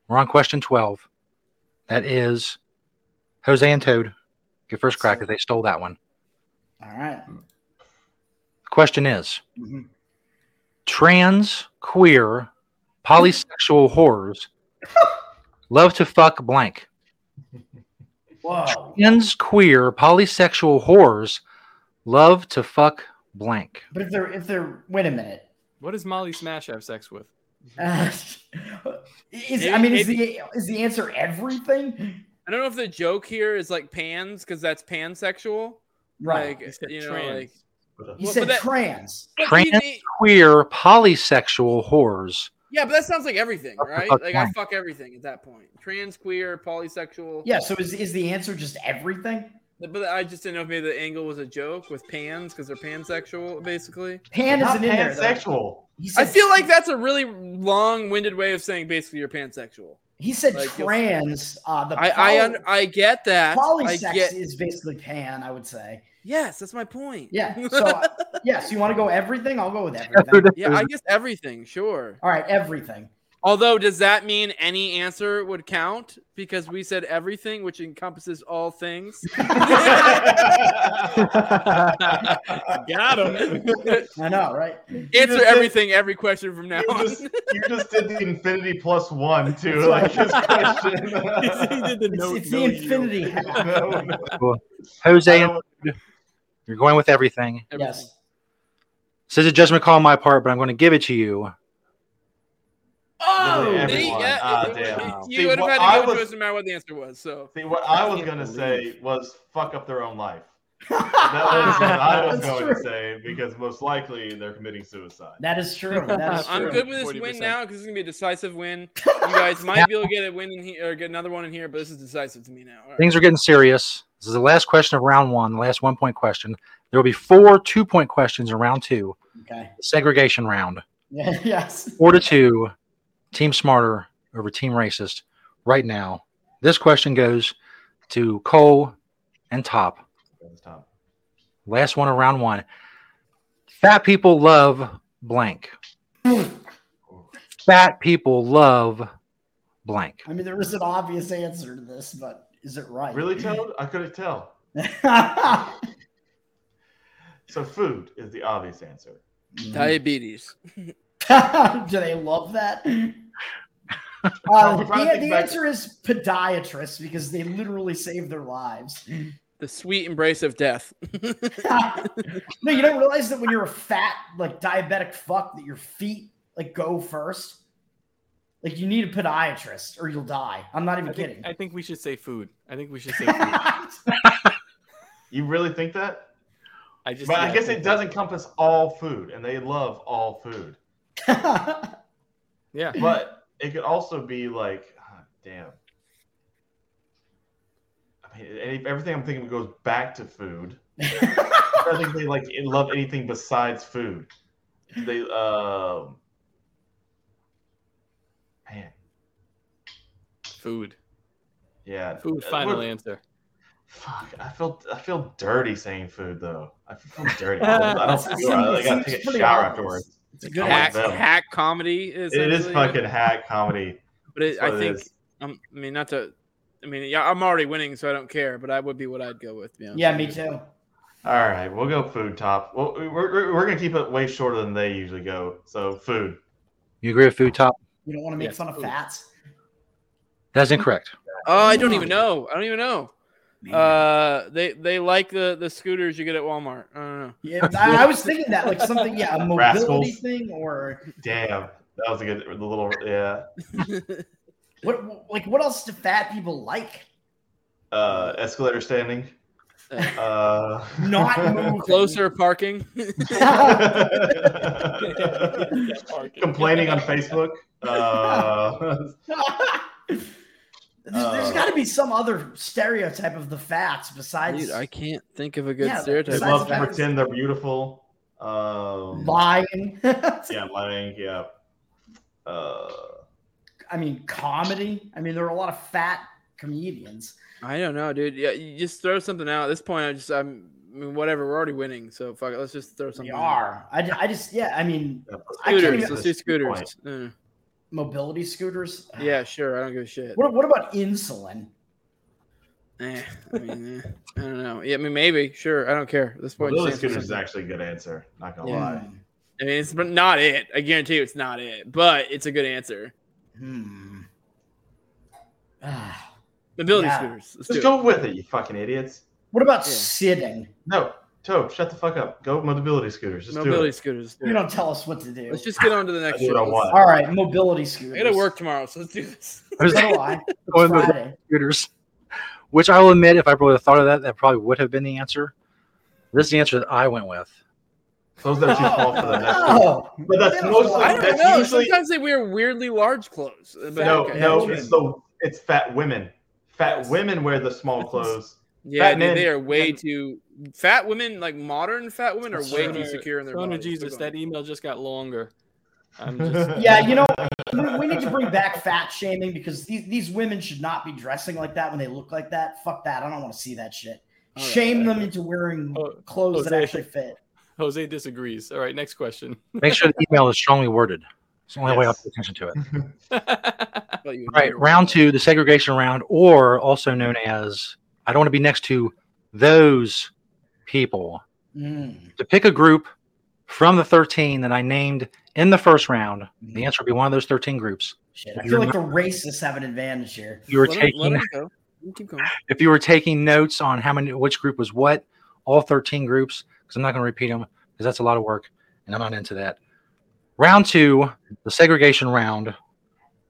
Speaker 3: We're on question twelve. That is Jose and Toad. Your first crack because they stole that one.
Speaker 7: All right.
Speaker 3: Question is
Speaker 9: Mm-hmm.
Speaker 7: Mhm.
Speaker 3: trans, queer, polysexual whores love to fuck blank.
Speaker 7: Whoa.
Speaker 3: Trans, queer, polysexual whores love to fuck blank.
Speaker 7: But if they're if they're wait a minute.
Speaker 6: What does Molly Smash have sex with?
Speaker 7: Uh, is I
Speaker 9: Maybe-
Speaker 7: mean is
Speaker 9: maybe-
Speaker 7: the is the answer everything?
Speaker 9: I don't know if the joke here is like pans because that's pansexual.
Speaker 7: Right.
Speaker 9: Like,
Speaker 6: said
Speaker 9: you know,
Speaker 6: trans.
Speaker 9: like
Speaker 7: He
Speaker 9: Well,
Speaker 7: said
Speaker 9: but that-
Speaker 7: trans.
Speaker 9: but
Speaker 3: Trans,
Speaker 9: you- you-
Speaker 3: queer, polysexual whores.
Speaker 9: yeah, but that sounds like everything,
Speaker 3: Fuck the
Speaker 9: right?
Speaker 3: fuck
Speaker 9: Like I
Speaker 3: blank.
Speaker 9: fuck everything at that point. Trans, queer, polysexual.
Speaker 7: Yeah, so is is the answer just everything?
Speaker 9: But I just didn't know if maybe the angle was a joke with pans because they're pansexual, basically.
Speaker 7: Pan
Speaker 8: Not
Speaker 7: isn't in there. though.
Speaker 8: pansexual.
Speaker 7: He
Speaker 9: I
Speaker 7: said,
Speaker 9: feel like that's a really long-winded way of saying basically you're pansexual.
Speaker 7: he said
Speaker 9: like, you'll-
Speaker 7: trans. Uh, the
Speaker 9: I I,
Speaker 7: poly-
Speaker 9: un- I get that. I
Speaker 7: polysex
Speaker 9: get
Speaker 7: is basically pan, I would say.
Speaker 9: yes, that's my point.
Speaker 7: Yeah. So uh, yes, you want to go everything? I'll go with
Speaker 3: Everything.
Speaker 7: everything.
Speaker 9: yeah, I guess everything, sure.
Speaker 7: All right, everything.
Speaker 9: Although, does that mean any answer would count because we said everything, which encompasses all things?
Speaker 6: Got him.
Speaker 7: I know, right?
Speaker 9: Answer
Speaker 8: said-
Speaker 9: everything, every question from now
Speaker 8: You
Speaker 9: on.
Speaker 8: just, you just did the infinity plus one too,
Speaker 7: That's
Speaker 8: like
Speaker 7: right.
Speaker 8: his question.
Speaker 6: he did the
Speaker 7: It's,
Speaker 6: no,
Speaker 7: it's
Speaker 6: no
Speaker 7: the infinity hat.
Speaker 8: No, no.
Speaker 3: Jose,
Speaker 8: I
Speaker 3: and you're going with everything.
Speaker 9: Everything.
Speaker 7: Yes.
Speaker 3: This is a judgment call on my part, but I'm going to give it to you.
Speaker 9: Oh,
Speaker 8: Literally
Speaker 9: see,
Speaker 8: everyone.
Speaker 9: yeah,
Speaker 8: Ah,
Speaker 9: it-
Speaker 8: damn.
Speaker 9: it-
Speaker 8: See,
Speaker 9: you would have
Speaker 8: what
Speaker 9: had
Speaker 8: I
Speaker 9: to go
Speaker 8: was-
Speaker 9: to us no matter what the answer was. So
Speaker 8: See, what I was gonna say was fuck up their own life. That was what I was
Speaker 7: That's
Speaker 8: going to
Speaker 7: true.
Speaker 8: say because most likely they're committing suicide.
Speaker 7: That is true. That is
Speaker 6: I'm
Speaker 7: true.
Speaker 9: I'm good with this win
Speaker 6: 40%.
Speaker 9: now because it's gonna be a decisive win. You guys might be able to get a win in here or get another one in here, but this is decisive to me now. All right.
Speaker 3: Things are getting serious. This is the last question of round one, the last one point question. There will be four two point questions in round two,
Speaker 7: Okay.
Speaker 3: the segregation round.
Speaker 7: Yeah, yes.
Speaker 3: Four to two, team smarter over team racist right now. This question goes to Cole and Top.
Speaker 8: That's Tom.
Speaker 3: Last one of round one. Fat people love blank. Fat people love blank.
Speaker 7: I mean, there is an obvious answer to this, but is it right?
Speaker 8: Really, Toad? I couldn't tell.
Speaker 7: Diabetes.
Speaker 8: So food is the obvious answer.
Speaker 9: Diabetes.
Speaker 7: Do they love that?
Speaker 8: I'm
Speaker 7: Uh, the,
Speaker 8: trying to think
Speaker 7: the
Speaker 8: back-
Speaker 7: answer is podiatrists because they literally save their lives.
Speaker 9: The sweet embrace of death.
Speaker 7: no, you don't realize that when you're a fat, like diabetic fuck, that your feet like go first. Like you need a podiatrist or you'll die. I'm not even
Speaker 6: I
Speaker 7: kidding.
Speaker 6: think, I think we should say food. I think we should say food.
Speaker 8: You really think that?
Speaker 6: I just.
Speaker 8: But I
Speaker 6: yeah,
Speaker 8: guess
Speaker 6: think
Speaker 8: it
Speaker 6: that-
Speaker 8: does encompass all food, and they love all food.
Speaker 6: Yeah.
Speaker 8: But it could also be like, ah, damn. I mean, any- everything I'm thinking goes back to food. I don't think they like love anything besides food. They, um, man,
Speaker 6: Food.
Speaker 8: yeah.
Speaker 6: Food.
Speaker 8: Uh,
Speaker 6: Final
Speaker 8: what-
Speaker 6: answer.
Speaker 8: Fuck, I feel I feel dirty saying food though. I feel dirty. I don't, I don't feel. I, gotta
Speaker 7: Seems
Speaker 8: take a
Speaker 7: pretty
Speaker 8: shower
Speaker 7: obvious.
Speaker 8: afterwards.
Speaker 7: It's a good
Speaker 8: I like
Speaker 9: hack,
Speaker 7: answer.
Speaker 8: that.
Speaker 9: hack comedy.
Speaker 8: It is
Speaker 9: essentially.
Speaker 8: fucking hack comedy.
Speaker 9: But it,
Speaker 8: That's
Speaker 9: I
Speaker 8: what it
Speaker 9: think,
Speaker 8: is.
Speaker 9: um, I mean, not to, I mean, yeah, I'm already winning, so I don't care. But I would be what I'd go with. to be honest
Speaker 7: Yeah,
Speaker 9: with
Speaker 7: me
Speaker 9: you.
Speaker 7: too.
Speaker 8: All right, we'll go food top. Well, we're, we're, we're gonna keep it way shorter than they usually go. So food.
Speaker 3: You agree with food top?
Speaker 7: You don't want to make
Speaker 8: Yes,
Speaker 7: fun of
Speaker 8: ooh.
Speaker 7: fats.
Speaker 3: That's incorrect.
Speaker 9: Oh, I don't even know. I don't even know. Uh, they they like the the scooters you get at Walmart. I don't know.
Speaker 7: Yeah, I, I was thinking that like something, yeah, a mobility
Speaker 8: Rascals.
Speaker 7: thing or
Speaker 8: Damn, that was a good the little yeah.
Speaker 7: what, what- like what else do fat people like?
Speaker 8: Uh, escalator standing. Uh,
Speaker 7: Not move.
Speaker 9: Closer parking.
Speaker 8: complaining on Facebook. Uh,
Speaker 7: There's, there's
Speaker 9: Uh,
Speaker 7: got to be some other stereotype of the fats besides
Speaker 9: Dude, I can't think of a good
Speaker 7: Yeah,
Speaker 9: stereotype.
Speaker 8: they love to pretend they're beautiful. Um,
Speaker 7: lying.
Speaker 8: yeah, lying. Yeah. Uh,
Speaker 7: I mean, comedy. I mean, there are a lot of fat comedians.
Speaker 9: I don't know, dude. Yeah, you just throw something out. At this point, I just I'm I mean, whatever. We're already winning, so fuck it. Let's just throw something.
Speaker 7: We
Speaker 9: out.
Speaker 7: are. I, I just, yeah, I mean, I can't
Speaker 9: Scooters.
Speaker 7: even-
Speaker 9: Let's do scooters. Uh,
Speaker 7: mobility scooters.
Speaker 9: yeah, sure. I don't give a shit.
Speaker 7: What, what about insulin?
Speaker 9: Eh, I mean, eh, I don't know. Yeah, I mean, maybe. Sure. I don't care. At this point,
Speaker 8: Lily
Speaker 9: just answer
Speaker 8: Scooters is
Speaker 9: something.
Speaker 8: actually a good answer. Not gonna
Speaker 9: Yeah.
Speaker 8: lie.
Speaker 9: I mean, it's but not it. I guarantee you, it's not it. But it's a good answer.
Speaker 7: Hmm. Ah.
Speaker 9: Mobility
Speaker 7: Yeah.
Speaker 9: scooters. Let's do
Speaker 8: Just
Speaker 9: it.
Speaker 8: go with it, you fucking idiots.
Speaker 7: What about sitting?
Speaker 8: No, Toad, shut the fuck up. Go mobility scooters. Just
Speaker 9: Mobility
Speaker 8: do
Speaker 9: scooters.
Speaker 7: You don't tell us what to do.
Speaker 9: Let's just get on to the next.
Speaker 8: do what I
Speaker 9: show.
Speaker 8: want.
Speaker 7: All right, mobility scooters.
Speaker 9: I gotta work tomorrow, so let's do this.
Speaker 3: There's
Speaker 7: So do I. It's
Speaker 3: one of those
Speaker 7: Friday.
Speaker 3: computers, which I will admit, if I would have thought of that, that probably would have been the answer. This is the answer that I went with.
Speaker 8: it. Those that you fall for the next one.
Speaker 7: Oh,
Speaker 8: But that's mostly
Speaker 9: I don't
Speaker 8: that's
Speaker 9: know.
Speaker 8: usually
Speaker 9: Sometimes they wear weirdly large clothes. But
Speaker 8: no,
Speaker 9: okay.
Speaker 8: no.
Speaker 7: women.
Speaker 8: It's the it's fat women. Fat women wear the small clothes.
Speaker 9: Yeah,
Speaker 8: Fat
Speaker 9: dude,
Speaker 8: men-
Speaker 9: they are way too fat. Women like modern fat women are way too
Speaker 6: Stoner-
Speaker 9: secure in their
Speaker 6: Stoner
Speaker 9: bodies.
Speaker 6: Jesus,
Speaker 9: They're
Speaker 6: that email just got longer. I'm just
Speaker 7: yeah, you know, we, we need to bring back fat shaming because these, these women should not be dressing like that when they look like that. Fuck that. I don't want to see that shit.
Speaker 6: All right,
Speaker 7: Shame
Speaker 6: all right.
Speaker 7: them into wearing
Speaker 6: Oh,
Speaker 7: clothes that
Speaker 6: Jose.
Speaker 7: actually fit.
Speaker 6: Jose disagrees. All right, next question.
Speaker 3: Make sure the email is strongly worded. It's the only way I
Speaker 8: Yes.
Speaker 3: pay attention to it.
Speaker 9: I thought you would
Speaker 3: All right,
Speaker 9: know.
Speaker 3: round two, the segregation round, or also known as I don't want to be next to those people.
Speaker 7: Mm.
Speaker 3: To pick a group from the 13 that I named in the first round, the answer would be one of those 13 groups.
Speaker 7: Shit. I feel like the racists have an advantage here.
Speaker 3: You were
Speaker 9: Let 'em- let
Speaker 3: taking
Speaker 9: 'em go. Let 'em Keep going.
Speaker 3: if you were taking notes on how many which group was what, all 13 groups, because I'm not going to repeat them because that's a lot of work and I'm not into that. Round two, the segregation round.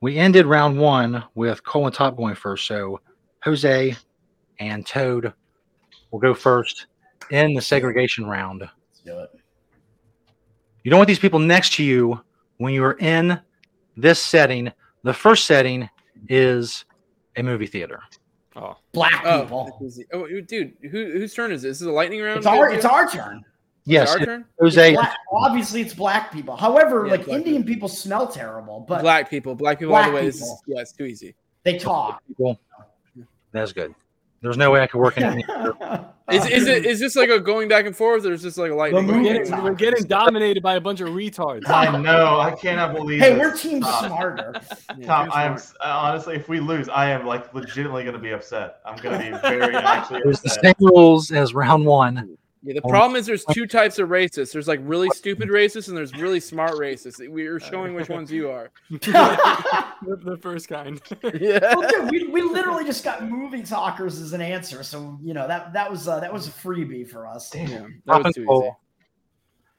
Speaker 3: We ended round one with Cole and Top going first. So Jose and Toad will go first in the segregation round.
Speaker 7: Let's do it.
Speaker 3: You don't want these people next to you when you are in this setting. The first setting is a movie theater.
Speaker 6: Oh,
Speaker 7: Black
Speaker 9: Oh,
Speaker 7: people.
Speaker 9: that's easy. oh, dude, who, whose turn is this? This is a lightning round.
Speaker 7: It's our
Speaker 9: dude?
Speaker 7: it's our turn.
Speaker 3: Yes,
Speaker 9: our
Speaker 3: it-
Speaker 9: turn?
Speaker 3: Jose. and
Speaker 7: Black- obviously, it's black people. However,
Speaker 9: Yeah,
Speaker 7: like
Speaker 9: black
Speaker 7: Indian people. smell terrible, but
Speaker 9: black people. Black people
Speaker 7: Black
Speaker 9: all the way. This is-
Speaker 7: people.
Speaker 9: yeah, it's too easy.
Speaker 7: they talk.
Speaker 3: people. That's good. There's no way I could work in any.
Speaker 9: Is, is it is this like a going back and forth, or is this like a lightning?
Speaker 7: Uh, The
Speaker 6: we're
Speaker 9: round?
Speaker 7: movie-
Speaker 6: getting, we're getting dominated by a bunch of retards.
Speaker 8: I know. I cannot believe.
Speaker 7: hey,
Speaker 8: this.
Speaker 7: we're team
Speaker 8: Stop.
Speaker 7: smarter.
Speaker 9: Yeah,
Speaker 8: Tom,
Speaker 9: you're
Speaker 8: I am
Speaker 9: smart.
Speaker 8: honestly, if we lose, I am like legitimately going to be upset. I'm going to be very actually
Speaker 3: There's the
Speaker 8: upset.
Speaker 3: same rules as round one.
Speaker 9: Yeah, the problem is there's two types of racists. There's like really stupid racists, and there's really smart racists. We're showing which ones you are.
Speaker 6: the, the first kind.
Speaker 9: Yeah.
Speaker 7: Well, dude, we, we literally just got movie talkers as an answer, so you know that that was uh, that was a freebie for us. Mm.
Speaker 9: Yeah, that
Speaker 3: Up
Speaker 9: was
Speaker 3: and
Speaker 9: too easy.
Speaker 3: roll.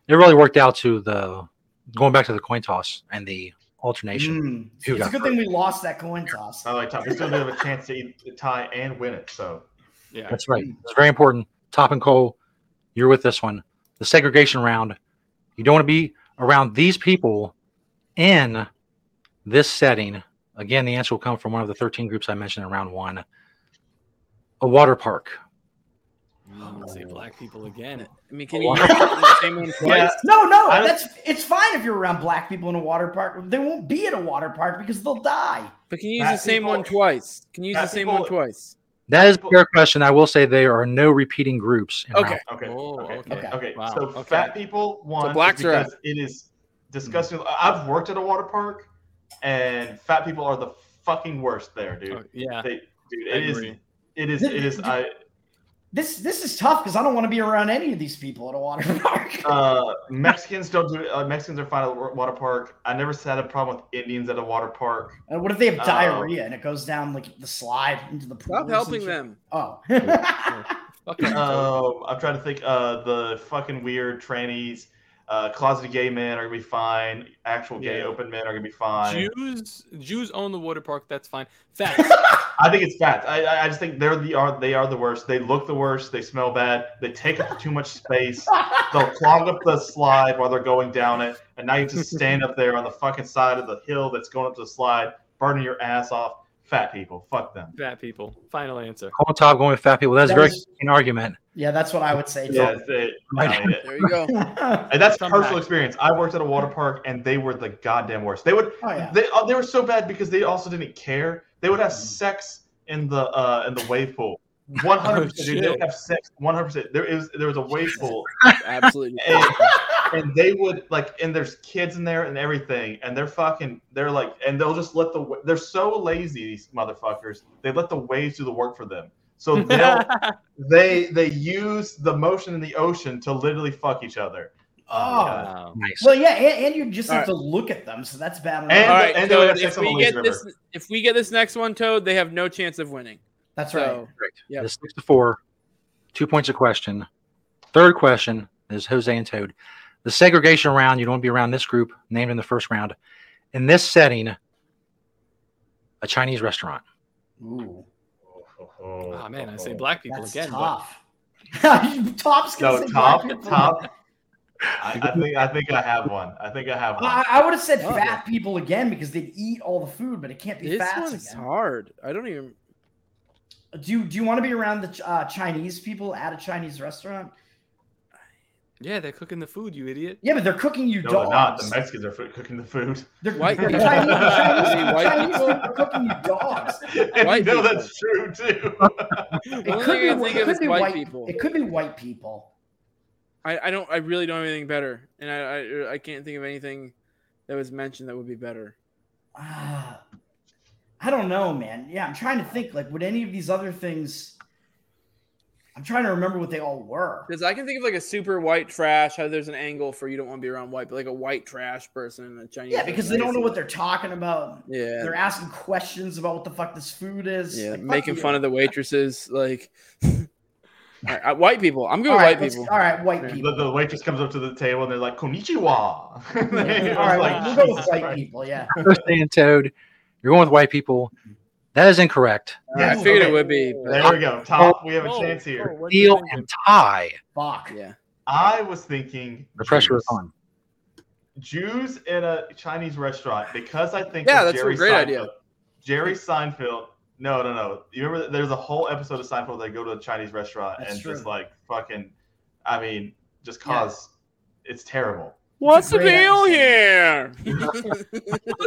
Speaker 3: It really worked out to the going back to the coin toss and the alternation.
Speaker 7: Mm.
Speaker 3: Who
Speaker 7: It's
Speaker 3: got
Speaker 7: a good thing we lost that coin toss.
Speaker 8: I like Tom. We still do have a chance to eat, to tie and win it. So
Speaker 6: Yeah.
Speaker 3: That's right. It's very important. Top and Cole, you're with this one. The segregation round. You don't want to be around these people in this setting. Again, the answer will come from one of the 13 groups I mentioned in round one. A water park.
Speaker 9: Mm,
Speaker 6: I'm gonna say black people again.
Speaker 9: I mean, can you use the same one twice?
Speaker 8: yeah,
Speaker 7: No, no,
Speaker 8: I don't-
Speaker 7: that's it's fine if you're around black people in a water park. They won't be at a water park because they'll die.
Speaker 9: But can you use
Speaker 8: Fat
Speaker 9: the same
Speaker 8: people-
Speaker 9: one twice? Can you use
Speaker 8: fat
Speaker 9: the same
Speaker 8: people-
Speaker 9: one twice?
Speaker 3: That is a fair question. I will say there are no repeating groups. In
Speaker 9: Okay.
Speaker 3: round-
Speaker 8: okay,
Speaker 6: Oh,
Speaker 8: okay,
Speaker 6: okay.
Speaker 8: okay.
Speaker 6: Wow,
Speaker 8: So
Speaker 6: okay.
Speaker 8: fat people want
Speaker 9: blacks are
Speaker 8: because it is disgusting. I've worked at a water park, and fat people are the fucking worst there, dude.
Speaker 6: Uh, yeah,
Speaker 8: they, dude,
Speaker 6: Oh, I
Speaker 8: it is,
Speaker 6: agree.
Speaker 8: it is, it is. I
Speaker 7: This this is tough because I don't want to be around any of these people at a water park.
Speaker 8: uh, Mexicans don't do. Uh, Mexicans are fine at wa- water park. I never had a problem with Indians at a water park.
Speaker 7: And what if they have
Speaker 8: Uh,
Speaker 7: diarrhea and it goes down like the slide into the pool?
Speaker 8: Stop helping them.
Speaker 7: Oh,
Speaker 8: um, I'm trying to think. Uh, the fucking weird trannies, uh, closeted gay men are gonna be fine. Actual gay
Speaker 6: Yeah.
Speaker 8: open men are gonna be fine.
Speaker 6: Jews Jews own the water park. That's fine. Facts.
Speaker 8: I think it's fat. I, I- I just think they're the are they are the worst. They look the worst. They smell bad. They take up too much space. They'll clog up the slide while they're going down it, and now you just stand up there on the fucking side of the hill that's going up to the slide, burning your ass off. Fat people, fuck them.
Speaker 6: Fat people. Final answer.
Speaker 3: Call Top going with fat people. That's
Speaker 6: That
Speaker 3: a very
Speaker 6: was-
Speaker 3: keen argument.
Speaker 7: yeah, that's what I would say.
Speaker 8: Yeah,
Speaker 7: too.
Speaker 8: they- I mean,
Speaker 3: There
Speaker 9: you go.
Speaker 8: And that's
Speaker 6: Come
Speaker 8: personal
Speaker 6: back.
Speaker 8: experience. I worked at a water park, and they were the goddamn worst. They would,
Speaker 7: Oh, yeah.
Speaker 8: they uh, they were so bad because they also didn't care. They would have
Speaker 9: Mm-hmm.
Speaker 8: sex in the uh in the wave pool. One hundred
Speaker 9: Oh,
Speaker 8: percent. They
Speaker 9: shit.
Speaker 8: would have sex. One hundred percent. There is there was a wave pool,
Speaker 9: Absolutely.
Speaker 8: and, and they would like, and there's kids in there and everything, and they're fucking, they're like, and they'll just let the. wa- They're so lazy, these motherfuckers. They let the waves do the work for them. So they'll they they use the motion in the ocean to literally fuck each other.
Speaker 7: Oh,
Speaker 8: Wow.
Speaker 3: nice.
Speaker 7: Well, yeah, and, and you just
Speaker 9: All
Speaker 7: have
Speaker 9: right.
Speaker 7: to look at them, so that's bad.
Speaker 8: And-
Speaker 9: All right,
Speaker 8: and they
Speaker 9: so
Speaker 8: would have
Speaker 9: if
Speaker 8: sex on
Speaker 9: we
Speaker 8: the
Speaker 9: get
Speaker 8: Lazy
Speaker 9: this,
Speaker 8: River.
Speaker 9: if we get this next one, Toad, they have no chance of winning.
Speaker 7: That's
Speaker 9: So,
Speaker 3: Yeah. six to four, two points a question. Third question is Jose and Toad. The segregation round, you don't want to be around this group named in the first round. In this setting, a Chinese restaurant.
Speaker 7: Ooh.
Speaker 9: Ah,
Speaker 6: Oh man, I say black people
Speaker 7: That's
Speaker 6: again.
Speaker 7: tough. Top's gonna
Speaker 8: No,
Speaker 7: say
Speaker 8: top,
Speaker 7: black people.
Speaker 8: top. I, I think I think I have one. I think I have one.
Speaker 7: I, I would have said fat people again because they eat all the food, but it can't be
Speaker 9: Oh. This
Speaker 7: fat
Speaker 9: one's
Speaker 7: again.
Speaker 9: hard. I don't even.
Speaker 7: Do you do you want to be around the Ch- uh, Chinese people at a Chinese restaurant?
Speaker 6: But yeah, they're cooking the food, you idiot.
Speaker 7: Yeah, but they're cooking you
Speaker 8: no, they're
Speaker 7: dogs.
Speaker 8: not. The Mexicans are fu- cooking the food.
Speaker 7: They're,
Speaker 9: White
Speaker 7: they're
Speaker 9: people.
Speaker 7: Chinese, Chinese,
Speaker 9: White
Speaker 7: Chinese
Speaker 9: people.
Speaker 7: people are cooking you dogs.
Speaker 8: And
Speaker 9: White
Speaker 8: no,
Speaker 9: people.
Speaker 8: that's true too.
Speaker 9: It
Speaker 7: It could be, it could be white, people. It could be white people.
Speaker 9: I, I don't. I really don't have anything better, and I, I I can't think of anything that was mentioned that would be better.
Speaker 7: Ah, I don't know, man. Yeah, I'm trying to think. Like, would any of these other things? I'm trying to remember what they all were.
Speaker 9: Because I can think of like a super white trash. How there's an angle for you don't want to be around white, but like a white trash person and a Chinese.
Speaker 7: Yeah, because they don't know what they're talking about.
Speaker 9: Yeah.
Speaker 7: They're asking questions about what the fuck this food is.
Speaker 9: Yeah,
Speaker 7: Like, fuck
Speaker 9: making
Speaker 7: you.
Speaker 9: fun of the waitresses, like All right, uh, white people. I'm good
Speaker 7: All
Speaker 9: with
Speaker 7: right,
Speaker 9: white
Speaker 7: let's-
Speaker 9: people.
Speaker 7: All right, white people.
Speaker 8: The, the waitress comes up to the table and they're like, "Konnichiwa."
Speaker 7: all
Speaker 8: It was
Speaker 7: right,
Speaker 8: like,
Speaker 7: we'll go with
Speaker 8: Jesus
Speaker 7: white
Speaker 8: Christ.
Speaker 7: people. Yeah.
Speaker 3: Jose and Toad, you're going with white people. That is incorrect.
Speaker 9: All right, I figured it would be. But
Speaker 8: There we go. Top. We
Speaker 7: Oh,
Speaker 8: have a chance here.
Speaker 3: Deal and tie.
Speaker 7: Fuck.
Speaker 9: yeah,
Speaker 8: I was thinking
Speaker 3: The pressure is on.
Speaker 8: Jews in a Chinese restaurant because I think
Speaker 9: Yeah,
Speaker 8: of
Speaker 9: that's a
Speaker 8: Jerry
Speaker 9: great
Speaker 8: Seinfeld.
Speaker 9: idea.
Speaker 8: Jerry Seinfeld. No, no, no. You remember there's a whole episode of Seinfeld they go to a Chinese restaurant
Speaker 7: That's
Speaker 8: and
Speaker 7: true.
Speaker 8: just like fucking, I mean, just cause it's terrible
Speaker 9: what's the
Speaker 7: great
Speaker 9: deal here?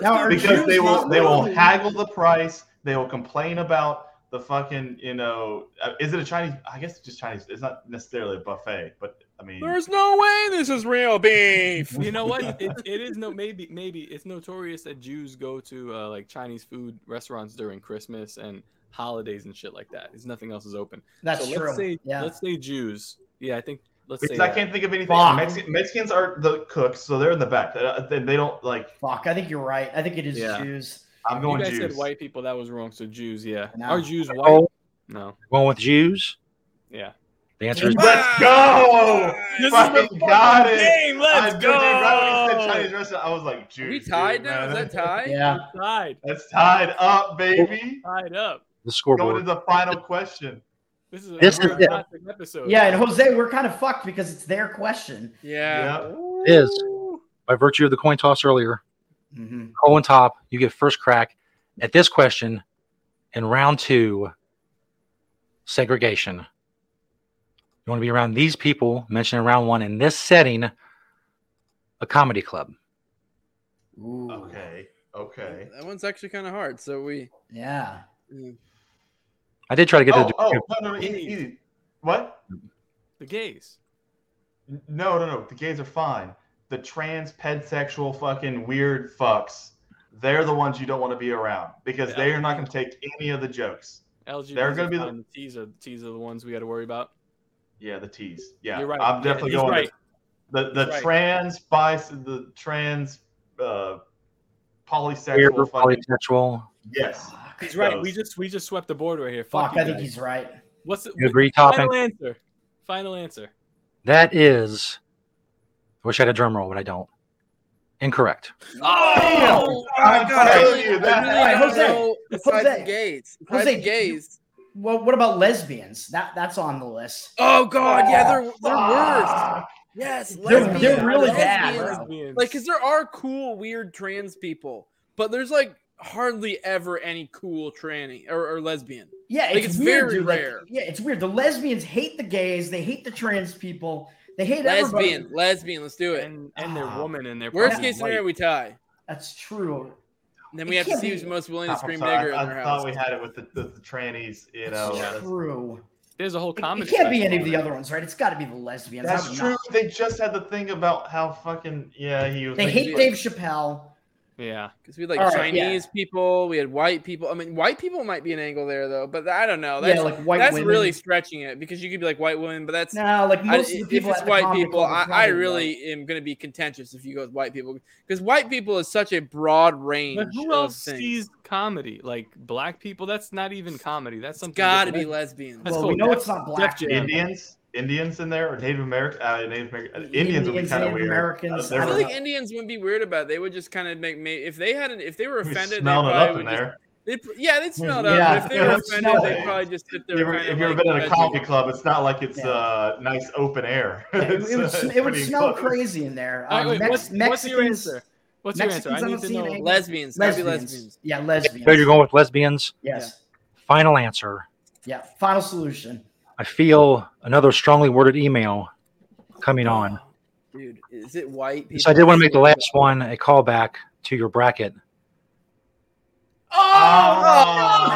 Speaker 7: Now, are
Speaker 8: because they
Speaker 7: Jews
Speaker 8: will
Speaker 7: not
Speaker 8: they will
Speaker 7: really-
Speaker 8: haggle the price. They will complain about the fucking you know uh, is it a Chinese? I guess it's just Chinese. It's not necessarily a buffet, but I mean
Speaker 9: There's no way this is real beef.
Speaker 6: You know what? It, it is no maybe maybe it's notorious that Jews go to uh, like Chinese food restaurants during Christmas and holidays and shit like that. Because nothing else is open.
Speaker 7: That's
Speaker 6: so
Speaker 7: true.
Speaker 6: Let's say,
Speaker 7: Yeah.
Speaker 6: Let's say Jews. Yeah, I think let's say uh,
Speaker 8: Because I
Speaker 6: that.
Speaker 8: can't think of anything.
Speaker 7: Fuck.
Speaker 8: Mexican, Mexicans are the cooks, so they're in the back. Uh, They, they don't like.
Speaker 7: Fuck. I think you're right. I think it is
Speaker 6: Yeah.
Speaker 7: Jews.
Speaker 8: I'm
Speaker 6: You
Speaker 8: going
Speaker 6: guys
Speaker 8: Jews.
Speaker 6: said white people. That was wrong. So Jews, yeah.
Speaker 7: No.
Speaker 6: Are Jews white?
Speaker 3: Oh,
Speaker 6: No.
Speaker 3: going with Jews.
Speaker 6: Yeah.
Speaker 3: The answer is
Speaker 8: Let's go! Fucking got it.
Speaker 9: Let's
Speaker 8: I,
Speaker 9: go.
Speaker 8: Right when you said Chinese restaurant, I was like, Jews.
Speaker 9: Are we tied
Speaker 8: dude,
Speaker 9: now? Is
Speaker 8: man.
Speaker 9: that tied?
Speaker 7: Yeah.
Speaker 6: Tied.
Speaker 8: That's tied up, baby.
Speaker 6: Tied up.
Speaker 3: the
Speaker 8: Going to
Speaker 3: scoreboard.
Speaker 8: the final question.
Speaker 6: This is a
Speaker 3: This is
Speaker 6: real
Speaker 3: it.
Speaker 6: classic episode.
Speaker 7: Yeah, and Jose, we're kind of fucked because it's their question.
Speaker 9: Yeah.
Speaker 8: Yep.
Speaker 3: Is by virtue of the coin toss earlier,
Speaker 7: Mhm.
Speaker 3: Cole and Top, you get first crack at this question in round two segregation. You want to be around these people mentioned in round one in this setting, a comedy club.
Speaker 7: Ooh.
Speaker 8: Okay. Okay.
Speaker 9: That one's actually kind of hard. So we.
Speaker 7: Yeah.
Speaker 3: I did try to get
Speaker 8: Oh,
Speaker 3: the
Speaker 8: oh, no, no, no, easy, easy. What?
Speaker 6: The gays.
Speaker 8: No, no, no. The gays are fine. The trans, pansexual, fucking weird fucks. they're the ones you don't want to be around because they are not going to take any of the jokes.
Speaker 6: LG.
Speaker 8: They're gonna be the-
Speaker 6: the T's are the T's are the ones we got to worry about.
Speaker 8: Yeah, the T's. Yeah,
Speaker 6: You're right.
Speaker 8: I'm
Speaker 6: Yeah,
Speaker 8: definitely
Speaker 6: he's
Speaker 8: going
Speaker 6: right.
Speaker 8: the the
Speaker 6: He's right.
Speaker 8: trans bis the trans uh,
Speaker 3: Queer,
Speaker 8: polysexual. oh, fucking-
Speaker 3: polysexual.
Speaker 8: Yes,
Speaker 6: He's right.
Speaker 8: Those.
Speaker 6: We just we just swept the board right here.
Speaker 7: Fuck,
Speaker 6: Fuck, you
Speaker 7: I think
Speaker 6: guys.
Speaker 7: he's right.
Speaker 6: What's the
Speaker 3: You agree,
Speaker 6: final
Speaker 3: Topping?
Speaker 6: answer? Final answer.
Speaker 3: That is. I wish I had a drum roll, but I don't. Incorrect.
Speaker 6: Oh,
Speaker 8: I'm telling you
Speaker 9: I
Speaker 8: that.
Speaker 9: really
Speaker 7: Alright,
Speaker 9: don't
Speaker 7: Jose.
Speaker 9: know besides
Speaker 7: Jose.
Speaker 9: the gays. Besides
Speaker 7: Jose,
Speaker 9: the gays.
Speaker 7: Well, what about lesbians? That that's on the list.
Speaker 9: Oh god, yeah, they're they're worse.
Speaker 8: Fuck.
Speaker 9: Yes,
Speaker 7: They're-
Speaker 9: lesbians,
Speaker 7: they're really bad,
Speaker 9: lesbians.
Speaker 7: bro.
Speaker 9: Like, cause there are cool, weird trans people, but there's like hardly ever any cool tranny or, or lesbian.
Speaker 7: Yeah,
Speaker 9: like
Speaker 7: it's, weird,
Speaker 9: very
Speaker 7: dude, like,
Speaker 9: rare.
Speaker 7: yeah, it's weird. The lesbians hate the gays. They hate the trans people. They hate
Speaker 9: lesbian,
Speaker 7: everybody.
Speaker 9: lesbian. Let's do it.
Speaker 6: And and their
Speaker 7: Ah.
Speaker 6: woman and their
Speaker 9: Worst
Speaker 6: probably
Speaker 9: case scenario,
Speaker 6: white.
Speaker 9: we tie.
Speaker 7: That's true.
Speaker 9: And then we
Speaker 7: It
Speaker 9: have to
Speaker 7: can't
Speaker 9: see
Speaker 7: be-
Speaker 9: who's most willing
Speaker 8: I'm
Speaker 9: to scream
Speaker 8: Oh, sorry,
Speaker 9: nigger
Speaker 8: I,
Speaker 9: in their
Speaker 8: I
Speaker 9: house.
Speaker 8: thought we had it with the, the, the trannies. You know,
Speaker 7: That's
Speaker 8: that's-
Speaker 7: true.
Speaker 6: There's a whole
Speaker 7: It,
Speaker 6: comedy.
Speaker 7: it can't be
Speaker 6: special
Speaker 7: any of
Speaker 6: on
Speaker 7: the
Speaker 6: it.
Speaker 7: other ones, right? It's got to be the lesbians.
Speaker 8: that's
Speaker 7: How would
Speaker 8: true.
Speaker 7: not-
Speaker 8: They just had the thing about how fucking yeah he was.
Speaker 7: They
Speaker 8: like-
Speaker 7: hate Dave Chappelle.
Speaker 6: Yeah.
Speaker 9: Because we had like
Speaker 7: All right, yeah.
Speaker 9: Chinese people, we had white people. I mean, white people might be an angle there though, but I don't know. Oh, That's
Speaker 7: yeah, like white
Speaker 9: that's
Speaker 7: women.
Speaker 9: really stretching it because you could be like white women, but that's
Speaker 7: no, like
Speaker 9: I,
Speaker 7: most of the
Speaker 9: if
Speaker 7: people
Speaker 9: it's
Speaker 7: at the
Speaker 9: white
Speaker 7: comedy
Speaker 9: people,
Speaker 7: club are
Speaker 9: I, I
Speaker 7: probably
Speaker 9: really
Speaker 7: white.
Speaker 9: am going to be contentious if you go with white people because white people is such a broad range.
Speaker 6: But who
Speaker 9: of
Speaker 6: else
Speaker 9: things.
Speaker 6: sees comedy? Like black people? That's not even comedy. That's
Speaker 9: It's
Speaker 6: something.
Speaker 9: got to be
Speaker 6: different.
Speaker 9: lesbian.
Speaker 6: That's
Speaker 7: well,
Speaker 6: cool.
Speaker 7: we know
Speaker 6: Def-
Speaker 7: it's not black.
Speaker 6: Def Jam.
Speaker 8: Indians, Indians in there or Native American, uh, Native American, Indians, would be
Speaker 7: Indians,
Speaker 8: kind of
Speaker 7: Native
Speaker 8: weird.
Speaker 7: Americans,
Speaker 8: Uh,
Speaker 9: I
Speaker 8: there
Speaker 9: feel
Speaker 8: were-
Speaker 9: like Indians wouldn't be weird about. it. They would just kind of make me if they had an, if they were
Speaker 8: we
Speaker 9: offended. They
Speaker 8: smelled it up
Speaker 9: probably
Speaker 8: in
Speaker 9: would just,
Speaker 8: there.
Speaker 9: they'd, pr- yeah, they'd smell it
Speaker 7: Yeah.
Speaker 9: up. But if they were
Speaker 8: Yeah,
Speaker 9: offended,
Speaker 8: smell
Speaker 9: they
Speaker 8: it.
Speaker 9: probably just sit there.
Speaker 8: If you ever-
Speaker 9: kind
Speaker 8: if
Speaker 9: of
Speaker 8: you've ever
Speaker 9: like
Speaker 8: been at a
Speaker 9: judging.
Speaker 8: coffee club, it's not like it's
Speaker 7: Yeah.
Speaker 8: uh, nice open air.
Speaker 7: Yeah, it,
Speaker 8: It's,
Speaker 7: it would,
Speaker 8: uh,
Speaker 7: sm- it would
Speaker 8: pretty
Speaker 7: smell
Speaker 8: close.
Speaker 7: crazy in there.
Speaker 6: All right,
Speaker 7: Um,
Speaker 6: wait,
Speaker 7: Mex-
Speaker 6: what's, what's your
Speaker 7: Mexicans-
Speaker 6: answer? What's
Speaker 7: Mexicans,
Speaker 6: your
Speaker 7: I
Speaker 6: answer? I
Speaker 7: don't
Speaker 6: need to
Speaker 7: see
Speaker 6: know.
Speaker 7: anything.
Speaker 9: lesbians, gotta be
Speaker 7: lesbians.
Speaker 9: lesbians.
Speaker 7: Yeah, lesbians.
Speaker 3: So you're going with lesbians.
Speaker 7: Yes.
Speaker 3: Final answer.
Speaker 7: Yeah. Final solution.
Speaker 3: I feel another strongly worded email coming on.
Speaker 9: Dude, is it white?
Speaker 3: So I did want to make the last one a callback to your bracket.
Speaker 8: Oh,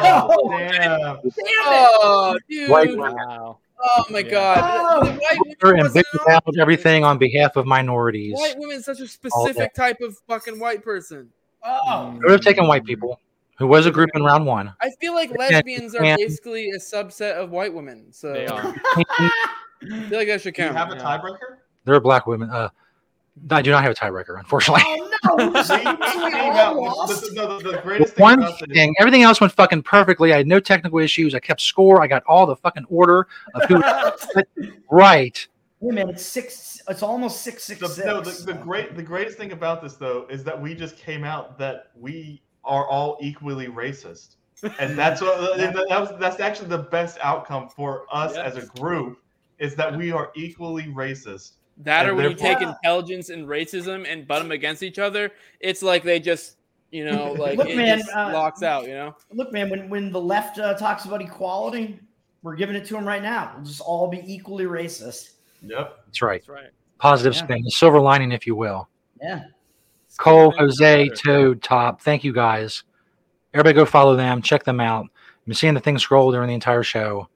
Speaker 7: Oh,
Speaker 8: damn.
Speaker 9: Oh, dude.
Speaker 3: White women
Speaker 6: Wow.
Speaker 9: Oh my
Speaker 6: Yeah.
Speaker 9: god.
Speaker 7: Oh,
Speaker 9: The white women
Speaker 3: and
Speaker 9: wasn't
Speaker 3: bitch
Speaker 9: on
Speaker 3: about everything on behalf of minorities.
Speaker 9: White women is such a
Speaker 3: All
Speaker 9: specific type of fucking white person.
Speaker 7: Oh.
Speaker 3: Could have taken white people, who was a group in round one.
Speaker 9: I feel like
Speaker 3: Yeah,
Speaker 9: lesbians are
Speaker 3: man.
Speaker 9: basically a subset of white women. So
Speaker 6: They are.
Speaker 9: I feel like that should
Speaker 8: Do you have
Speaker 9: count.
Speaker 8: a tiebreaker?
Speaker 3: There are black women. Uh, I do not have a tiebreaker, unfortunately.
Speaker 7: Oh, no.
Speaker 8: We-
Speaker 7: So
Speaker 8: we
Speaker 7: we
Speaker 8: came
Speaker 7: all
Speaker 8: out with-
Speaker 7: lost.
Speaker 8: this is- no, the- the greatest thing
Speaker 3: One
Speaker 8: about this-
Speaker 3: thing, everything else went fucking perfectly. I had no technical issues. I kept score. I got all the fucking order of who right.
Speaker 7: Wait a minute. It's six. It's almost six six
Speaker 8: the,
Speaker 7: six.
Speaker 8: no, the, the great the greatest thing about this though is that we just came out that we are all equally racist, and that's what and that was, that's actually the best outcome for us
Speaker 6: Yes.
Speaker 8: as a group is that we are equally racist.
Speaker 9: That or
Speaker 8: And
Speaker 9: when you
Speaker 8: therefore-
Speaker 9: take intelligence and racism and butt them against each other, it's like they just, you know, like
Speaker 7: Look,
Speaker 9: it
Speaker 7: man,
Speaker 9: just
Speaker 7: uh,
Speaker 9: locks out, you know?
Speaker 7: Look, man. When when the left uh, talks about equality, we're giving it to them right now. We'll just all be equally racist.
Speaker 8: Yep.
Speaker 3: That's right.
Speaker 6: That's right.
Speaker 3: Positive
Speaker 7: Yeah.
Speaker 3: spin, the silver lining, if you will.
Speaker 7: Yeah.
Speaker 3: Cole,
Speaker 6: Thank you,
Speaker 3: Jose,
Speaker 6: brother.
Speaker 3: Toad, Top. Thank you guys. Everybody go follow them, check them out. I'm seeing the thing scroll during the entire show,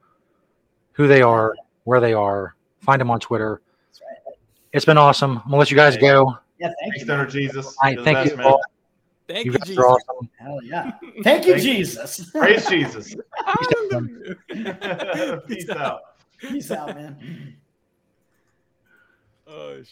Speaker 3: who they are, where they are. Find them on Twitter.
Speaker 7: That's right.
Speaker 3: It's been awesome. I'm gonna let you guys go.
Speaker 7: Yeah. Thank
Speaker 8: Thanks,
Speaker 7: you. man.
Speaker 8: Donor Jesus.
Speaker 3: I
Speaker 8: You're the
Speaker 3: thank
Speaker 8: best,
Speaker 3: you
Speaker 8: man.
Speaker 3: all.
Speaker 6: Thank
Speaker 3: You
Speaker 6: you,
Speaker 3: guys
Speaker 6: Jesus.
Speaker 3: are awesome.
Speaker 7: Hell yeah. Thank you,
Speaker 8: Thank you.
Speaker 7: Jesus.
Speaker 8: Praise Jesus.
Speaker 6: Hallelujah.
Speaker 8: Peace out.
Speaker 7: Peace out, man.
Speaker 6: Oh shit.